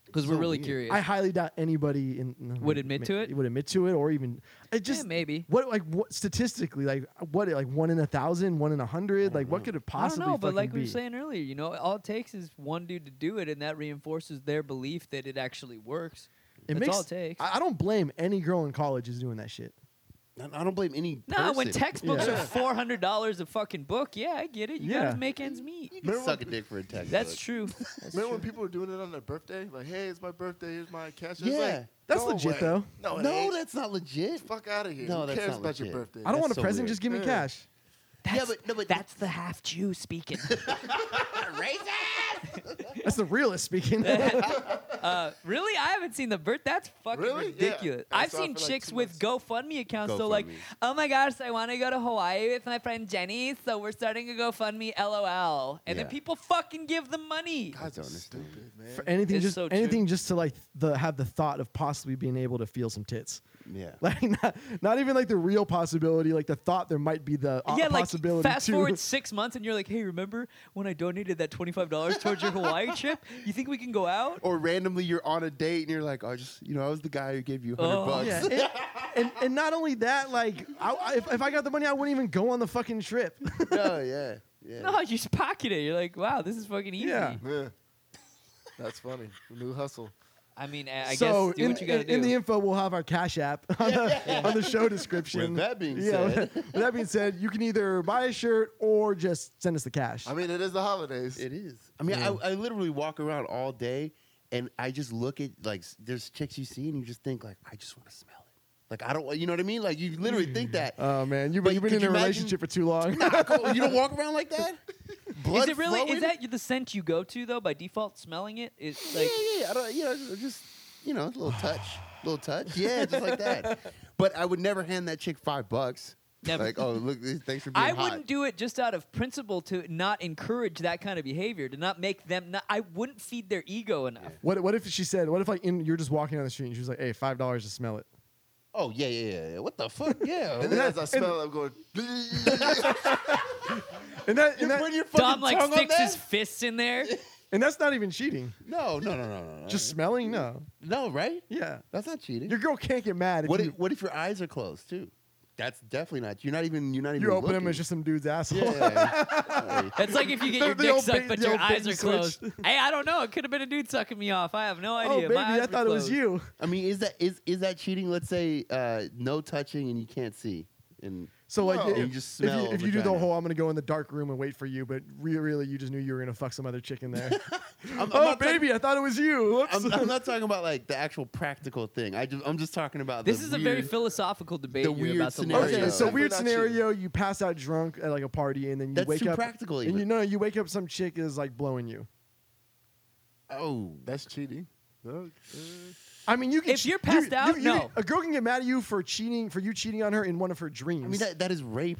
[SPEAKER 2] because
[SPEAKER 3] It's
[SPEAKER 2] we're
[SPEAKER 3] so
[SPEAKER 2] really
[SPEAKER 3] weird.
[SPEAKER 2] curious.
[SPEAKER 1] I highly doubt anybody in no,
[SPEAKER 2] Would admit to it?
[SPEAKER 1] Would admit to it, or even it
[SPEAKER 2] Yeah,
[SPEAKER 1] just
[SPEAKER 2] maybe.
[SPEAKER 1] what like what statistically like what like one in a thousand, one in a hundred, like what could it possibly?
[SPEAKER 2] Mm. I don't know, but
[SPEAKER 1] fucking
[SPEAKER 2] like we
[SPEAKER 1] be?
[SPEAKER 2] were saying earlier, you know, all it takes is one dude to do it, and that reinforces their belief that it actually works.
[SPEAKER 1] it
[SPEAKER 2] That's
[SPEAKER 1] makes
[SPEAKER 2] all it takes.
[SPEAKER 1] I, I don't blame any girl in college who's doing that shit.
[SPEAKER 3] I I don't blame any.
[SPEAKER 2] no, when
[SPEAKER 3] person.
[SPEAKER 2] textbooks
[SPEAKER 1] Yeah.
[SPEAKER 2] are four hundred dollars a fucking book, yeah, I get it. You
[SPEAKER 1] Yeah.
[SPEAKER 2] gotta make ends meet.
[SPEAKER 3] You can
[SPEAKER 4] Remember
[SPEAKER 3] suck a dick for a textbook.
[SPEAKER 2] That's true.
[SPEAKER 4] Remember when people were doing it on their birthday? Like, hey, it's my birthday. Here's my cash. App. It's
[SPEAKER 3] Yeah.
[SPEAKER 4] like,
[SPEAKER 1] That's
[SPEAKER 4] no
[SPEAKER 1] legit,
[SPEAKER 4] way.
[SPEAKER 1] though.
[SPEAKER 4] No, it
[SPEAKER 3] No,
[SPEAKER 4] ain't.
[SPEAKER 3] that's not legit.
[SPEAKER 4] fuck out of here.
[SPEAKER 3] No,
[SPEAKER 4] Who
[SPEAKER 3] that's
[SPEAKER 4] cares
[SPEAKER 3] not
[SPEAKER 4] about your
[SPEAKER 3] legit.
[SPEAKER 4] birthday?
[SPEAKER 1] I don't
[SPEAKER 3] That's
[SPEAKER 1] want a
[SPEAKER 3] so
[SPEAKER 1] present,
[SPEAKER 3] weird.
[SPEAKER 1] just give me
[SPEAKER 4] Yeah.
[SPEAKER 1] cash.
[SPEAKER 3] yeah, but no, but
[SPEAKER 2] That's the half Jew speaking.
[SPEAKER 1] That's the realist speaking.
[SPEAKER 2] uh, really, I haven't seen the birth. That's fucking
[SPEAKER 4] Really? Yeah.
[SPEAKER 2] ridiculous.
[SPEAKER 4] I
[SPEAKER 2] I've
[SPEAKER 4] saw it
[SPEAKER 2] seen
[SPEAKER 4] for, like,
[SPEAKER 2] chicks
[SPEAKER 4] two
[SPEAKER 2] with GoFundMe accounts. So like,
[SPEAKER 3] GoFundMe.
[SPEAKER 2] oh my gosh, I want to go to Hawaii with my friend Jenny, so we're starting a GoFundMe. LOL. And then
[SPEAKER 3] Yeah.
[SPEAKER 2] people fucking give them money.
[SPEAKER 4] Guys
[SPEAKER 3] I
[SPEAKER 4] are
[SPEAKER 3] don't understand.
[SPEAKER 4] stupid, man.
[SPEAKER 1] For anything
[SPEAKER 2] It's
[SPEAKER 1] just
[SPEAKER 2] so true.
[SPEAKER 1] anything just to like the have the thought of possibly being able to feel some tits.
[SPEAKER 3] yeah.
[SPEAKER 1] Like not, not even like the real possibility, like the thought there might be the uh,
[SPEAKER 2] yeah, like
[SPEAKER 1] possibility
[SPEAKER 2] fast
[SPEAKER 1] too.
[SPEAKER 2] forward six months, and you're like, "Hey, remember when I donated that twenty five dollars towards your Hawaii trip? You think we can go out?"
[SPEAKER 3] Or random randomly you're on a date and you're like, oh, just you know, I was the guy who gave you hundred
[SPEAKER 2] Oh.
[SPEAKER 3] bucks.
[SPEAKER 1] Yeah, and, and and not only that, like, I, I- if, if I got the money, I wouldn't even go on the fucking trip.
[SPEAKER 3] no, Oh, yeah, yeah.
[SPEAKER 2] No, you just pocket it. You're like, wow, this is fucking easy.
[SPEAKER 1] Yeah.
[SPEAKER 4] Yeah. That's funny. New hustle.
[SPEAKER 2] I mean, I I
[SPEAKER 1] so
[SPEAKER 2] guess do
[SPEAKER 1] in,
[SPEAKER 2] what you gotta
[SPEAKER 1] in,
[SPEAKER 2] do.
[SPEAKER 1] in the info, we'll have our Cash App on, the, on the show description.
[SPEAKER 3] With that being said-
[SPEAKER 1] with that being said, you can either buy a shirt or just send us the cash.
[SPEAKER 4] I mean, it is the holidays.
[SPEAKER 3] It is. I mean, I, I literally walk around all day and I just look at like s- there's chicks you see and you just think like I just want to smell it. Like I don't, want- you know what I mean? Like you literally think that.
[SPEAKER 1] oh man, you've
[SPEAKER 3] But
[SPEAKER 1] been, you've been
[SPEAKER 3] could
[SPEAKER 1] in
[SPEAKER 3] you
[SPEAKER 1] a
[SPEAKER 3] imagine-
[SPEAKER 1] relationship for too long.
[SPEAKER 3] Nah, go- you don't walk around like that.
[SPEAKER 2] is
[SPEAKER 3] Blood
[SPEAKER 2] it really?
[SPEAKER 3] flowing?
[SPEAKER 2] Is that the scent you go to though by default? Smelling it is like.
[SPEAKER 3] yeah, yeah, yeah. I don't, you know, just- just you know, a little touch, little touch. Yeah, just like that. But I would never hand that chick five bucks.
[SPEAKER 2] Never.
[SPEAKER 3] Like, oh, look, thanks for being
[SPEAKER 2] I
[SPEAKER 3] hot.
[SPEAKER 2] wouldn't do it just out of principle to not encourage that kind of behavior, to not make them. Not, I wouldn't feed their ego enough.
[SPEAKER 1] What what if she said? What if like in, you're just walking down the street and she was like, "Hey, five dollars to smell it."
[SPEAKER 3] oh yeah, yeah, yeah, yeah. What the fuck? Yeah.
[SPEAKER 4] And then as I smell it, I'm going,
[SPEAKER 1] And that and,
[SPEAKER 3] You
[SPEAKER 1] that,
[SPEAKER 3] put your fucking
[SPEAKER 2] Dom like
[SPEAKER 3] tongue on
[SPEAKER 2] sticks
[SPEAKER 3] that?
[SPEAKER 2] his fists in there.
[SPEAKER 1] and that's not even cheating.
[SPEAKER 3] No, no, no, no, no, no.
[SPEAKER 1] Just smelling, no.
[SPEAKER 3] no, right?
[SPEAKER 1] Yeah,
[SPEAKER 3] That's not cheating.
[SPEAKER 1] your girl can't get mad if
[SPEAKER 3] what
[SPEAKER 1] you,
[SPEAKER 3] if, what if your eyes are closed too? That's definitely not. You're not even. You're not even.
[SPEAKER 1] you open them.
[SPEAKER 3] looking.
[SPEAKER 1] It's just some dude's asshole.
[SPEAKER 3] Yeah, yeah, yeah.
[SPEAKER 2] That's like if you get
[SPEAKER 1] The-
[SPEAKER 2] your
[SPEAKER 1] the
[SPEAKER 2] dick
[SPEAKER 1] old
[SPEAKER 2] sucked,
[SPEAKER 1] bait-
[SPEAKER 2] but
[SPEAKER 1] the
[SPEAKER 2] your
[SPEAKER 1] old
[SPEAKER 2] eyes
[SPEAKER 1] baiting
[SPEAKER 2] are closed.
[SPEAKER 1] switch.
[SPEAKER 2] hey, I don't know. It could have been a dude sucking me off. I have no
[SPEAKER 1] Oh
[SPEAKER 2] idea.
[SPEAKER 1] baby,
[SPEAKER 2] My eyes
[SPEAKER 1] I
[SPEAKER 2] were
[SPEAKER 1] thought it was
[SPEAKER 2] closed.
[SPEAKER 1] you.
[SPEAKER 3] I mean, is that is is that cheating? Let's say uh, no touching and you can't see. And
[SPEAKER 1] So like,
[SPEAKER 4] No.
[SPEAKER 1] if,
[SPEAKER 3] You just
[SPEAKER 1] if
[SPEAKER 3] smell
[SPEAKER 1] you, if you do the
[SPEAKER 3] vagina.
[SPEAKER 1] whole, I'm gonna go in the dark room and wait for you, but re- really, you just knew you were gonna fuck some other chick in there.
[SPEAKER 3] I'm, I'm
[SPEAKER 1] oh
[SPEAKER 3] not talking-
[SPEAKER 1] baby, I thought it was you. Whoops.
[SPEAKER 3] I'm, I'm not talking about like the actual practical thing. I just I'm just talking about
[SPEAKER 2] This
[SPEAKER 3] the
[SPEAKER 2] is
[SPEAKER 3] weird,
[SPEAKER 2] a very philosophical debate
[SPEAKER 3] the
[SPEAKER 2] here
[SPEAKER 3] weird
[SPEAKER 2] about the
[SPEAKER 3] scenario.
[SPEAKER 1] Okay,
[SPEAKER 3] Yeah.
[SPEAKER 1] so
[SPEAKER 4] Definitely
[SPEAKER 1] weird
[SPEAKER 4] not cheating.
[SPEAKER 1] scenario. You pass out drunk at like a party, and then you
[SPEAKER 3] That's
[SPEAKER 1] wake
[SPEAKER 3] too
[SPEAKER 1] up.
[SPEAKER 3] practical
[SPEAKER 1] And
[SPEAKER 3] even.
[SPEAKER 1] you know, you wake up, some chick is like blowing you.
[SPEAKER 3] oh
[SPEAKER 4] that's cheating. uh,
[SPEAKER 1] I mean, you can.
[SPEAKER 2] If
[SPEAKER 1] che-
[SPEAKER 2] you're passed
[SPEAKER 1] you-
[SPEAKER 2] out,
[SPEAKER 1] you- you
[SPEAKER 2] no.
[SPEAKER 1] can- a girl can get mad at you for cheating, for you cheating on her in one of her dreams.
[SPEAKER 3] I mean that that is rape.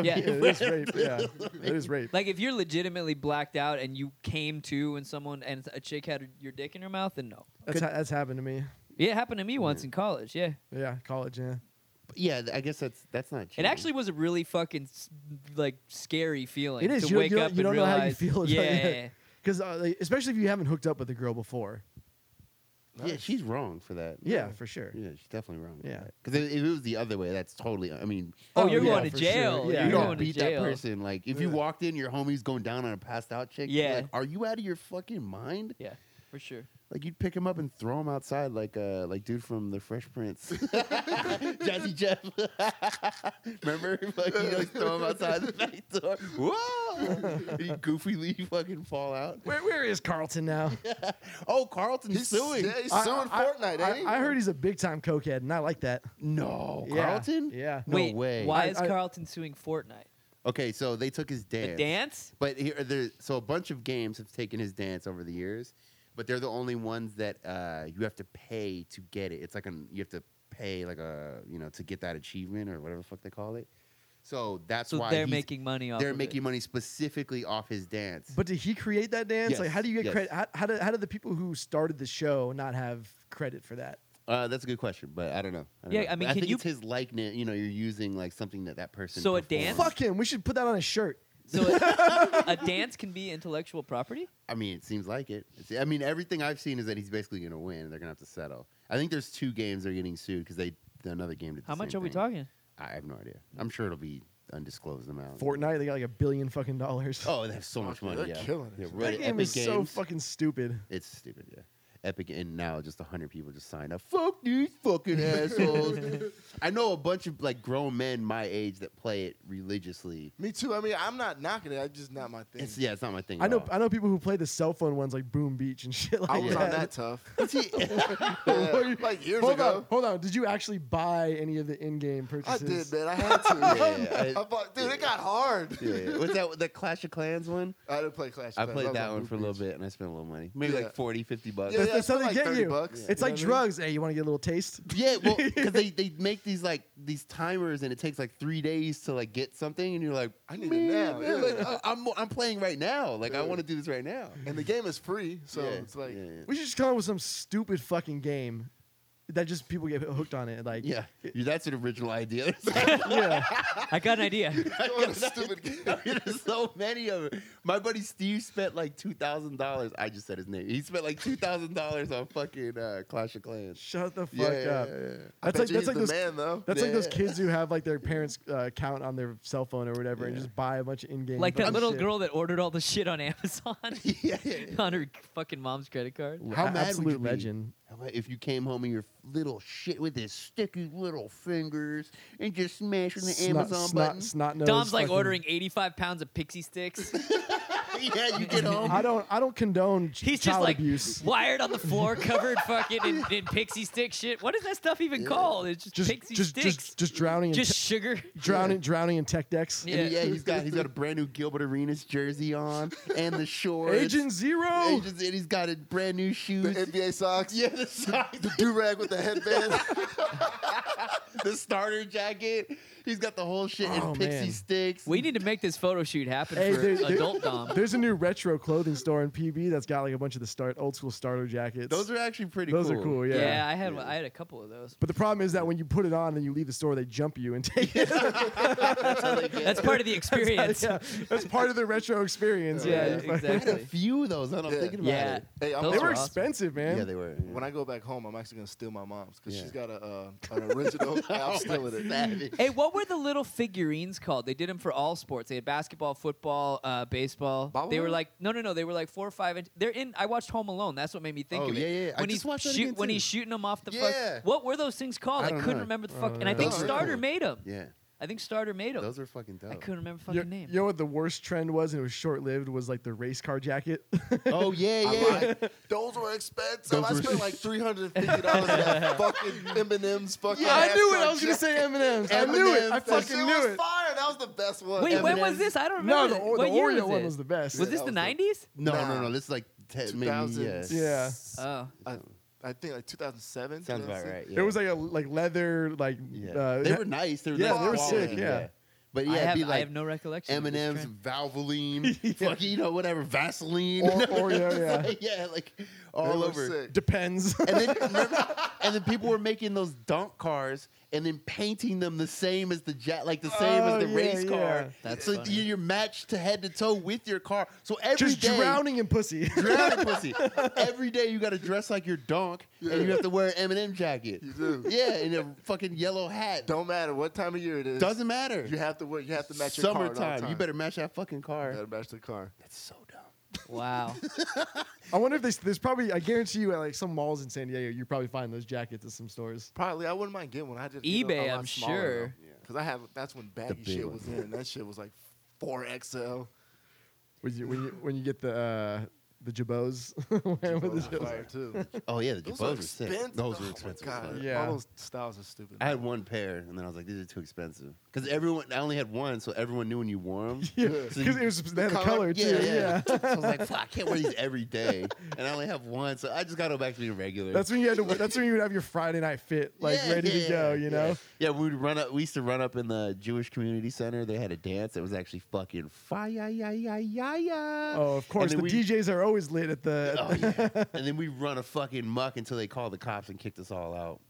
[SPEAKER 2] Yeah.
[SPEAKER 1] Yeah, it is rape. Yeah, it is rape.
[SPEAKER 2] Like if you're legitimately blacked out and you came to when someone and a chick had your dick in her mouth, then no.
[SPEAKER 1] That's, ha- that's happened to me.
[SPEAKER 2] Yeah, it happened to me once in college. Yeah.
[SPEAKER 1] Yeah, college. Yeah.
[SPEAKER 3] Yeah, I guess that's that's not
[SPEAKER 2] It
[SPEAKER 3] cheating.
[SPEAKER 2] actually was a really fucking s- like scary feeling.
[SPEAKER 1] It is.
[SPEAKER 2] to
[SPEAKER 1] You don't-
[SPEAKER 2] wake
[SPEAKER 1] you don't-
[SPEAKER 2] up
[SPEAKER 1] you don't
[SPEAKER 2] and
[SPEAKER 1] know how you
[SPEAKER 2] realize,
[SPEAKER 1] feel about
[SPEAKER 2] Yeah,
[SPEAKER 1] it.
[SPEAKER 2] yeah, yeah.
[SPEAKER 1] Because uh, like, especially if you haven't hooked up with a girl before.
[SPEAKER 3] yeah, she's wrong for that.
[SPEAKER 1] Yeah, for sure.
[SPEAKER 3] Yeah, she's definitely wrong.
[SPEAKER 1] Yeah.
[SPEAKER 3] because if it was the other way, that's totally. I mean,
[SPEAKER 2] Oh,
[SPEAKER 1] Oh,
[SPEAKER 2] you're
[SPEAKER 1] yeah,
[SPEAKER 2] going to
[SPEAKER 1] for
[SPEAKER 2] jail.
[SPEAKER 1] sure. Yeah.
[SPEAKER 2] You're
[SPEAKER 3] you
[SPEAKER 2] going
[SPEAKER 3] don't
[SPEAKER 2] to
[SPEAKER 3] beat that
[SPEAKER 2] jail.
[SPEAKER 3] person. Like if you
[SPEAKER 4] Yeah.
[SPEAKER 3] walked in, your homie's going down on a passed out chick. you're
[SPEAKER 2] Yeah.
[SPEAKER 3] like, are you out of your fucking mind?
[SPEAKER 2] Yeah, for sure.
[SPEAKER 3] Like you'd pick him up and throw him outside, like uh, like dude from The Fresh Prince, Jazzy Jeff. Remember, like you like throw him outside the back door. Whoa! and you goofily fucking fall out.
[SPEAKER 1] Where, where is Carlton now?
[SPEAKER 3] Oh, Carlton's
[SPEAKER 4] He's
[SPEAKER 3] suing.
[SPEAKER 4] Yeah, he's
[SPEAKER 1] I-
[SPEAKER 4] suing
[SPEAKER 1] I-
[SPEAKER 4] Fortnite,
[SPEAKER 1] I,
[SPEAKER 4] ain't Oh, he?
[SPEAKER 1] I heard he's a big time cokehead, and I like that.
[SPEAKER 3] No,
[SPEAKER 1] Yeah,
[SPEAKER 3] Carlton.
[SPEAKER 1] yeah.
[SPEAKER 3] no
[SPEAKER 2] Wait,
[SPEAKER 3] way.
[SPEAKER 2] why
[SPEAKER 1] I-
[SPEAKER 2] is
[SPEAKER 1] I-
[SPEAKER 2] Carlton suing Fortnite?
[SPEAKER 3] Okay, so they took his
[SPEAKER 2] The
[SPEAKER 3] dance.
[SPEAKER 2] dance?
[SPEAKER 3] But here, there, so a bunch of games have taken his dance over the years, but they're the only ones that uh, you have to pay to get it. It's like an you have to pay like a you know to get that achievement or whatever the fuck they call it. So that's
[SPEAKER 2] So
[SPEAKER 3] why
[SPEAKER 2] they're
[SPEAKER 3] he's-
[SPEAKER 2] making money off.
[SPEAKER 3] they're
[SPEAKER 2] of
[SPEAKER 3] making
[SPEAKER 2] It.
[SPEAKER 3] money specifically off his dance.
[SPEAKER 1] But did he create that dance?
[SPEAKER 3] Yes,
[SPEAKER 1] Like, how do you get
[SPEAKER 3] yes.
[SPEAKER 1] credit? How, how, do, how do the people who started the show not have credit for that?
[SPEAKER 3] uh, that's a good question, but I don't know. I don't
[SPEAKER 2] Yeah,
[SPEAKER 3] know.
[SPEAKER 2] I mean,
[SPEAKER 3] I
[SPEAKER 2] can
[SPEAKER 3] think
[SPEAKER 2] you-
[SPEAKER 3] it's his likeness. You know, you're using like something that that person.
[SPEAKER 2] So a
[SPEAKER 3] performed.
[SPEAKER 2] dance?
[SPEAKER 1] Fuck him. We should put that on a shirt.
[SPEAKER 2] So a, a dance can be intellectual property.
[SPEAKER 3] I mean, it seems like it. It's- I mean, everything I've seen is that he's basically going to win. and They're going to have to settle. I think there's two games they're getting sued because they another game did. the
[SPEAKER 2] How much
[SPEAKER 3] same
[SPEAKER 2] are we
[SPEAKER 3] thing.
[SPEAKER 2] talking?
[SPEAKER 3] I have no idea. I'm sure it'll be undisclosed amount.
[SPEAKER 1] Fortnite, they got like a billion fucking dollars.
[SPEAKER 3] Oh, they have so much
[SPEAKER 4] Fuck,
[SPEAKER 3] money.
[SPEAKER 4] they're
[SPEAKER 3] yeah.
[SPEAKER 4] killing it.
[SPEAKER 3] Yeah,
[SPEAKER 4] That
[SPEAKER 3] right,
[SPEAKER 1] that game
[SPEAKER 3] Epic
[SPEAKER 1] is so
[SPEAKER 3] Games.
[SPEAKER 1] fucking stupid.
[SPEAKER 3] It's stupid. Yeah. Epic and now just hundred people just signed up. Fuck these fucking assholes. I know a bunch of like grown men my age that play it religiously.
[SPEAKER 4] Me too. I mean, I'm not knocking it. It's just not my thing.
[SPEAKER 3] It's yeah, it's not my thing.
[SPEAKER 1] I
[SPEAKER 3] at
[SPEAKER 1] know
[SPEAKER 3] all.
[SPEAKER 1] I know people who play the cell phone ones like Boom Beach and shit like
[SPEAKER 4] I was
[SPEAKER 1] that.
[SPEAKER 4] on that tough.
[SPEAKER 1] Well,
[SPEAKER 4] Yeah,
[SPEAKER 1] you-
[SPEAKER 4] like years
[SPEAKER 1] hold
[SPEAKER 4] ago.
[SPEAKER 1] on, hold on. Did you actually buy any of the in-game
[SPEAKER 4] I
[SPEAKER 1] purchases?
[SPEAKER 4] did, man. I had to.
[SPEAKER 3] Yeah, yeah, I-
[SPEAKER 4] I bought, dude, it got hard.
[SPEAKER 3] Yeah, yeah. What's that? The Clash of Clans one.
[SPEAKER 4] I didn't play Clash. of
[SPEAKER 3] I
[SPEAKER 4] Clans.
[SPEAKER 3] played
[SPEAKER 4] was
[SPEAKER 3] that
[SPEAKER 4] on
[SPEAKER 3] one for a
[SPEAKER 4] Blue
[SPEAKER 3] little
[SPEAKER 4] Beach.
[SPEAKER 3] bit, and I spent a little money, maybe
[SPEAKER 4] Yeah.
[SPEAKER 3] like 40, 50 bucks.
[SPEAKER 4] Yeah,
[SPEAKER 1] That's,
[SPEAKER 4] yeah,
[SPEAKER 1] that's how
[SPEAKER 4] it's
[SPEAKER 1] they
[SPEAKER 4] like
[SPEAKER 1] get
[SPEAKER 4] 30
[SPEAKER 1] you.
[SPEAKER 4] bucks.
[SPEAKER 1] It's
[SPEAKER 4] You
[SPEAKER 1] like
[SPEAKER 4] know what I mean?
[SPEAKER 1] drugs. Hey, you want to get a little taste?
[SPEAKER 3] Yeah, well, because they, they make these like these timers, and it takes like three days to like get something, and you're like,
[SPEAKER 4] I need it
[SPEAKER 3] "Man,
[SPEAKER 4] now."
[SPEAKER 3] man, like,
[SPEAKER 4] Yeah.
[SPEAKER 3] I- I'm I'm playing right now. Like I
[SPEAKER 4] Yeah.
[SPEAKER 3] want to do this right now.
[SPEAKER 4] And the game is free, so
[SPEAKER 3] Yeah,
[SPEAKER 4] it's like
[SPEAKER 3] yeah, yeah.
[SPEAKER 1] We should just come up with some stupid fucking game. that just people get hooked on it. Like
[SPEAKER 3] Yeah, You- that's an original idea.
[SPEAKER 1] yeah.
[SPEAKER 2] I got an idea.
[SPEAKER 4] What a stupid game.
[SPEAKER 3] There's so many of them. My buddy Steve spent like two thousand dollars. I just said his name. He spent like two thousand dollars on fucking uh, Clash of Clans.
[SPEAKER 1] Shut the fuck
[SPEAKER 3] Yeah, yeah,
[SPEAKER 1] up.
[SPEAKER 3] yeah, yeah.
[SPEAKER 4] I
[SPEAKER 1] That's
[SPEAKER 4] bet
[SPEAKER 1] like
[SPEAKER 4] you
[SPEAKER 1] that's
[SPEAKER 4] he's
[SPEAKER 1] like
[SPEAKER 4] the
[SPEAKER 1] those
[SPEAKER 4] man though.
[SPEAKER 1] that's like those
[SPEAKER 3] Yeah.
[SPEAKER 1] kids who have like their parents' uh, account on their cell phone or whatever and
[SPEAKER 3] Yeah.
[SPEAKER 1] just buy a bunch of in-game.
[SPEAKER 2] Like that
[SPEAKER 1] fucking
[SPEAKER 2] little
[SPEAKER 1] shit.
[SPEAKER 2] girl that ordered all the shit on Amazon
[SPEAKER 3] yeah, yeah, yeah.
[SPEAKER 2] on her fucking mom's credit card.
[SPEAKER 1] A-
[SPEAKER 3] How mad would
[SPEAKER 1] absolute
[SPEAKER 3] you be?
[SPEAKER 1] legend.
[SPEAKER 3] How about If you came home and your little shit with his sticky little fingers and just smashing the Amazon button,
[SPEAKER 1] snot nose.
[SPEAKER 2] Dom's like
[SPEAKER 1] fucking-
[SPEAKER 2] ordering 85 pounds of pixie sticks.
[SPEAKER 3] yeah, you get home.
[SPEAKER 1] I don't. I don't condone ch-
[SPEAKER 2] He's just
[SPEAKER 1] child
[SPEAKER 2] like
[SPEAKER 1] abuse.
[SPEAKER 2] wired on the floor, covered fucking in, in pixie stick shit. What is that stuff even called? It's just,
[SPEAKER 1] Just,
[SPEAKER 2] pixie
[SPEAKER 1] just,
[SPEAKER 2] sticks.
[SPEAKER 1] just, just drowning, in
[SPEAKER 2] Just
[SPEAKER 1] te-
[SPEAKER 2] sugar.
[SPEAKER 1] drowning, drowning in tech decks.
[SPEAKER 2] Yeah.
[SPEAKER 3] And yeah, he's got he's got a brand new Gilbert Arenas jersey on and the shorts.
[SPEAKER 1] Agent Zero.
[SPEAKER 3] Agents, and he's got a brand new
[SPEAKER 4] The
[SPEAKER 3] shoes.
[SPEAKER 4] NBA socks.
[SPEAKER 3] yeah, the socks,
[SPEAKER 4] The do rag with the headband.
[SPEAKER 3] the starter jacket. He's got the whole shit in
[SPEAKER 1] Oh,
[SPEAKER 3] pixie
[SPEAKER 1] man.
[SPEAKER 3] sticks.
[SPEAKER 2] We need to make this photo shoot happen
[SPEAKER 1] Hey,
[SPEAKER 2] for
[SPEAKER 1] there's- there-
[SPEAKER 2] adult Dom.
[SPEAKER 1] There's a new retro clothing store in PB that's got like a bunch of the start old school starter jackets.
[SPEAKER 3] Those are actually pretty.
[SPEAKER 1] those
[SPEAKER 3] cool.
[SPEAKER 1] are cool. Yeah.
[SPEAKER 2] Yeah, I had I had a couple of those.
[SPEAKER 1] But the problem is that when you put it on and you leave the store, they jump you and take it.
[SPEAKER 3] That's how they get.
[SPEAKER 2] That's part of the experience.
[SPEAKER 1] yeah, that's part of the retro experience.
[SPEAKER 2] Yeah,
[SPEAKER 1] man. Like,
[SPEAKER 3] I had a
[SPEAKER 2] exactly.
[SPEAKER 3] few of those. Now that I'm
[SPEAKER 4] Yeah.
[SPEAKER 3] thinking about
[SPEAKER 2] Yeah.
[SPEAKER 3] it.
[SPEAKER 4] Hey, I'm
[SPEAKER 2] Those
[SPEAKER 1] They
[SPEAKER 4] also-
[SPEAKER 1] were
[SPEAKER 2] are awesome.
[SPEAKER 1] expensive, man.
[SPEAKER 3] Yeah, they were.
[SPEAKER 4] When I go back home, I'm actually gonna steal my mom's because
[SPEAKER 3] Yeah.
[SPEAKER 4] she's got a uh, an original.
[SPEAKER 1] Oh,
[SPEAKER 4] and I'm stealing it.
[SPEAKER 2] Hey, what were the little figurines called? They did them for all sports. They had basketball, football, uh, baseball. They were
[SPEAKER 4] Bobblehead?
[SPEAKER 2] like no, no, no. They were like four or five inch. They're in. I watched Home Alone. That's what made me think
[SPEAKER 3] Oh,
[SPEAKER 2] of it.
[SPEAKER 3] yeah, yeah, yeah. I
[SPEAKER 2] When
[SPEAKER 3] just
[SPEAKER 2] he's
[SPEAKER 3] watched that again,
[SPEAKER 2] when
[SPEAKER 3] too.
[SPEAKER 2] he's shooting them off the
[SPEAKER 3] Yeah.
[SPEAKER 2] fuck. What were those things called?
[SPEAKER 3] I
[SPEAKER 2] I,
[SPEAKER 3] don't
[SPEAKER 2] couldn't
[SPEAKER 3] know.
[SPEAKER 2] remember the
[SPEAKER 1] I
[SPEAKER 2] fuck.
[SPEAKER 1] don't
[SPEAKER 2] And I
[SPEAKER 1] know.
[SPEAKER 2] think
[SPEAKER 4] Those are
[SPEAKER 2] Starter
[SPEAKER 3] cool.
[SPEAKER 2] made them.
[SPEAKER 3] Yeah,
[SPEAKER 2] I think Starter made them.
[SPEAKER 3] those are fucking dope.
[SPEAKER 2] I couldn't remember
[SPEAKER 1] You,
[SPEAKER 2] fucking name.
[SPEAKER 1] you know what the worst trend was, and it was short lived, was like the race car jacket.
[SPEAKER 3] Oh yeah,
[SPEAKER 4] I
[SPEAKER 3] yeah.
[SPEAKER 4] lied. Those were expensive.
[SPEAKER 3] Those
[SPEAKER 4] I
[SPEAKER 3] were-
[SPEAKER 4] spent like three hundred and fifty dollars on that fucking M and M's fucking.
[SPEAKER 1] yeah, I knew it. I
[SPEAKER 4] NASCAR
[SPEAKER 1] was gonna
[SPEAKER 4] jacket.
[SPEAKER 1] say M and M's. I knew it. I
[SPEAKER 3] M&Ms. That
[SPEAKER 4] That shit
[SPEAKER 1] fucking knew
[SPEAKER 4] was
[SPEAKER 1] it.
[SPEAKER 4] fire. That was the best one.
[SPEAKER 2] Wait, when
[SPEAKER 3] M&Ms.
[SPEAKER 2] was this? I don't
[SPEAKER 1] No,
[SPEAKER 2] remember.
[SPEAKER 1] the, or- the
[SPEAKER 2] what year
[SPEAKER 1] Oreo
[SPEAKER 2] was
[SPEAKER 1] one
[SPEAKER 2] it?
[SPEAKER 1] was the best.
[SPEAKER 2] Was
[SPEAKER 4] Yeah,
[SPEAKER 2] this
[SPEAKER 4] that
[SPEAKER 2] the
[SPEAKER 4] was the-
[SPEAKER 2] '90s?
[SPEAKER 3] No, no,
[SPEAKER 4] Nah.
[SPEAKER 3] no. This is like ten, maybe Uh,
[SPEAKER 4] 2000.
[SPEAKER 3] yes.
[SPEAKER 1] Yeah.
[SPEAKER 2] Oh,
[SPEAKER 4] I, I think like 2007.
[SPEAKER 3] Sounds about right.
[SPEAKER 1] It was like a like leather like.
[SPEAKER 3] yeah.
[SPEAKER 1] Uh,
[SPEAKER 3] they were nice. They were
[SPEAKER 1] yeah,
[SPEAKER 3] nice
[SPEAKER 1] they were
[SPEAKER 3] quality,
[SPEAKER 1] sick, yeah.
[SPEAKER 3] But yeah,
[SPEAKER 2] I
[SPEAKER 3] it'd
[SPEAKER 2] have,
[SPEAKER 3] be
[SPEAKER 2] I
[SPEAKER 3] like
[SPEAKER 2] have no recollection. of
[SPEAKER 3] M
[SPEAKER 2] this
[SPEAKER 3] and M's,
[SPEAKER 2] trend.
[SPEAKER 3] Valvoline, fucking you know whatever, Vaseline,
[SPEAKER 1] Or- Oreo, yeah.
[SPEAKER 3] like, yeah, like all over.
[SPEAKER 1] depends.
[SPEAKER 3] And then remember, and then people were making those dunk cars and then painting them the same as the jet, like the same
[SPEAKER 1] Oh,
[SPEAKER 3] as the
[SPEAKER 1] yeah,
[SPEAKER 3] race
[SPEAKER 1] yeah.
[SPEAKER 3] car.
[SPEAKER 2] That's
[SPEAKER 3] so
[SPEAKER 2] funny.
[SPEAKER 3] you- you're matched to head to toe with your car. So every day.
[SPEAKER 1] Just drowning in pussy.
[SPEAKER 3] drowning pussy. Every day you got to dress like your donk, and you have to wear an M jacket.
[SPEAKER 4] You do.
[SPEAKER 3] Yeah, and a fucking yellow hat.
[SPEAKER 4] Don't matter what time of year it is.
[SPEAKER 3] Doesn't matter.
[SPEAKER 4] You have to wear. You have to match your car. at all
[SPEAKER 3] Summertime. You
[SPEAKER 4] times.
[SPEAKER 3] better match that fucking
[SPEAKER 4] You
[SPEAKER 3] car.
[SPEAKER 4] better match the car.
[SPEAKER 3] That's so dumb.
[SPEAKER 2] Wow.
[SPEAKER 1] I wonder if there's, there's probably I guarantee you at like some malls in San Diego you probably find those jackets at some stores.
[SPEAKER 4] Probably, I wouldn't mind getting one. I just
[SPEAKER 2] eBay, I'm sure.
[SPEAKER 4] because I have. That's when baggy
[SPEAKER 3] big
[SPEAKER 4] shit
[SPEAKER 3] one.
[SPEAKER 4] was in. That shit was like four XL.
[SPEAKER 1] When you when you, when you get the uh, the jabots. Wearing with the
[SPEAKER 4] fire too.
[SPEAKER 3] Oh yeah, the
[SPEAKER 4] Those
[SPEAKER 3] Jabos
[SPEAKER 4] are
[SPEAKER 3] were sick.
[SPEAKER 4] expensive.
[SPEAKER 3] Those were
[SPEAKER 4] Oh,
[SPEAKER 3] expensive.
[SPEAKER 4] my
[SPEAKER 3] as
[SPEAKER 4] God.
[SPEAKER 3] fuck.
[SPEAKER 1] Yeah.
[SPEAKER 4] all those styles are stupid.
[SPEAKER 3] I had one pair, and then I was like, "These are too expensive." Because everyone, I only had one, so everyone knew when you wore them.
[SPEAKER 1] Yeah,
[SPEAKER 4] Yeah.
[SPEAKER 1] because it was they had the
[SPEAKER 4] Color?
[SPEAKER 1] color too. Yeah,
[SPEAKER 3] So I was like, "Fuck, I can't wear these every day," and I only have one, so I just got to go back to being regular.
[SPEAKER 1] that's when you had to. That's when you would have your Friday night fit like
[SPEAKER 3] Yeah,
[SPEAKER 1] ready to
[SPEAKER 3] yeah,
[SPEAKER 1] go. You know,
[SPEAKER 3] Yeah, we would run up. We used to run up in the Jewish community center. They had a dance that was actually fucking fire, yeah, yeah, yeah, yeah.
[SPEAKER 1] Oh, of course.
[SPEAKER 3] then
[SPEAKER 1] The
[SPEAKER 3] we-
[SPEAKER 1] DJs are always lit at the
[SPEAKER 3] Oh yeah. and then we run a fucking muck until they called the cops and kicked us all out.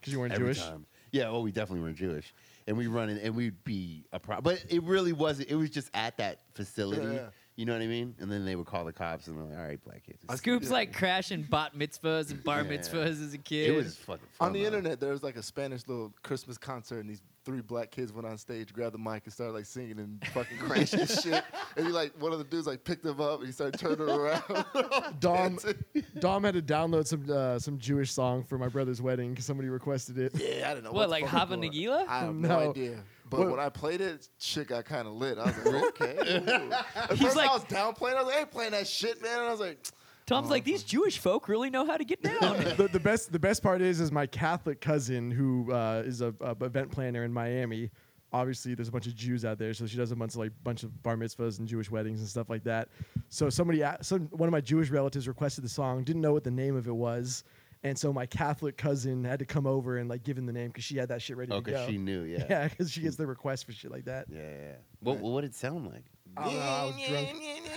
[SPEAKER 1] because you weren't
[SPEAKER 3] every
[SPEAKER 1] Jewish.
[SPEAKER 3] time. Yeah, well, we definitely weren't Jewish, and we run in, and we'd be a pro. But it really wasn't. It was just at that facility.
[SPEAKER 4] Yeah.
[SPEAKER 3] You know what I mean? And then they would call the cops, and they're like, "All right, black kids." it's-
[SPEAKER 2] Scoop's like crashing bat mitzvahs and bar
[SPEAKER 3] Yeah.
[SPEAKER 2] mitzvahs as a kid.
[SPEAKER 3] It was fucking fun,
[SPEAKER 4] on the
[SPEAKER 3] though.
[SPEAKER 4] internet, there was like a Spanish little Christmas concert, and these three black kids went on stage, grabbed the mic, and started like singing and fucking crashing and shit. And he like one of the dudes like picked them up and he started turning them around.
[SPEAKER 1] Dom,
[SPEAKER 4] Dancing.
[SPEAKER 1] Dom had to download some uh, some Jewish song for my brother's wedding because somebody requested it.
[SPEAKER 4] yeah, I don't know.
[SPEAKER 2] What,
[SPEAKER 4] the
[SPEAKER 2] like
[SPEAKER 4] fuck was
[SPEAKER 2] Hava
[SPEAKER 4] going on.
[SPEAKER 2] Nagila?
[SPEAKER 4] I have
[SPEAKER 1] No.
[SPEAKER 4] no idea. But
[SPEAKER 1] What-
[SPEAKER 4] when I played it, shit got kind of lit. I was like, okay. ooh. At
[SPEAKER 2] He's
[SPEAKER 4] first,
[SPEAKER 2] like-
[SPEAKER 4] I was downplaying. I was like, I ain't playing that shit, man. And I was like,
[SPEAKER 2] Tom's like,
[SPEAKER 3] Uh-huh.
[SPEAKER 2] these Jewish folk really know how to get down.
[SPEAKER 1] the, the best the best part is is my Catholic cousin who uh, is a, a event planner in Miami. Obviously, there's a bunch of Jews out there, so she does a bunch of like bunch of bar mitzvahs and Jewish weddings and stuff like that. So somebody, a- some one of my Jewish relatives requested the song, didn't know what the name of it was, and so my Catholic cousin had to come over and like give him the name because she had that shit ready
[SPEAKER 3] Oh,
[SPEAKER 1] to go.
[SPEAKER 3] because she knew. Yeah.
[SPEAKER 1] yeah, because she gets the request for shit like that.
[SPEAKER 3] Yeah. yeah. What, what did it sound like?
[SPEAKER 1] I don't know. I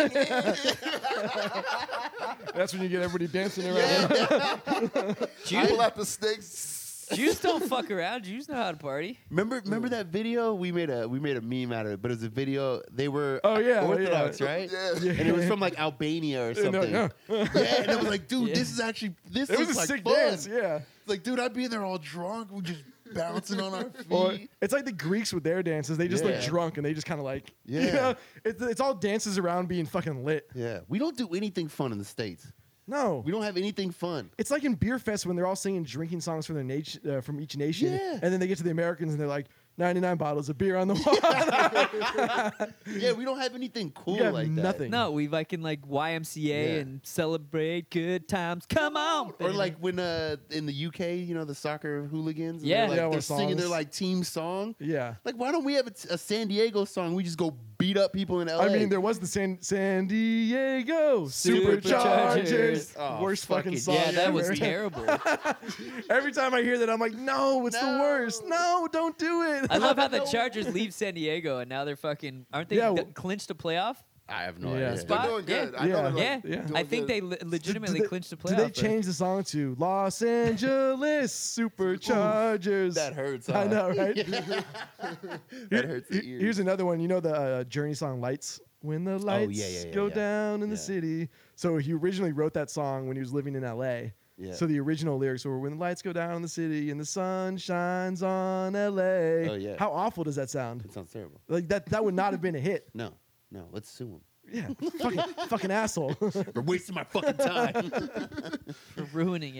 [SPEAKER 1] was drunk. That's when you get everybody dancing around.
[SPEAKER 4] I
[SPEAKER 2] Jews,
[SPEAKER 4] left the snakes.
[SPEAKER 2] Jews don't fuck around. Jews know how to party.
[SPEAKER 3] Remember, remember that video? We made a we made a meme out of it, but it was a video. They were
[SPEAKER 1] Oh, yeah,
[SPEAKER 3] Orthodox,
[SPEAKER 1] yeah.
[SPEAKER 3] right?
[SPEAKER 4] Yeah.
[SPEAKER 1] Yeah.
[SPEAKER 3] And it was from like Albania or
[SPEAKER 1] Yeah, no,
[SPEAKER 3] something.
[SPEAKER 1] yeah.
[SPEAKER 3] yeah, and I was like, dude,
[SPEAKER 2] Yeah.
[SPEAKER 3] this is actually this
[SPEAKER 1] It was
[SPEAKER 3] looks
[SPEAKER 1] a
[SPEAKER 3] like
[SPEAKER 1] sick
[SPEAKER 3] fun.
[SPEAKER 1] dance. Yeah.
[SPEAKER 3] Like, dude, I'd be in there all drunk, we just bouncing on our feet.
[SPEAKER 1] Or it's like the Greeks with their dances. They just look
[SPEAKER 3] Yeah.
[SPEAKER 1] drunk and they just kind of like
[SPEAKER 3] Yeah.
[SPEAKER 1] You know, it's, it's all dances around being fucking lit.
[SPEAKER 3] yeah, we don't do anything fun in the states.
[SPEAKER 1] No,
[SPEAKER 3] We don't have anything fun.
[SPEAKER 1] it's like in beer fest when they're all singing drinking songs from their nation uh, from each nation,
[SPEAKER 3] Yeah.
[SPEAKER 1] and then they get to the Americans and they're like. 99 bottles of beer on the wall.
[SPEAKER 3] Yeah, we don't have anything cool
[SPEAKER 1] got
[SPEAKER 3] like that.
[SPEAKER 1] nothing.
[SPEAKER 2] No, we like in like YMCA
[SPEAKER 3] Yeah.
[SPEAKER 2] and celebrate good times. Come on,
[SPEAKER 3] Or
[SPEAKER 2] baby.
[SPEAKER 3] like when uh in the UK, you know, the soccer hooligans. and
[SPEAKER 2] Yeah.
[SPEAKER 3] they're, like,
[SPEAKER 1] Yeah,
[SPEAKER 3] they're
[SPEAKER 1] or
[SPEAKER 3] singing their
[SPEAKER 1] songs.
[SPEAKER 3] like team song.
[SPEAKER 1] yeah.
[SPEAKER 3] Like, why don't we have a, t- a San Diego song? We just go beat up people in LA.
[SPEAKER 1] I mean, there was the San, San Diego
[SPEAKER 2] Superchargers.
[SPEAKER 1] Superchargers.
[SPEAKER 3] Oh,
[SPEAKER 1] worst fucking
[SPEAKER 3] fucking-
[SPEAKER 1] song.
[SPEAKER 2] yeah, that was
[SPEAKER 1] ever.
[SPEAKER 2] terrible.
[SPEAKER 1] Every time I hear that, I'm like, no, it's
[SPEAKER 3] No.
[SPEAKER 1] the worst. No, don't do it.
[SPEAKER 2] I love how the
[SPEAKER 3] No.
[SPEAKER 2] Chargers leave San Diego and now they're fucking aren't they
[SPEAKER 1] Yeah,
[SPEAKER 2] d-
[SPEAKER 1] w-
[SPEAKER 2] clinched a playoff?
[SPEAKER 3] I have no
[SPEAKER 1] Yeah.
[SPEAKER 3] idea.
[SPEAKER 4] They're
[SPEAKER 2] Spot-
[SPEAKER 4] doing
[SPEAKER 2] Yeah.
[SPEAKER 4] good. I know they're, like,
[SPEAKER 2] yeah,
[SPEAKER 1] yeah.
[SPEAKER 4] doing
[SPEAKER 2] I think
[SPEAKER 4] good.
[SPEAKER 2] they le-
[SPEAKER 1] Did
[SPEAKER 2] legitimately
[SPEAKER 1] Oh, they-
[SPEAKER 2] clinched a playoff.
[SPEAKER 1] Did they
[SPEAKER 2] right?
[SPEAKER 1] change the song to Los Angeles Superchargers?
[SPEAKER 3] That hurts.
[SPEAKER 1] I
[SPEAKER 3] huh?
[SPEAKER 1] know, right?
[SPEAKER 3] That hurts the
[SPEAKER 1] Here-
[SPEAKER 3] ears. Oh,
[SPEAKER 1] Here's another one. You know the uh, Journey song "Lights." When the lights
[SPEAKER 3] yeah, yeah, yeah,
[SPEAKER 1] go
[SPEAKER 3] yeah.
[SPEAKER 1] down in the
[SPEAKER 3] Yeah.
[SPEAKER 1] city. So he originally wrote that song when he was living in L.A.
[SPEAKER 3] Yeah.
[SPEAKER 1] So the original lyrics were "When the lights go down in the city and the sun shines on L.A."
[SPEAKER 3] Oh, yeah.
[SPEAKER 1] How awful does that sound?
[SPEAKER 3] It sounds terrible.
[SPEAKER 1] Like that. That would not have been a hit.
[SPEAKER 3] No, no, let's sue him.
[SPEAKER 1] Yeah. fucking fucking asshole.
[SPEAKER 3] We're wasting my fucking time.
[SPEAKER 2] We're ruining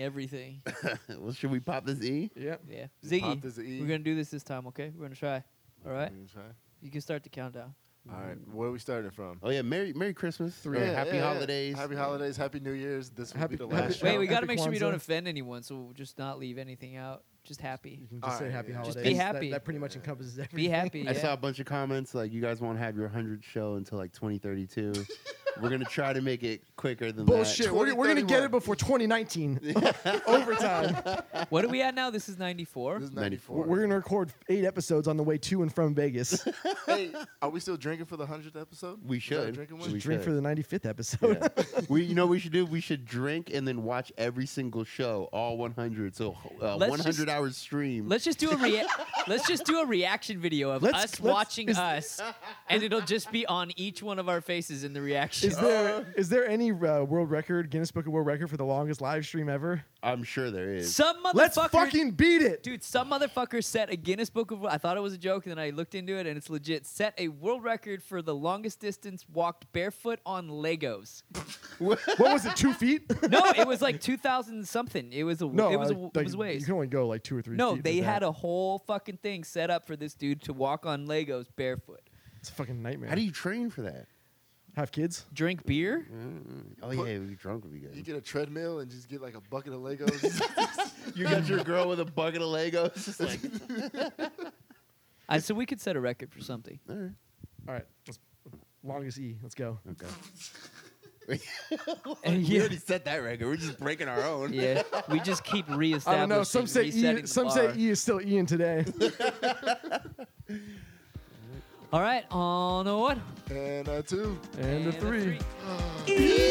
[SPEAKER 2] everything.
[SPEAKER 3] well, should we pop this E?
[SPEAKER 1] yeah.
[SPEAKER 2] Yeah,
[SPEAKER 4] Pop
[SPEAKER 2] Ziggy,
[SPEAKER 4] is the E.
[SPEAKER 2] we're gonna do this this time, okay? We're gonna try. All right,
[SPEAKER 4] All right.
[SPEAKER 2] you can start the countdown.
[SPEAKER 4] All right. Where are we starting from?
[SPEAKER 3] Oh yeah, Merry Merry Christmas. Three.
[SPEAKER 4] Yeah,
[SPEAKER 3] happy
[SPEAKER 4] yeah, yeah.
[SPEAKER 3] holidays.
[SPEAKER 4] Happy holidays. Happy New Year's. This will
[SPEAKER 1] Happy-
[SPEAKER 4] be the
[SPEAKER 1] happy-
[SPEAKER 4] last show.
[SPEAKER 2] Wait, we gotta
[SPEAKER 1] Epic
[SPEAKER 2] make sure we don't
[SPEAKER 1] Kwanzaa.
[SPEAKER 2] offend anyone, so we'll just not leave anything out. Just happy.
[SPEAKER 1] You can
[SPEAKER 4] All
[SPEAKER 1] just say
[SPEAKER 4] right,
[SPEAKER 1] happy
[SPEAKER 4] yeah.
[SPEAKER 1] holidays.
[SPEAKER 2] Just be
[SPEAKER 1] That-
[SPEAKER 2] happy.
[SPEAKER 1] That, pretty much encompasses everything.
[SPEAKER 2] Be happy.
[SPEAKER 3] I
[SPEAKER 2] yeah.
[SPEAKER 3] saw a bunch of comments like you guys won't have your 100 show until like 2032. We're going to try to make it quicker than
[SPEAKER 1] Bullshit. We're, we're gonna get
[SPEAKER 4] 2031.
[SPEAKER 1] it before 2019. Overtime.
[SPEAKER 2] What are we at now? This is 94.
[SPEAKER 4] This is
[SPEAKER 3] 94.
[SPEAKER 1] We're, we're gonna record eight episodes on the way to and from Vegas.
[SPEAKER 4] hey, are we still drinking for the hundredth episode?
[SPEAKER 3] that. We
[SPEAKER 4] Is that a
[SPEAKER 3] should.
[SPEAKER 4] Drinking
[SPEAKER 3] We
[SPEAKER 4] one?
[SPEAKER 1] Drink
[SPEAKER 3] should.
[SPEAKER 1] for the 95th episode.
[SPEAKER 3] Yeah. we you know what we should do? We should drink and then watch every single show, all 100. So uh,
[SPEAKER 2] Let's
[SPEAKER 3] 100
[SPEAKER 2] just-
[SPEAKER 3] hour stream.
[SPEAKER 2] Let's just do a rea- let's just do a reaction video of
[SPEAKER 1] Let's-
[SPEAKER 2] us
[SPEAKER 1] let's-
[SPEAKER 2] watching
[SPEAKER 1] is-
[SPEAKER 2] us, and it'll just be on each one of our faces in the reaction.
[SPEAKER 1] Is there is there any uh, world record Guinness Book of World Record for the longest live stream ever?
[SPEAKER 3] I'm sure there is.
[SPEAKER 2] Some motherfucker.
[SPEAKER 1] Let's fucking beat it.
[SPEAKER 2] Dude, some motherfucker set a Guinness Book of. I thought it was a joke, and then I looked into it, and it's legit. Set a world record for the longest distance walked barefoot on Legos.
[SPEAKER 1] What was it? Two feet?
[SPEAKER 2] No, it was like two thousand something. It was a.
[SPEAKER 1] no,
[SPEAKER 2] it was a,
[SPEAKER 1] I-
[SPEAKER 2] it
[SPEAKER 1] like,
[SPEAKER 2] was
[SPEAKER 1] You
[SPEAKER 2] ways.
[SPEAKER 1] can only go like two or three.
[SPEAKER 2] No,
[SPEAKER 1] feet
[SPEAKER 2] they
[SPEAKER 1] with
[SPEAKER 2] had
[SPEAKER 1] that.
[SPEAKER 2] a whole fucking thing set up for this dude to walk on Legos barefoot.
[SPEAKER 1] It's a fucking nightmare.
[SPEAKER 3] How do you train for that?
[SPEAKER 1] have kids?
[SPEAKER 2] Drink beer.
[SPEAKER 3] Oh yeah, we drunk would be
[SPEAKER 4] You
[SPEAKER 3] good.
[SPEAKER 4] get a treadmill and just get like a bucket of Legos.
[SPEAKER 3] You got your girl with a bucket of Legos. It's like,
[SPEAKER 2] I, so we could set a record for something.
[SPEAKER 3] all right.
[SPEAKER 1] All right, let's, longest E. Let's go.
[SPEAKER 3] Okay.
[SPEAKER 2] Yeah.
[SPEAKER 3] We already set that record. We're just breaking our own.
[SPEAKER 2] Yeah, we just keep reestablishing.
[SPEAKER 1] I don't know. Some say
[SPEAKER 2] resetting
[SPEAKER 1] E.
[SPEAKER 2] the
[SPEAKER 1] Some
[SPEAKER 2] bar.
[SPEAKER 1] say E is still Ian today.
[SPEAKER 2] All right, on a one
[SPEAKER 4] and uh, two.
[SPEAKER 1] and a
[SPEAKER 2] a
[SPEAKER 1] three.
[SPEAKER 2] three.